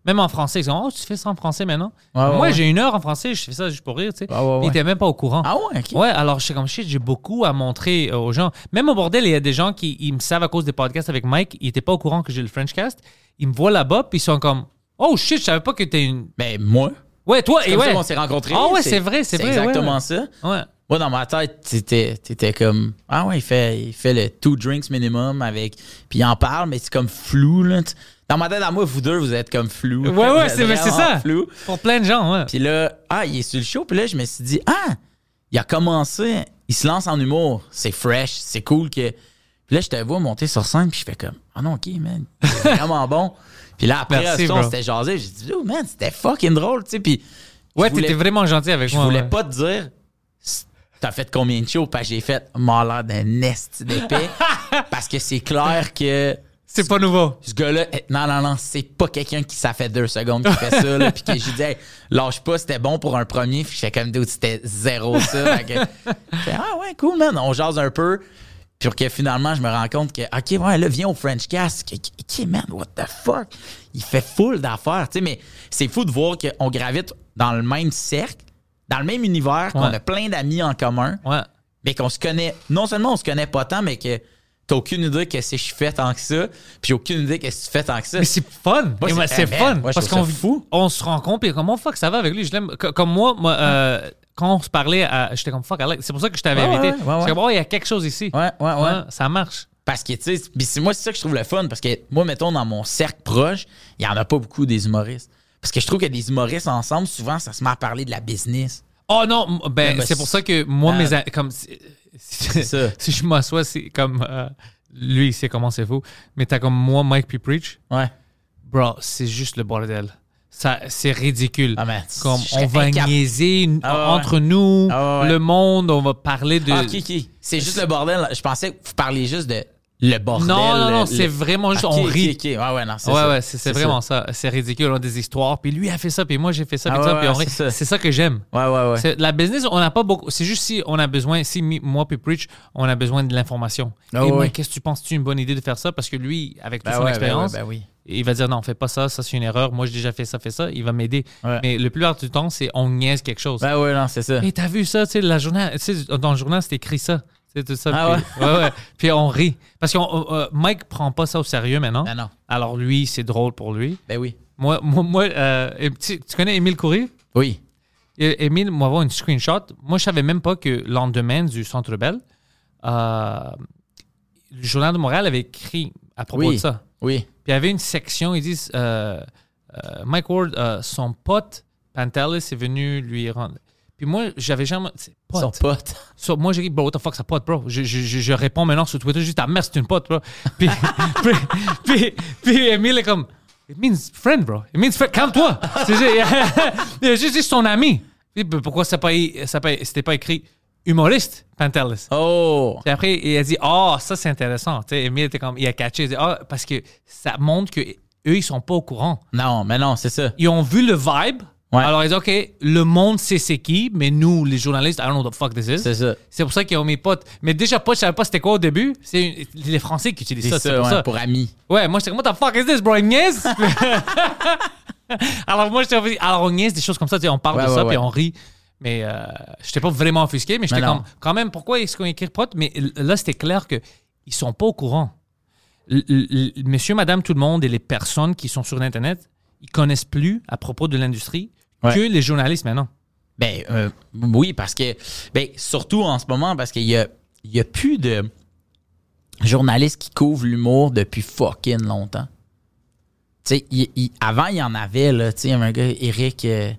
S3: Même en français, ils disent Oh, tu fais ça en français maintenant
S4: Ouais, ouais,
S3: Moi,
S4: ouais.
S3: j'ai une heure en français, je fais ça juste pour rire, tu sais.
S4: Ouais, ouais,
S3: Puis Ils
S4: ouais.
S3: étaient même pas au courant.
S4: Ah ouais, OK.
S3: Ouais, alors je suis comme shit, j'ai beaucoup à montrer euh, aux gens. Même au bordel, il y a des gens qui ils me savent à cause des podcasts avec Mike, ils étaient pas au courant que j'ai le Frenchcast. Ils me voient là-bas, puis ils sont comme Oh shit, je savais pas que t'es une.
S4: Ben, moi.
S3: Ouais, toi,
S4: C'est
S3: et
S4: comme
S3: ouais.
S4: ça qu'on s'est rencontrés.
S3: Ah ouais, c'est vrai, c'est vrai, ouais,
S4: exactement
S3: ouais.
S4: ça.
S3: ouais.
S4: Moi, dans ma tête, t'étais, t'étais comme Ah ouais, il fait, il fait le two drinks minimum avec. Puis il en parle, mais c'est comme flou, là. Tu- Dans ma tête, à moi, vous deux, vous êtes comme flou.
S3: Ouais, ouais,
S4: Vous êtes
S3: c'est- mais c'est
S4: vraiment
S3: ça.
S4: Flou.
S3: Pour plein de gens, ouais.
S4: Puis là, ah, il est sur le show. Puis là, je me suis dit, ah, il a commencé. Il se lance en humour. C'est fresh. C'est cool que. Puis là, je te vois monter sur scène. Puis je fais comme, ah non, OK, man. C'est
S3: <laughs>
S4: vraiment bon. Puis là, après,
S3: Merci,
S4: à ce temps,
S3: bro.
S4: on s'était jasé. J'ai dit, oh, man, c'était fucking drôle, tu sais. Puis. je
S3: Ouais,
S4: voulais-
S3: t'étais vraiment gentil avec
S4: Je
S3: moi.
S4: voulais
S3: ouais.
S4: pas te dire, s- t'as fait combien de shows? Parce que j'ai fait, m'a l'air d'un nest d'épée. parce que c'est clair que
S3: C'est pas nouveau.
S4: ce gars-là, eh, non, non, non, c'est pas quelqu'un qui ça fait deux secondes qui fait ça, là, puis que j'ai dit, Hey, lâche pas, c'était bon pour un premier, puis j'étais comme, dude, c'était zéro ça. Fait que, j'ai fait, ah ouais, cool, man, on jase un peu. Puis que finalement, je me rends compte que, OK, ouais, là, viens au French Cast. OK, OK, man, what the fuck? Il fait full d'affaires, tu sais, mais c'est fou de voir qu'on gravite dans le même cercle, dans le même univers, qu'on
S3: Ouais.
S4: a plein d'amis en commun
S3: Ouais.
S4: mais qu'on se connaît. Non seulement on se connaît pas tant, mais que t'as aucune idée qu'est-ce que je fais tant que ça, puis aucune idée qu'est-ce que tu fais tant que ça.
S3: Mais c'est fun.
S4: Moi,
S3: Et moi,
S4: c'est-
S3: c'est
S4: eh,
S3: fun.
S4: man, moi, je
S3: parce
S4: trouve
S3: qu'on
S4: ça fou.
S3: on se rencontre et comme oh fuck ça va avec lui. Je l'aime. Co- Comme moi, moi, euh, quand on se parlait, à- j'étais comme fuck Alex. C'est pour ça que je t'avais
S4: Ouais,
S3: invité.
S4: ouais, ouais, ouais.
S3: J'étais comme oh il y a quelque chose ici.
S4: Ouais, ouais, ouais.
S3: ça marche.
S4: Parce que, tu sais, c'est- puis c'est- moi, c'est ça que je trouve le fun, parce que moi, mettons, dans mon cercle proche, il y en a pas beaucoup des humoristes. Parce que je trouve que des humoristes ensemble, souvent, ça se met à parler de la business.
S3: Oh non, m- ben
S4: Ouais, bah,
S3: c'est pour ça que moi,
S4: ah.
S3: mes a- comme si, si-
S4: ça.
S3: <laughs> si je m'assois, c'est comme euh, lui, il sait comment c'est fou. Mais t'as comme moi, Mike puis Preach,
S4: Ouais.
S3: bro, c'est juste le bordel. ça c'est ridicule.
S4: Ah, mais je
S3: Comme
S4: serais
S3: on va
S4: incapable.
S3: niaiser n-
S4: Ah, ouais, ouais.
S3: entre nous,
S4: Ah, ouais, ouais.
S3: le monde, on va parler de.
S4: Ah, ok, ok. C'est juste le bordel. là. Je pensais que vous parliez juste de le bordel.
S3: Non, non, non,
S4: le-
S3: c'est
S4: le-
S3: vraiment juste
S4: Ok,
S3: on
S4: ok,
S3: rit.
S4: ok. Ouais, ouais, non, c'est
S3: Ouais,
S4: ça.
S3: ouais, c'est c'est vraiment ça. C'est ridicule, on a des histoires. Puis lui a fait ça, puis moi j'ai fait ça,
S4: Ah,
S3: puis
S4: ouais,
S3: ça, puis
S4: ouais,
S3: on rit.
S4: c'est ça.
S3: C'est ça que j'aime.
S4: Ouais, ouais, ouais.
S3: C'est- La business, on n'a pas beaucoup. C'est juste si on a besoin, si mi- moi puis Preach, on a besoin de l'information.
S4: Ah
S3: Et
S4: ouais.
S3: moi, qu'est-ce que tu penses, tu une bonne idée de faire ça? Parce que lui, avec toute
S4: Ben
S3: son
S4: ouais, ben
S3: expérience,
S4: ouais, ben oui.
S3: il va dire non, fais pas ça, ça c'est une erreur. Moi, j'ai déjà fait ça, fais ça. Il va m'aider.
S4: Ouais.
S3: Mais le plus large du temps, c'est on niaise quelque chose.
S4: Ben Ouais, ouais, non, c'est ça.
S3: Et t'as vu ça, tu sais, la journal, tu sais, dans le journal, c'est écrit ça. C'est tout ça.
S4: Ah
S3: puis, <laughs> ouais, ouais. Puis on rit. Parce que Mike prend pas ça au sérieux maintenant.
S4: Ah non.
S3: Alors lui, c'est drôle pour lui.
S4: Ben oui.
S3: Moi, moi, moi, euh, et tu, tu connais Émile Coury?
S4: Oui.
S3: Et- Émile m'envoie une screenshot. Moi, je savais même pas que le lendemain du Centre Bell, euh, le Journal de Montréal avait écrit à propos
S4: oui.
S3: de ça.
S4: Oui.
S3: Puis il y avait une section, ils disent euh, euh, Mike Ward, euh, son pote Pantelis est venu lui rendre. Puis moi, j'avais jamais. c'est Pote.
S4: Son pote. <laughs>
S3: So, moi, j'ai dit, bro, what the fuck, sa pote, bro. Je, je, je, je réponds maintenant sur Twitter, je dis, ta mère, c'est une pote, bro. <laughs> Puis, puis, puis, puis Emile est comme, it means friend, bro. It means friend, calme-toi. <laughs> C'est juste, juste, juste son ami. Puis, ben, pourquoi ça pas, ça pas, c'était pas écrit humoriste, Pantelis?
S4: Oh.
S3: Puis après, il a dit, ah, ça, c'est intéressant. Tu sais, Emile était comme, il a catché, il a dit, ah, parce que ça montre que eux, ils sont pas au courant.
S4: Non, mais non, c'est ça.
S3: Ils ont vu le vibe.
S4: Ouais.
S3: Alors, ils ont dit, OK, le monde sait c'est qui, mais nous, les journalistes, I don't know what the fuck this is.
S4: C'est ça.
S3: C'est pour ça qu'ils ont mis potes. Mais déjà, potes, je savais pas c'était quoi au début. C'est une- les Français qui utilisent
S4: C'est ça,
S3: ça. c'est pour
S4: ouais,
S3: ça.
S4: pour amis.
S3: Ouais, moi, j'étais comme, what the fuck is this, bro?
S4: <laughs>
S3: Ils niaisent? Alors, moi, j'étais offusqué. Alors, on niaise des choses comme ça. tu sais, On parle
S4: Ouais,
S3: de
S4: ouais,
S3: ça,
S4: ouais.
S3: puis on rit. Mais euh, j'étais pas vraiment offusqué, mais j'étais
S4: Mais non.
S3: comme, quand même, pourquoi est-ce qu'on écrit potes? Mais là, c'était clair que ils sont pas au courant. L- l- l- Monsieur, madame, tout le monde et les personnes qui sont sur Internet, ils connaissent plus à propos de l'industrie
S4: Ouais.
S3: que les journalistes maintenant.
S4: Ben euh, oui, parce que ben, surtout en ce moment, parce qu'il y a, il y a plus de journalistes qui couvrent l'humour depuis fucking longtemps. Tu sais, il- il- avant, il y en avait, là, tu sais, il y avait un gars, Eric, euh, je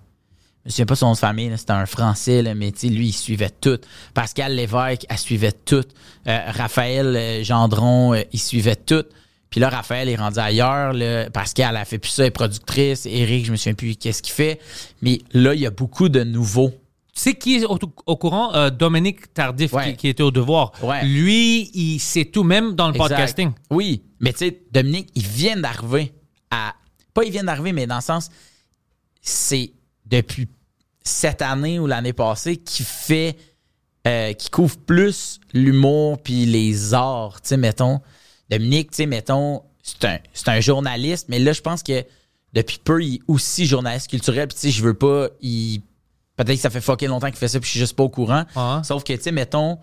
S4: me souviens pas de son nom de famille, là, c'était un Français, là, mais tu sais, lui, il suivait tout. Pascal Lévesque, elle suivait tout. Euh, Raphaël euh, Gendron, euh, il suivait tout. Puis là, Raphaël est rendu ailleurs. Là. Pascal, elle fait plus ça, elle est productrice. Eric, je me souviens plus qu'est-ce qu'il fait. Mais là, il y a beaucoup de nouveaux.
S3: Tu sais qui est au, au courant? Euh, Dominique Tardif,
S4: Ouais.
S3: qui, qui était au devoir.
S4: Ouais.
S3: Lui, il sait tout, même dans le
S4: Exact.
S3: podcasting.
S4: Oui, mais tu sais, Dominique, il vient d'arriver à. Pas il vient d'arriver, mais dans le sens, c'est depuis cette année ou l'année passée qui fait. euh, qui couvre plus l'humour puis les arts, tu sais, mettons. Dominique, tu sais, mettons, c'est un, c'est un journaliste, mais là, je pense que depuis peu, il est aussi journaliste culturel, puis tu sais, je veux pas. Il, peut-être que ça fait fucking longtemps qu'il fait ça, puis je suis juste pas au courant.
S3: Ouais.
S4: Sauf que, tu sais, mettons,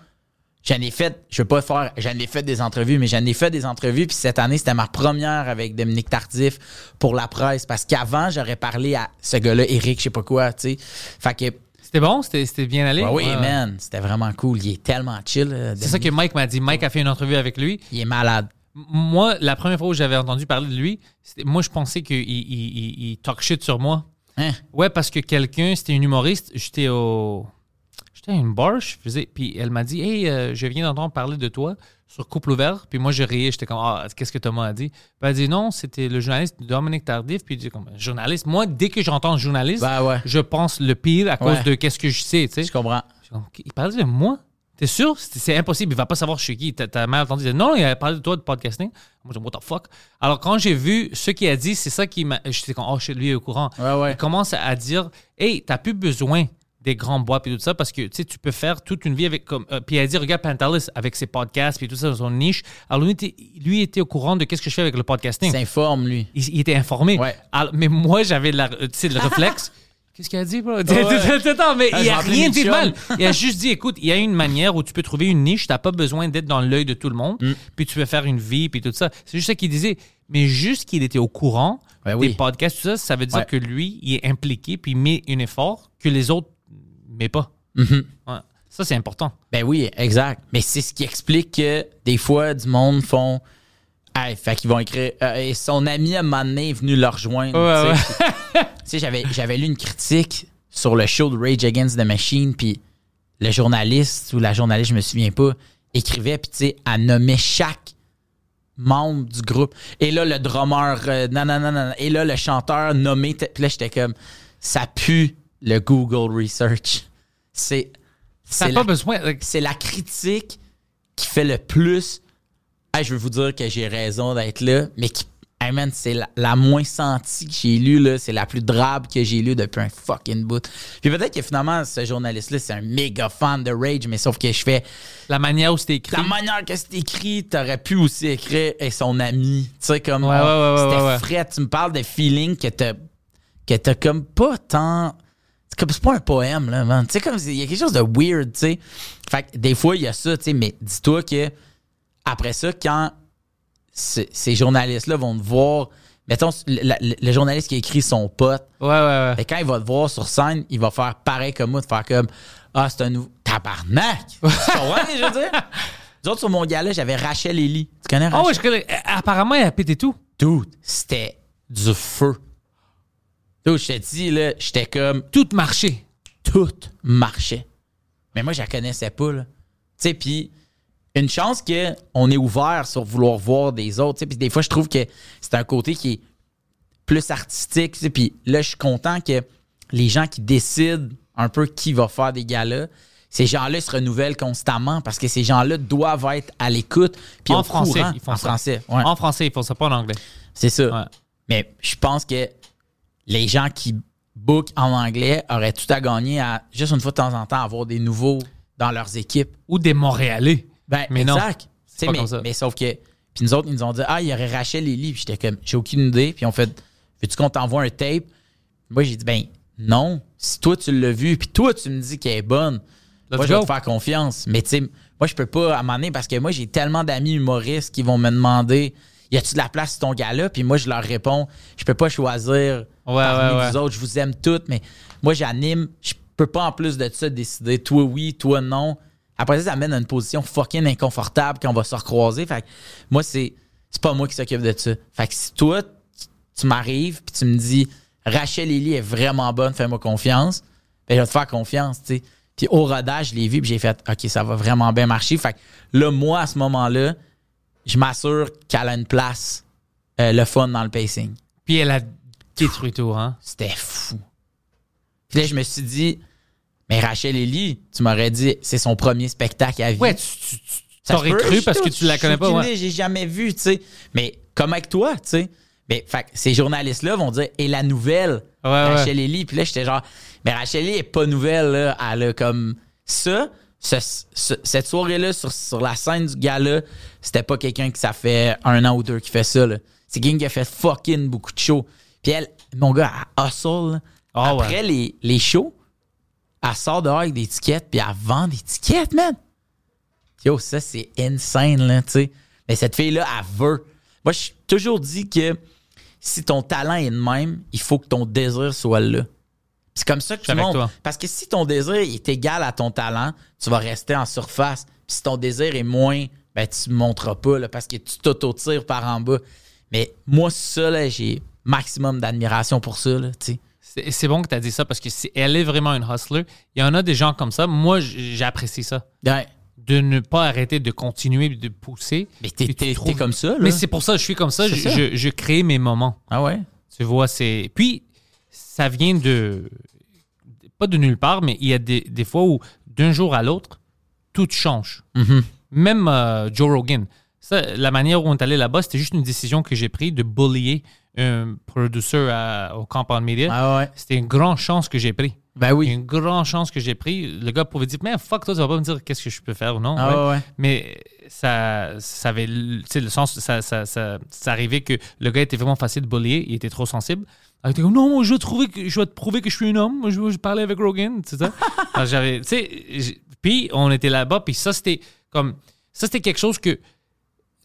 S4: j'en ai fait, je veux pas faire, j'en ai fait des entrevues, mais j'en ai fait des entrevues, puis cette année, c'était ma première avec Dominique Tardif pour la presse, parce qu'avant, j'aurais parlé à ce gars-là, Eric, je sais pas quoi, tu sais. Fait que,
S3: C'était bon? C'était c'était bien allé?
S4: bah oui,
S3: Ouais.
S4: man, c'était vraiment cool. Il est tellement chill. euh,
S3: C'est ça que
S4: Dominique.
S3: Mike m'a dit. Mike a fait une entrevue avec lui.
S4: Il est malade.
S3: M- Moi, la première fois où j'avais entendu parler de lui, c'était- moi, je pensais qu'il il, il, il- il talk shit sur moi.
S4: Hein?
S3: Ouais, parce que quelqu'un, c'était une humoriste. J'étais au. J'étais à une bar, je faisais. Puis elle m'a dit Hey, euh, je viens d'entendre parler de toi sur Couple Ouvert. Puis moi, je riais. J'étais comme Ah, qu'est-ce que Thomas a dit Puis elle a dit Non, c'était le journaliste Dominique Tardif. Puis j'ai dit, comme Journaliste. Moi, dès que j'entends journaliste,
S4: Ben ouais.
S3: je pense le pire à cause
S4: Ouais.
S3: de qu'est-ce que je sais. Tu sais.
S4: Je comprends.
S3: Je suis comme, il parlait de moi? T'es sûr? C'est c'est impossible. Il va pas savoir je suis qui. T'as- T'as mal entendu. Il dit, non, il a parlé de toi, de podcasting. Moi, je dis, what the fuck? Alors, quand j'ai vu ce qu'il a dit, c'est ça qui m'a. J'étais comme, oh, shit, lui, il est au courant.
S4: Ouais, ouais.
S3: Il commence à- à dire, hey, t'as plus besoin des grands bois puis tout ça parce que tu sais, tu peux faire toute une vie avec comme euh, puis il a dit regarde Pantalis avec ses podcasts puis tout ça dans son niche alors lui était, lui était au courant de qu'est-ce que je fais avec le
S4: Il
S3: podcasting
S4: s'informe, lui.
S3: il, il était informé.
S4: Ouais.
S3: Alors, mais moi, j'avais la- euh, tu
S4: <laughs>
S3: sais, le réflexe. Qu'est-ce qu'il a dit, <laughs> bro? Attends, mais
S4: Ah,
S3: il
S4: je
S3: a
S4: m'en
S3: rien
S4: rappelais
S3: dit de
S4: Mitchum.
S3: mal. Il a juste dit, écoute, il y a une manière où tu peux trouver une niche, t'as pas besoin d'être dans l'œil de tout le
S4: Mm.
S3: monde, puis tu peux faire une vie, puis tout ça. C'est juste ça qu'il disait. Mais juste qu'il était au courant
S4: Ouais,
S3: des
S4: Ben oui.
S3: podcasts, tout ça, ça veut dire
S4: Ouais.
S3: que lui, il est impliqué, puis il met un effort que les autres mettent pas.
S4: Mm-hmm.
S3: Ouais. Ça, c'est important.
S4: Ben oui, exact. Mais c'est ce qui explique que des fois, du monde font. Hey, fait qu'ils vont écrire. euh, et son ami à un moment donné est venu le rejoindre.
S3: Ouais,
S4: tu sais. <laughs> Tu sais, j'avais, j'avais lu une critique sur le show de Rage Against the Machine, puis le journaliste ou la journaliste, je me souviens pas, écrivait, puis tu sais, elle nommait chaque membres du groupe. Et là, le drummer, euh, non, non, non, non, non. Et là, le chanteur nommé. t- Puis là, j'étais comme, ça pue le Google Research. C'est.
S3: T'as
S4: c'est
S3: pas
S4: la-
S3: besoin. euh,
S4: c'est la critique qui fait le plus. Hey, je veux vous dire que j'ai raison d'être là, mais qui. Hey man, c'est la, la moins sentie que j'ai lue, là. C'est la plus drabe que j'ai lue depuis un fucking bout. Puis peut-être que finalement, ce journaliste-là, c'est un méga fan de Rage, mais sauf que je fais.
S3: La manière où c'était écrit.
S4: La manière que c'est écrit, t'aurais pu aussi écrire et son ami. Tu sais, comme.
S3: Ouais, ouais,
S4: on-
S3: ouais, ouais,
S4: c'était
S3: ouais, ouais.
S4: frais. Tu me parles de feeling que t'as. que t'as comme pas tant. C'est comme, c'est pas un poème, là, man. Tu sais, comme, il y a quelque chose de weird, tu sais. Fait que des fois, il y a ça, tu sais, mais dis-toi que après ça, quand ce- ces journalistes-là vont te voir. Mettons, le, la- le- le journaliste qui a écrit son pote,
S3: Ouais, ouais, ouais.
S4: fait que quand il va te voir sur scène, il va faire pareil comme moi, de faire comme Ah, c'est un nouveau. Tabarnak! tu comprends ce que je veux dire? Nous autres, sur mon gars-là, j'avais Rachel Ellie. Tu connais
S3: Ah
S4: Rachel?
S3: ouais, je connais- euh, Apparemment, il a pété tout.
S4: Dude, c'était du feu. Dude, je te dis, là, j'étais comme
S3: Tout marché.
S4: tout marchait. Mais moi, je la connaissais pas, là. Tu sais, puis une chance que on est ouvert sur vouloir voir des autres. tu sais, Puis des fois, je trouve que c'est un côté qui est plus artistique. tu sais, Puis là, je suis content que les gens qui décident un peu qui va faire des galas, ces gens-là se renouvellent constamment parce que ces gens-là doivent être à l'écoute. Puis
S3: En
S4: au
S3: français,
S4: courant.
S3: ils font
S4: en
S3: ça.
S4: français. ouais.
S3: En français, ils font ça pas en anglais.
S4: C'est ça.
S3: Ouais.
S4: Mais je pense que les gens qui bookent en anglais auraient tout à gagner à, juste une fois de temps en temps, avoir des nouveaux dans leurs équipes.
S3: Ou des Montréalais.
S4: Ben,
S3: Mais non,
S4: exact.
S3: pas
S4: mais,
S3: comme ça.
S4: mais sauf que. Puis nous autres, ils nous ont dit Ah, il y aurait Rachel Ellie. Puis j'étais comme J'ai aucune idée. Puis on fait Veux-tu qu'on t'envoie un tape Moi, j'ai dit Ben non. Si toi, tu l'as vu, puis toi, tu me dis qu'elle est bonne, moi, je vais
S3: go.
S4: te faire confiance. Mais tu sais, moi, je peux pas à un moment donné parce que moi, j'ai tellement d'amis humoristes qui vont me demander Y a-tu de la place sur ton gars-là Puis moi, je leur réponds Je peux pas choisir
S3: Ouais,
S4: parmi
S3: ouais,
S4: vous
S3: ouais.
S4: autres. Je vous aime toutes, mais moi, j'anime. Je peux pas en plus de ça décider toi oui, toi non. Après ça, ça mène à une position fucking inconfortable quand on va se recroiser. Fait que moi, c'est c'est pas moi qui s'occupe de ça. Fait que si toi, tu- tu m'arrives puis tu me dis Rachel Ellie est vraiment bonne, fais-moi confiance, ben je vais te faire confiance, tu sais. Puis au rodage, je l'ai vu puis j'ai fait OK, ça va vraiment bien marcher. Fait que là, moi, à ce moment-là, je m'assure qu'elle a une place, euh, le fun dans le pacing
S3: Puis elle a détruit tout, hein.
S4: c'était fou. Puis là, je me suis dit, mais Rachel Ellie, tu m'aurais dit, c'est son premier spectacle à vie.
S3: Ouais, tu, tu, tu-
S4: Ça se
S3: t'aurais
S4: peut,
S3: cru
S4: je-
S3: parce que tu la
S4: je
S3: connais
S4: suis
S3: pas, ouais.
S4: kiné, J'ai jamais vu, tu sais. Mais comme avec toi, tu sais. Mais fait que ces journalistes-là vont dire, et la nouvelle,
S3: Ouais,
S4: Rachel Ellie. Puis là, j'étais genre, mais Rachel Ellie est pas nouvelle, là. Elle a comme ça. ce- ce- cette soirée-là, sur, sur la scène du gala, c'était pas quelqu'un qui ça fait un an ou deux qui fait ça, là. C'est quelqu'un qui a fait fucking beaucoup de shows. Puis elle, mon gars, elle hustle. là.
S3: Ah ouais.
S4: Après les, les shows, elle sort dehors avec des tickets, puis elle vend des tickets, man. Yo, ça, c'est insane, là, tu sais. Mais cette fille-là, elle veut. Moi, je suis toujours dit que si ton talent est le même, il faut que ton désir soit là. C'est comme ça que
S3: Je suis
S4: tu
S3: avec
S4: montes.
S3: toi.
S4: Parce que si ton désir est égal à ton talent, tu vas rester en surface. Puis si ton désir est moins, ben, tu ne monteras pas là, parce que tu t'auto-tires par en bas. Mais moi, ça, là, j'ai maximum d'admiration pour ça. Là, tu sais.
S3: C'est c'est bon que tu as dit ça parce que si elle est vraiment une hustler, il y en a des gens comme ça. Moi, j- j'apprécie ça.
S4: Ouais.
S3: De ne pas arrêter de continuer de pousser.
S4: Mais t'es-
S3: Puis tu
S4: t'es t'es
S3: trouves-
S4: comme ça. Là.
S3: Mais c'est pour ça que je suis comme ça. Je,
S4: C'est ça.
S3: je- je crée mes moments.
S4: Ah ouais?
S3: Tu vois, c'est. Puis, ça vient de. Pas de nulle part, mais il y a des, des fois où, d'un jour à l'autre, tout change.
S4: Mm-hmm.
S3: Même euh, Joe Rogan. Ça, la manière où on est allé là-bas, c'était juste une décision que j'ai prise de bullier un producer à- au Compound Media.
S4: Ah ouais.
S3: C'était une grande chance que j'ai pris.
S4: Ben oui.
S3: Une grande chance que j'ai pris. Le gars pouvait dire, mais fuck toi, tu vas pas me dire qu'est-ce que je peux faire ou non.
S4: Ah ouais.
S3: Mais ça, ça avait l- tu sais, le sens, ça, ça, ça, ça arrivait que le gars était vraiment facile de bullier, il était trop sensible. Ah, Il était comme, non, moi, je vais, trouver que, je vais te prouver que je suis un homme, Moi, je vais parler avec Rogan, tu sais.
S4: <laughs>
S3: ça. Alors, j'avais, tu sais, j- puis on était là-bas, puis ça, c'était comme, ça, c'était quelque chose que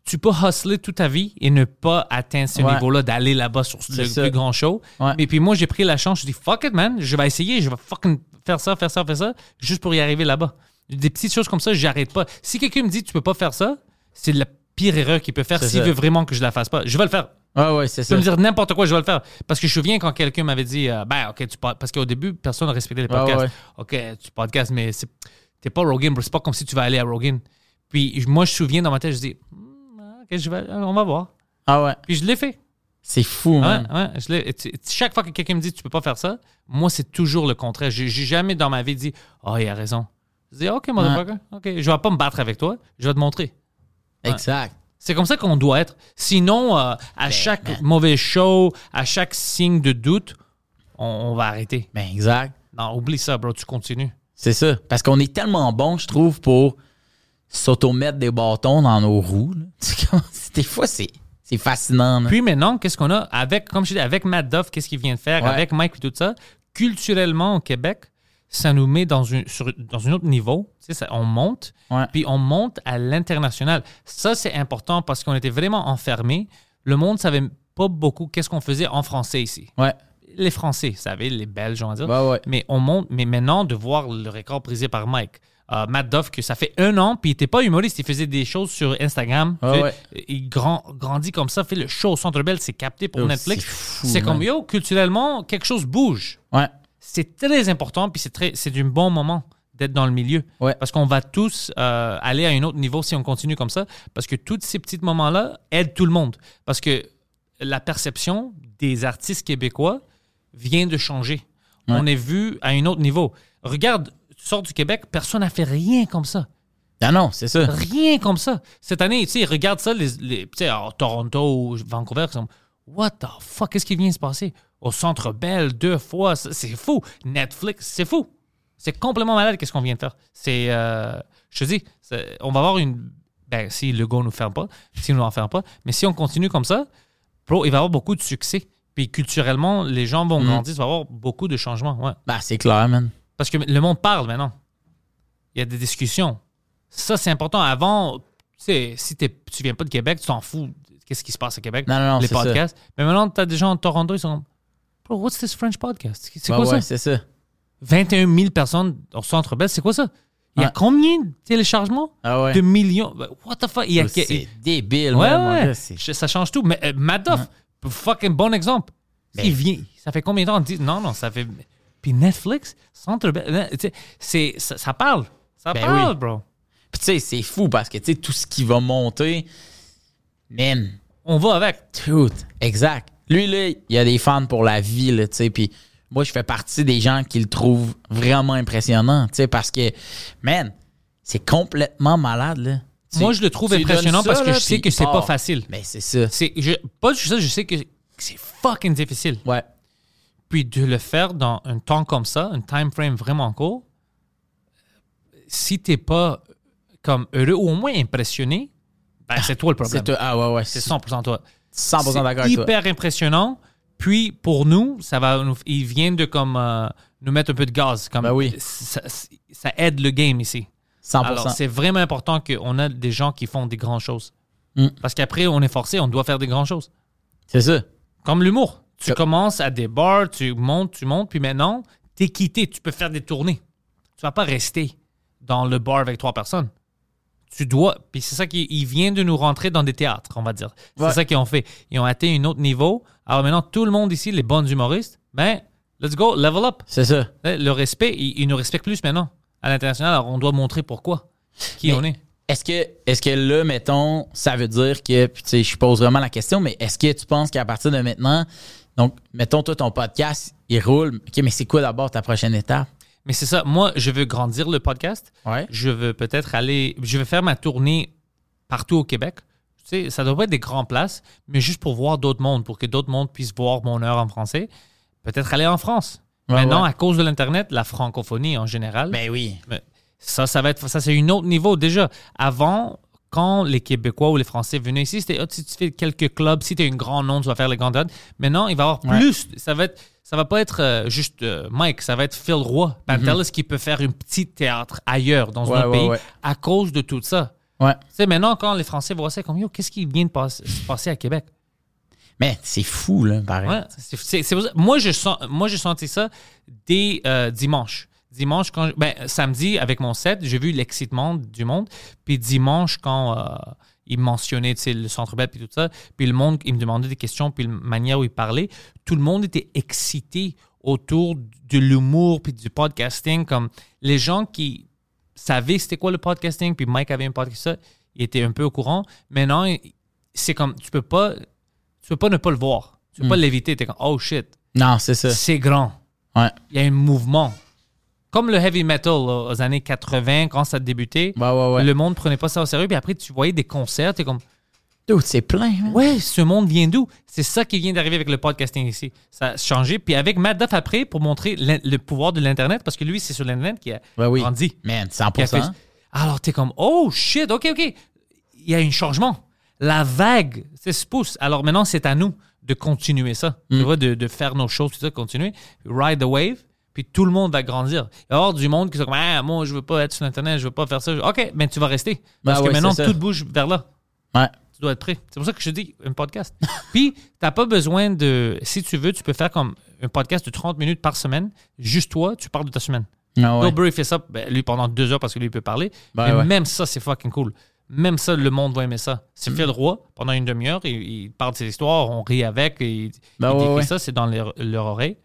S3: tu peux hustler toute ta vie et ne pas atteindre ce
S4: Ouais.
S3: niveau-là, d'aller là-bas sur le
S4: C'est ça.
S3: plus grand show.
S4: Ouais.
S3: Et puis moi, j'ai pris la chance, je dis, fuck it, man, je vais essayer, je vais fucking faire ça, faire ça, faire ça, juste pour y arriver là-bas. Des petites choses comme ça, j'arrête pas. Si quelqu'un me dit, tu peux pas faire ça, c'est la pire erreur qu'il peut faire
S4: C'est
S3: s'il
S4: ça.
S3: veut vraiment que je la fasse pas. Je vais le faire.
S4: Ah ouais, c'est
S3: Tu peux
S4: ça.
S3: me dire n'importe quoi, je vais le faire. Parce que je me souviens quand quelqu'un m'avait dit, euh, ben, ok, tu pod- parce qu'au début, personne ne respectait les
S4: Ouais,
S3: podcasts.
S4: Ah, ouais.
S3: Ok, tu podcasts, mais c'est- t'es pas Rogan, bro. C'est pas comme si tu vas aller à Rogan. Puis je- moi, je me souviens dans ma tête, je dis, Hmm, que je vais, on va voir.
S4: Ah ouais.
S3: Puis je l'ai fait.
S4: C'est fou,
S3: Ouais,
S4: man.
S3: ouais, je l'ai- et tu- chaque fois que quelqu'un me dit tu peux pas faire ça, moi c'est toujours le contraire. J'ai j'ai jamais dans ma vie dit oh il a raison. Je dis ok motherfucker, ok je vais pas me battre avec toi, je vais te montrer.
S4: Exact.
S3: C'est comme ça qu'on doit être. Sinon euh, à chaque mauvais show, à chaque signe de doute, on, on va arrêter.
S4: Ben, exact.
S3: Non oublie ça bro, tu continues.
S4: C'est ça. Parce qu'on est tellement bon, je trouve, pour s'auto-mettre des bâtons dans nos roues. là. <laughs> Tu commences- Des fois, c'est c'est fascinant. là.
S3: Puis maintenant, qu'est-ce qu'on a avec, comme je dis, avec Matt Duff, qu'est-ce qu'il vient de faire,
S4: Ouais.
S3: avec Mike et tout ça, culturellement au Québec, ça nous met dans un sur, dans un autre niveau. Tu sais, ça- on monte,
S4: Ouais.
S3: puis on monte à l'international. Ça, c'est important parce qu'on était vraiment enfermés. Le monde savait pas beaucoup qu'est-ce qu'on faisait en français ici.
S4: Ouais.
S3: Les Français savaient, les Belges, on va dire.
S4: Ouais, ouais.
S3: Mais on monte, mais maintenant, de voir le record brisé par Mike. Euh, Matt Duff, que ça fait un an, puis il n'était pas humoriste, il faisait des choses sur Instagram.
S4: Ah
S3: Fait-
S4: ouais.
S3: Il grand- grandit comme ça, fait le show au Centre Bell, c'est capté pour
S4: Yo,
S3: Netflix.
S4: Oh, c'est fou,
S3: C'est comme,
S4: man.
S3: yo, culturellement, quelque chose bouge.
S4: Ouais.
S3: C'est très important, puis c'est très- c'est un bon moment d'être dans le milieu.
S4: Ouais.
S3: Parce qu'on va tous euh, aller à un autre niveau si on continue comme ça, parce que tous ces petits moments-là aident tout le monde. Parce que la perception des artistes québécois vient de changer. On est vu à un autre niveau. Regarde, tu sors du Québec, personne n'a fait rien comme ça.
S4: Non, non, c'est ça.
S3: Rien comme ça. Cette année, tu sais, regarde ça, les, les- tu sais, à Toronto ou Vancouver, ils sont What the fuck, qu'est-ce qui vient de se passer? Au Centre Bell, deux fois, ça, c'est fou. Netflix, c'est fou. C'est complètement malade, qu'est-ce qu'on vient de faire. C'est, euh, je te dis, c'est- on va avoir une. Ben, si Legault nous ferme pas, si nous en ferme pas, mais si on continue comme ça, bro, il va y avoir beaucoup de succès. Puis culturellement, les gens vont grandir, il va y avoir beaucoup de changements. Ouais.
S4: Ben, c'est clair, man.
S3: Parce que le monde parle maintenant. Il y a des discussions. Ça, c'est important. Avant, tu sais, si t'es- tu viens pas de Québec, tu t'en fous. Qu'est-ce qui se passe à Québec?
S4: Non, non, non,
S3: Les
S4: c'est ça.
S3: podcasts. Mais maintenant, tu as des gens en Toronto, ils sont comme, Bro, what's this French podcast? C'est
S4: Ben
S3: quoi
S4: ouais,
S3: ça?
S4: c'est ça.
S3: 21 000 personnes au centre belle, c'est quoi ça? Il y a
S4: Ouais.
S3: combien de téléchargements?
S4: Ah ouais. Bah,
S3: De millions? What the fuck? Il y a-
S4: C'est débile,
S3: Ouais,
S4: man, mon
S3: ouais.
S4: gars, c'est-
S3: Je- Ça change tout. Mais euh, Madoff, fucking bon exemple. Il vient. Ça fait combien de temps? Dix- Non, non, ça fait. Puis Netflix, Centre Bell, euh, tu sais, c'est ça, ça parle. Ça
S4: Ben
S3: parle,
S4: oui.
S3: bro.
S4: Puis tu sais, c'est fou parce que tu sais, tout ce qui va monter, man,
S3: On va avec.
S4: tout. Exact. Lui, là, il a des fans pour la vie, là, tu sais. Puis moi, je fais partie des gens qui le trouvent vraiment impressionnant, tu sais, parce que, man, c'est complètement malade, là. Tu-
S3: Moi, je le trouve
S4: tu lui
S3: impressionnant
S4: donnes
S3: parce que
S4: là,
S3: je sais
S4: puis
S3: que c'est
S4: il
S3: pas
S4: part.
S3: facile.
S4: Mais c'est ça.
S3: C'est, je, pas juste ça, je sais que c'est fucking difficile.
S4: Ouais.
S3: Puis de le faire dans un temps comme ça, un time frame vraiment court, si t'es pas comme heureux ou au moins impressionné, ben c'est toi le problème.
S4: C'est toi. Ah ouais, ouais.
S3: C'est 100% toi.
S4: C'est 100% d'accord
S3: C'est
S4: avec toi.
S3: hyper impressionnant. Puis pour nous, ça va nous, ils viennent de comme euh, nous mettre un peu de gaz. Comme
S4: Ben oui.
S3: ça, ça aide le game ici.
S4: 100%.
S3: Alors c'est vraiment important qu'on a des gens qui font des grandes choses.
S4: Mm.
S3: Parce qu'après, on est forcé, on doit faire des grandes choses.
S4: c'est ça.
S3: Comme l'humour. Tu
S4: Yep.
S3: commences à des bars, tu montes, tu montes, puis maintenant, t'es quitté, tu peux faire des tournées. Tu vas pas rester dans le bar avec trois personnes. Tu dois. Puis c'est ça qui ils viennent de nous rentrer dans des théâtres, on va dire.
S4: Ouais.
S3: C'est ça qu'ils ont fait. Ils ont atteint un autre niveau. Alors maintenant, tout le monde ici, les bons humoristes, ben, let's go, level up. Eh,
S4: C'est ça.
S3: Le respect, ils, ils nous respectent plus maintenant à l'international. Alors on doit montrer pourquoi, qui
S4: Mais-
S3: on est.
S4: Est-ce que, est-ce que là, mettons, ça veut dire que, puis tu sais, je pose vraiment la question, mais est-ce que tu penses qu'à partir de maintenant, donc, mettons, toi, ton podcast, il roule. OK, mais c'est quoi d'abord ta prochaine étape?
S3: Mais c'est ça. Moi, je veux grandir le podcast.
S4: Ouais.
S3: Je veux peut-être aller. Je veux faire ma tournée partout au Québec. Tu sais, ça doit pas être des grandes places, mais juste pour voir d'autres mondes, pour que d'autres mondes puissent voir mon heure en français. Peut-être aller en France.
S4: Ouais,
S3: Maintenant,
S4: ouais.
S3: à cause de l'Internet, la francophonie en général.
S4: Ben oui.
S3: Mais ça, ça va être, ça c'est un autre niveau déjà. Avant, quand les Québécois ou les Français venaient ici, c'était Ah, si tu fais quelques clubs, si tu es un grand nom, tu vas faire les grandes dates. Maintenant, il va y avoir
S4: Ouais.
S3: plus. Ça va être, ça va pas être euh, juste euh, Mike, ça va être Phil Roy, Pantelis qui peut faire un petit théâtre ailleurs dans
S4: Mhm. Ouais,
S3: un autre
S4: ouais,
S3: pays
S4: ouais.
S3: à cause de tout ça.
S4: Ouais.
S3: Tu sais, maintenant, quand les Français voient ça, comme yo, qu'est-ce qui vient de pas- se passer à Québec?
S4: Mais c'est fou, là, pareil.
S3: Ouais, c'est- c'est- c'est pour ça- moi, je sens, moi, j'ai senti ça dès euh, dimanche. Dimanche, quand, ben, samedi, avec mon set, j'ai vu l'excitement du monde. Puis dimanche, quand euh, il mentionnait tu sais, le centre belle puis tout ça, puis le monde, il me demandait des questions, puis la manière où il parlait, tout le monde était excité autour de l'humour puis du podcasting. Comme les gens qui savaient c'était quoi le podcasting, puis Mike avait un podcast, ça, il était un peu au courant. Maintenant, il- c'est comme, tu peux pas, tu peux pas ne pas le voir. Tu peux
S4: Hmm.
S3: pas l'éviter. T'es comme, oh shit,
S4: Non, c'est ça.
S3: c'est grand.
S4: Ouais.
S3: Il y a un mouvement. Comme le heavy metal là, aux années 80, quand ça a débuté,
S4: Ouais, ouais, ouais.
S3: le monde prenait pas ça au sérieux. Puis après, tu voyais des concerts, t'es comme,
S4: Dude, c'est plein, hein? man.
S3: ouais, ce monde vient d'où? C'est ça qui vient d'arriver avec le podcasting ici. Ça a changé. Puis avec Matt Duff après, pour montrer l'in- le pouvoir de l'Internet, parce que lui, c'est sur l'Internet qui a
S4: Ouais, Ben oui.
S3: grandi.
S4: Man,
S3: Qui a
S4: 100%.
S3: fait- Alors, t'es comme, oh shit, OK, OK. Il y a un changement. La vague, c'est se pousse. Alors maintenant, c'est à nous de continuer ça.
S4: Mm.
S3: Tu vois, de, de faire nos choses, tout ça, continuer. Ride the wave. Puis tout le monde va grandir. Il y a hors du monde qui sont comme, ah, moi, je veux pas être sur Internet, je veux pas faire ça. OK, mais tu vas rester. Parce
S4: Ah
S3: que
S4: ouais,
S3: maintenant,
S4: c'est ça.
S3: tout bouge vers là
S4: Ouais.
S3: tu dois être prêt. C'est pour ça que je te dis un
S4: <laughs>
S3: podcast. Puis, tu n'as pas besoin de. Si tu veux, tu peux faire comme un podcast de 30 minutes par semaine. Juste toi, tu parles de ta semaine.
S4: Ah ouais.
S3: Bill Burr, il fait ça, ben, lui, pendant deux heures parce que lui, il peut parler.
S4: Ben
S3: Mais
S4: ouais.
S3: même ça, c'est fucking cool. Même ça, le monde va aimer ça.
S4: Mm.
S3: C'est Phil Roy, pendant une demi-heure, il, il parle de ses histoires, on rit avec, et il,
S4: Ben
S3: il
S4: ouais,
S3: décrit
S4: ouais.
S3: ça, c'est dans leur, leur oreille.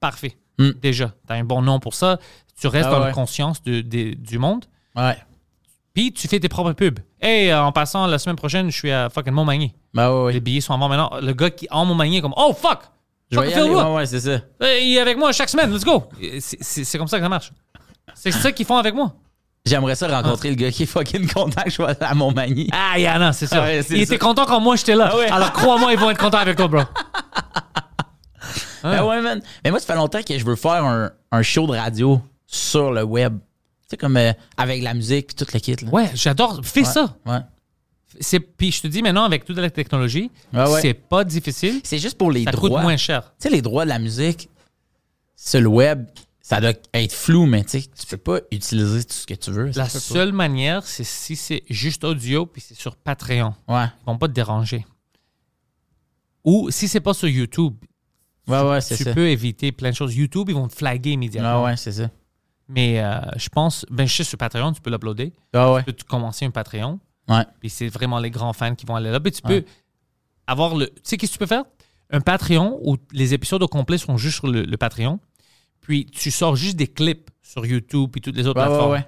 S3: Parfait.
S4: Mm.
S3: Déjà, tu as un bon nom pour ça. Tu restes
S4: Ben
S3: dans
S4: ouais.
S3: la conscience de- des- du monde.
S4: Ouais.
S3: Puis, tu fais tes propres pubs. Et en passant, la semaine prochaine, je suis à fucking Montmagny
S4: Bah ouais,
S3: les
S4: ouais.
S3: billets sont en vente maintenant. Le gars qui en Montmagny est comme Oh fuck!
S4: Je vais
S3: Fuck
S4: y
S3: Phil
S4: aller.
S3: Roy!
S4: Ouais, ouais, c'est ça.
S3: Euh, Il est avec moi chaque semaine, let's go! C'est- C'est c'est comme ça que ça marche. C'est ça qu'ils font avec moi.
S4: J'aimerais ça rencontrer le gars qui est fucking content que je sois à Montmagny.
S3: Ah, Yana, c'est ça.
S4: Ah ouais, c'est Ah
S3: il était
S4: ça.
S3: content quand moi j'étais là. Alors crois-moi, ils vont être contents avec toi, bro. Ah.
S4: Ben ouais, man. Mais moi, ça fait longtemps que je veux faire un, un show de radio sur le web. Tu sais, comme euh, avec la musique, tout le kit. Là.
S3: Ouais, j'adore. Fais ça.
S4: Ouais.
S3: C'est- Puis je te dis maintenant, avec toute la technologie,
S4: Ah Ouais, ouais.
S3: c'est pas difficile.
S4: C'est juste pour les
S3: Ça
S4: droits.
S3: coûte moins cher.
S4: Tu sais, les droits de la musique sur le web, ça doit être flou, mais tu sais, tu peux pas utiliser tout ce que tu veux.
S3: La
S4: Ça se peut
S3: seule manière, c'est si c'est juste audio puis c'est sur Patreon.
S4: pas. Ouais.
S3: Ils vont pas te déranger. Ou si c'est pas sur YouTube,
S4: Ouais, ouais, c'est
S3: tu
S4: ça. Ah
S3: peux éviter plein de choses. YouTube, ils vont te flaguer immédiatement.
S4: Ouais, ouais, c'est ça.
S3: Mais euh, je pense, ben, je sais, sur Patreon, tu peux l'uploader.
S4: Ouais, ouais.
S3: Tu peux commencer un Patreon,
S4: Ouais.
S3: puis c'est vraiment les grands fans qui vont aller là. Puis tu peux avoir le. Tu sais, qu'est-ce que tu peux faire? Un Patreon où les épisodes au complet sont juste sur le, le Patreon, puis tu sors juste des clips sur YouTube puis toutes les autres
S4: Ouais, ouais,
S3: plateformes.
S4: ouais.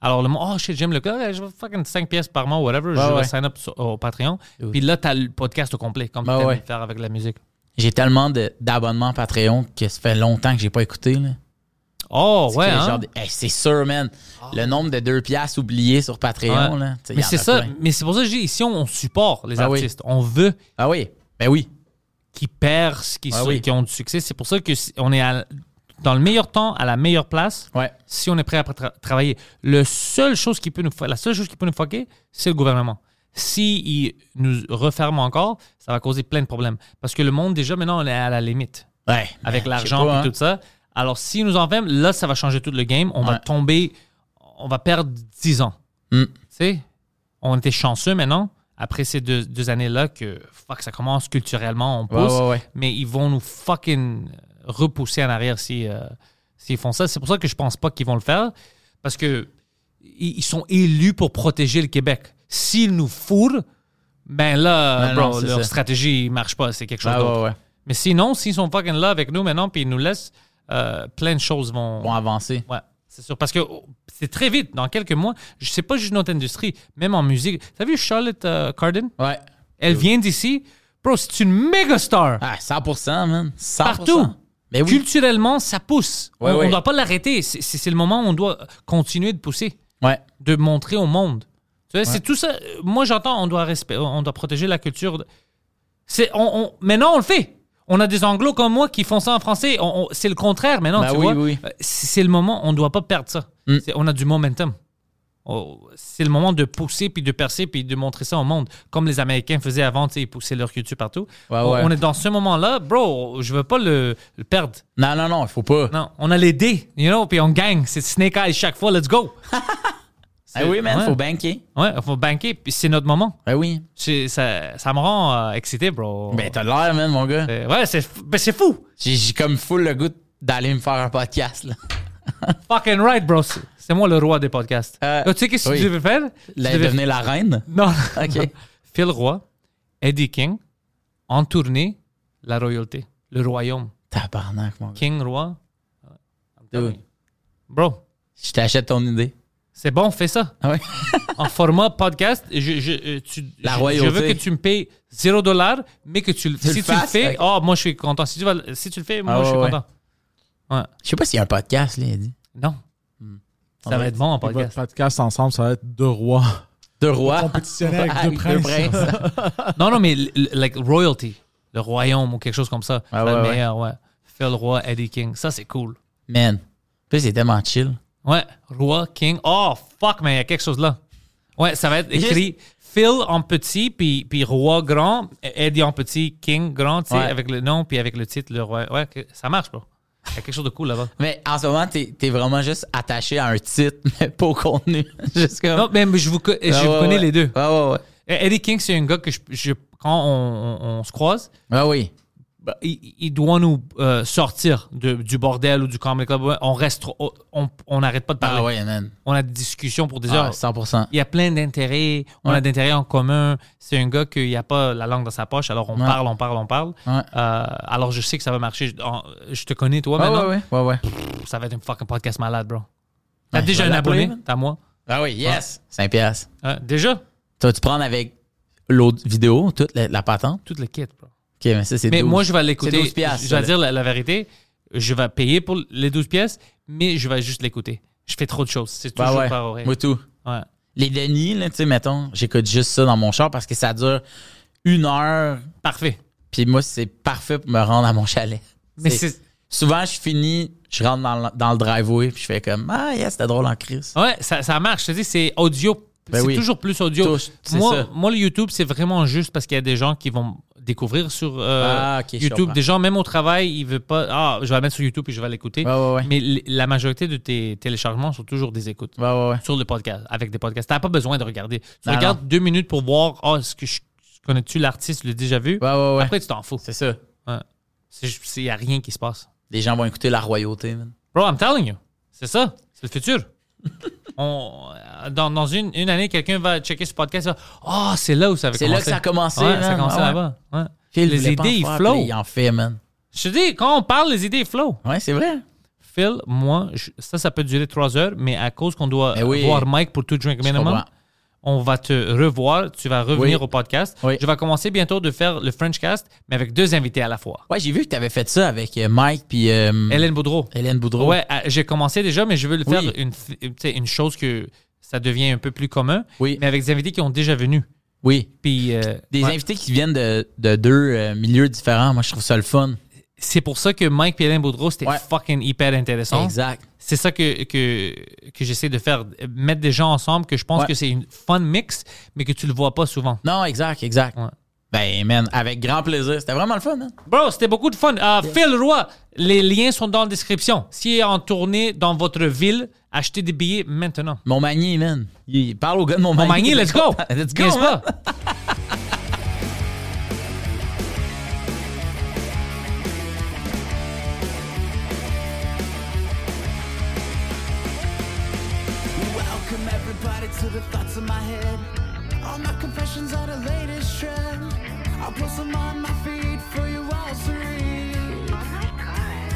S3: Alors, le monde, oh shit, j'aime le gars, je vais fucking 5 pièces par mois, whatever, je vais
S4: ouais.
S3: sign up sur- au Patreon. Puis là, tu as le podcast au complet, comme
S4: Ouais,
S3: tu
S4: ouais.
S3: le faire avec la musique.
S4: J'ai tellement de- d'abonnements Patreon que ça fait longtemps que j'ai pas écouté. Là.
S3: Oh,
S4: C'est
S3: ouais.
S4: que
S3: hein? Ah.
S4: genre des- hey, c'est sûr, man. Le nombre de deux piastres oubliés sur Patreon.
S3: Ouais.
S4: Là, Tu sais,
S3: mais
S4: y en
S3: c'est
S4: a
S3: ça,
S4: plein.
S3: mais c'est pour ça que je dis, ici, on, on supporte les
S4: Ah oui.
S3: artistes. On veut
S4: Ah oui. Ben oui.
S3: qu'ils percent, qu'ils
S4: Ah
S3: soient-
S4: oui.
S3: qu'ils ont du succès. C'est pour ça que si- on est à- dans le meilleur temps, à la meilleure place,
S4: Ouais.
S3: si on est prêt à tra- travailler. Le seule chose qui peut nous, fo- la seule chose qui peut nous foquer, c'est le gouvernement. S'ils nous referment encore, ça va causer plein de problèmes. Parce que le monde, déjà, maintenant, on est à la limite
S4: Ouais.
S3: avec
S4: Je sais
S3: l'argent
S4: pas,
S3: et
S4: hein.
S3: tout ça. Alors, s'ils nous enferment, là, ça va changer tout le game. On va
S4: Ouais.
S3: tomber, on va perdre 10 ans.
S4: Mm.
S3: Tu sais, on était chanceux maintenant, après ces deux, deux années-là, que fuck, ça commence culturellement, on pousse.
S4: ouais, ouais.
S3: Mais ils vont nous fucking repousser en arrière si, euh, s'ils font ça. C'est pour ça que je pense pas qu'ils vont le faire, parce que ils ils sont élus pour protéger le Québec. S'ils nous fourrent, ben là,
S4: Ben non,
S3: bro,
S4: c'est
S3: leur
S4: ça.
S3: stratégie marche pas, c'est quelque chose
S4: Ah,
S3: d'autre.
S4: ouais, ouais.
S3: Mais sinon, s'ils sont fucking là avec nous maintenant, puis ils nous laissent, euh, plein de choses vont.
S4: Bon, avancé.
S3: Ouais, c'est sûr. Parce que oh, c'est très vite, dans quelques mois. Je sais pas juste notre industrie, même en musique. T'as vu Charlotte euh, Cardin?
S4: Ouais.
S3: Elle vient d'ici. Bro, c'est une méga star.
S4: Ah, 100%, man. 100%.
S3: Partout.
S4: Mais Ben Eh oui.
S3: Culturellement, ça pousse.
S4: Ouais,
S3: on
S4: ouais.
S3: ne doit pas l'arrêter. C'est- C'est c'est le moment où on doit continuer de pousser,
S4: Ouais.
S3: de montrer au monde. Tu vois, C'est tout ça. Euh, Moi, j'entends, on doit respect- on doit protéger la culture. C'est, on, on- maintenant, on le fait. On a des anglos comme moi qui font ça en français. On- on- c'est le contraire maintenant,
S4: Ben
S3: tu
S4: oui,
S3: vois.
S4: oui.
S3: Euh, C'est c'est le moment, on ne doit pas perdre ça.
S4: Mm.
S3: C'est- On a du momentum. Oh, c'est le moment de pousser, puis de percer, puis de montrer ça au monde. Comme les Américains faisaient avant, tu sais, ils poussaient leur culture partout.
S4: Ouais,
S3: on,
S4: ouais.
S3: on est dans ce moment-là, bro, je veux pas le- le perdre.
S4: Non, non, non, il faut pas.
S3: Non, on a les dés, you know, puis on gagne. C'est Snake Eyes chaque fois,
S4: <laughs>
S3: let's go.
S4: Ah oui, man,
S3: Ouais.
S4: faut banquer.
S3: Ouais, faut banquer, puis c'est notre moment.
S4: Ben oui.
S3: C'est- Ça, ça me rend euh, excité, bro.
S4: Ben t'as l'air, man, mon gars.
S3: Euh, ouais, c'est f- ben, c'est fou.
S4: J'ai j'ai comme full le goût d'aller me faire un podcast, là.
S3: Fucking right, bro. C'est c'est moi le roi des podcasts.
S4: Euh,
S3: Yo, tu sais qu'est-ce que
S4: oui.
S3: tu devais faire? Tu
S4: Là,
S3: devais-
S4: devenir la reine.
S3: Non.
S4: <laughs> Ok.
S3: <laughs> Phil Roy, Eddie King, en tournée, la royauté, le royaume.
S4: Tabarnak, mon gars.
S3: King, roi.
S4: Dude,
S3: Bro,
S4: Je t'achète ton idée.
S3: C'est bon, fais ça.
S4: Ah ouais?
S3: En format podcast, je, je, euh, tu,
S4: La
S3: je-
S4: royauté.
S3: je veux que tu me payes 0 dollar, mais que tu, le-
S4: Tu le
S3: si tu
S4: fasses,
S3: le
S4: fait-
S3: fais, oh, moi je suis content. Si tu, vas- si tu le fais, moi
S4: Ah ouais,
S3: je suis
S4: ouais.
S3: content.
S4: Je sais pas s'il y a un podcast, là, il a dit.
S3: Non.
S4: On
S3: Ça va
S4: va
S3: être bon en
S5: Et Votre
S3: podcast.
S5: podcast ensemble, ça va être deux rois.
S4: Deux rois.
S5: Compétitionner avec deux princes.
S3: Non, non, mais l- l- like royalty, le royaume ou quelque chose comme ça.
S4: Ah
S3: c'est
S4: ouais,
S3: le
S4: ouais.
S3: meilleur, ouais. Phil Roy, Eddie King. Ça, c'est cool.
S4: Man. Puis c'est tellement chill.
S3: Ouais, Roi, King. Oh, fuck, mais il y a quelque chose là. Ouais, ça va être écrit Phil en petit, puis, puis Roi grand, Eddie en petit, King grand, tu sais,
S4: Ouais.
S3: avec le nom, puis avec le titre, le roi. Ouais, que- ça marche, bro. Il y a quelque chose de cool là-bas.
S4: Mais en ce moment, t'es t'es vraiment juste attaché à un titre, <laughs> mais pas au contenu. <laughs> <laughs> Juste comme-
S3: Non, mais je vous, co- je
S4: Ah,
S3: vous
S4: ouais,
S3: connais
S4: ouais.
S3: les deux.
S4: Ouais, ouais, ouais.
S3: Eh, Eddie King, c'est un gars que je, je- quand on, on- on se croise,
S4: Ah oui.
S3: bah, il, il doit nous euh, sortir de- du bordel ou du comedy club. Ouais, On reste, trop- on on n'arrête pas de parler.
S4: Ah ouais, man.
S3: On a des discussions pour des
S4: Ah,
S3: heures.
S4: 100%.
S3: il y a plein d'intérêts, on
S4: Ouais.
S3: a d'intérêts en commun. C'est un gars qui n'a pas la langue dans sa poche, alors on
S4: Ouais.
S3: parle, on parle, on parle.
S4: Ouais.
S3: Euh, alors je sais que ça va marcher. Je, en- je te connais, toi,
S4: Ouais,
S3: maintenant.
S4: ouais, ouais, ouais, ouais.
S3: Ça va être un fucking podcast malade, bro. T'as
S4: Ouais,
S3: déjà
S4: je
S3: un
S4: vais l'appeler,
S3: abonné,
S4: man.
S3: t'as moi.
S4: Ah oui, yes. 5 piastres.
S3: Euh, déjà,
S4: Tu vas-tu prendre avec l'autre vidéo, toute la, la patente?
S3: tout le kit, bro.
S4: OK, mais ça, c'est
S3: Mais
S4: 12.
S3: moi, je vais
S4: C'est
S3: l'écouter.
S4: 12 piastres,
S3: Je
S4: ça,
S3: vais
S4: là.
S3: dire la, la vérité. Je vais payer pour les 12 pièces, mais je vais juste l'écouter. Je fais trop de choses. C'est
S4: Bah
S3: toujours
S4: ouais.
S3: par oreille.
S4: Moi, tout.
S3: Ouais.
S4: Les Denis, là, tu sais, mettons, j'écoute juste ça dans mon char parce que ça dure une heure.
S3: Parfait.
S4: Puis moi, c'est parfait pour me rendre à mon chalet.
S3: Mais
S4: C'est-
S3: c'est.
S4: Souvent, je finis, je rentre dans le, dans le driveway, puis je fais comme Ah, yes, c'était drôle en crise.
S3: Ouais, ça, ça marche. Je te dis, c'est audio.
S4: Ben
S3: c'est
S4: oui.
S3: toujours plus audio.
S4: Touche, c'est ça.
S3: moi, euh, moi, le YouTube, c'est vraiment juste parce qu'il y a des gens qui vont découvrir sur euh,
S4: Ah, ok, je
S3: YouTube.
S4: comprends.
S3: Des gens, même au travail, ils veulent pas. Ah, je vais la mettre sur YouTube et je vais l'écouter.
S4: Ouais, ouais, ouais.
S3: Mais l- la majorité de tes téléchargements sont toujours des écoutes
S4: Ouais, ouais, ouais.
S3: sur le podcast, avec des podcasts. T'as pas besoin de regarder. Tu
S4: Non,
S3: regardes deux minutes pour voir, ah, est-ce que je connais-tu l'artiste, je l'ai déjà vu.
S4: Ouais, ouais, ouais.
S3: Après, tu t'en fous.
S4: C'est ça.
S3: Il n'y a rien qui se passe.
S4: Les gens vont écouter la royauté, man.
S3: Bro, I'm telling you. C'est ça. C'est
S4: <laughs>
S3: le futur. On, euh, dans dans une, une année, quelqu'un va checker ce podcast et va Ah, c'est là où ça avait
S4: C'est là que
S3: commencé.
S4: ça a commencé,
S3: Ouais,
S4: man.
S3: ça a commencé
S4: Ah ouais.
S3: là-bas. Ouais.
S4: Phil
S3: les
S4: voulait
S3: idées,
S4: pas en
S3: ils
S4: faire,
S3: flowent.
S4: puis Il en fait, man.
S3: Je te dis, quand on parle, les idées flow.
S4: Ouais, c'est vrai.
S3: Phil, moi, je- ça, ça peut durer trois heures, mais à cause qu'on doit
S4: Ben oui.
S3: voir Mike pour tout drink
S4: Je
S3: minimum,
S4: comprends.
S3: on va te revoir. Tu vas revenir
S4: Oui.
S3: au podcast.
S4: Oui.
S3: Je vais commencer bientôt de faire le Frenchcast, mais avec deux invités à la fois.
S4: Ouais, j'ai vu que t'avais fait ça avec euh, Mike puis euh,
S3: Hélène Boudreau.
S4: Hélène Boudreau.
S3: Ouais, euh, j'ai commencé déjà, mais je veux le
S4: Oui.
S3: faire une, f- tu sais, une chose que ça devient un peu plus commun,
S4: Oui.
S3: mais avec des invités qui ont déjà venu.
S4: Oui.
S3: Puis euh,
S4: Des
S3: ouais.
S4: invités qui viennent de, de deux euh, milieux différents. Moi, je trouve ça le fun.
S3: c'est pour ça que Mike et Hélène Boudreau, c'était
S4: Ouais.
S3: fucking hyper intéressant.
S4: Exact.
S3: C'est ça que, que, que j'essaie de faire, mettre des gens ensemble que je pense
S4: Ouais.
S3: que c'est une fun mix, mais que tu le vois pas souvent.
S4: Non, exact, exact.
S3: Ouais.
S4: Ben, man, avec grand plaisir. C'était vraiment le fun, hein?
S3: Bro, c'était beaucoup de fun. Euh, Phil Roy, les liens sont dans la description. S'il est en tournée dans votre ville, achetez des billets maintenant.
S4: Mon Magny, man. Il parle au gars de mon Magny.
S3: Montmagny, let's go!
S4: <laughs> Let's go,
S3: N'est-ce
S4: man.
S3: pas?
S2: Welcome everybody to the thoughts in my head. All my confessions are the latest trend. I'll post them on my feed for you all to read. Oh my god.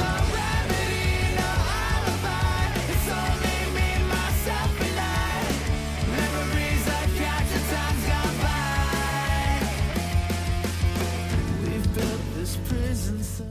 S2: No remedy, no alibi. It's only me, myself, and I. Memories I catch as time's gone by. We've built this prison cell.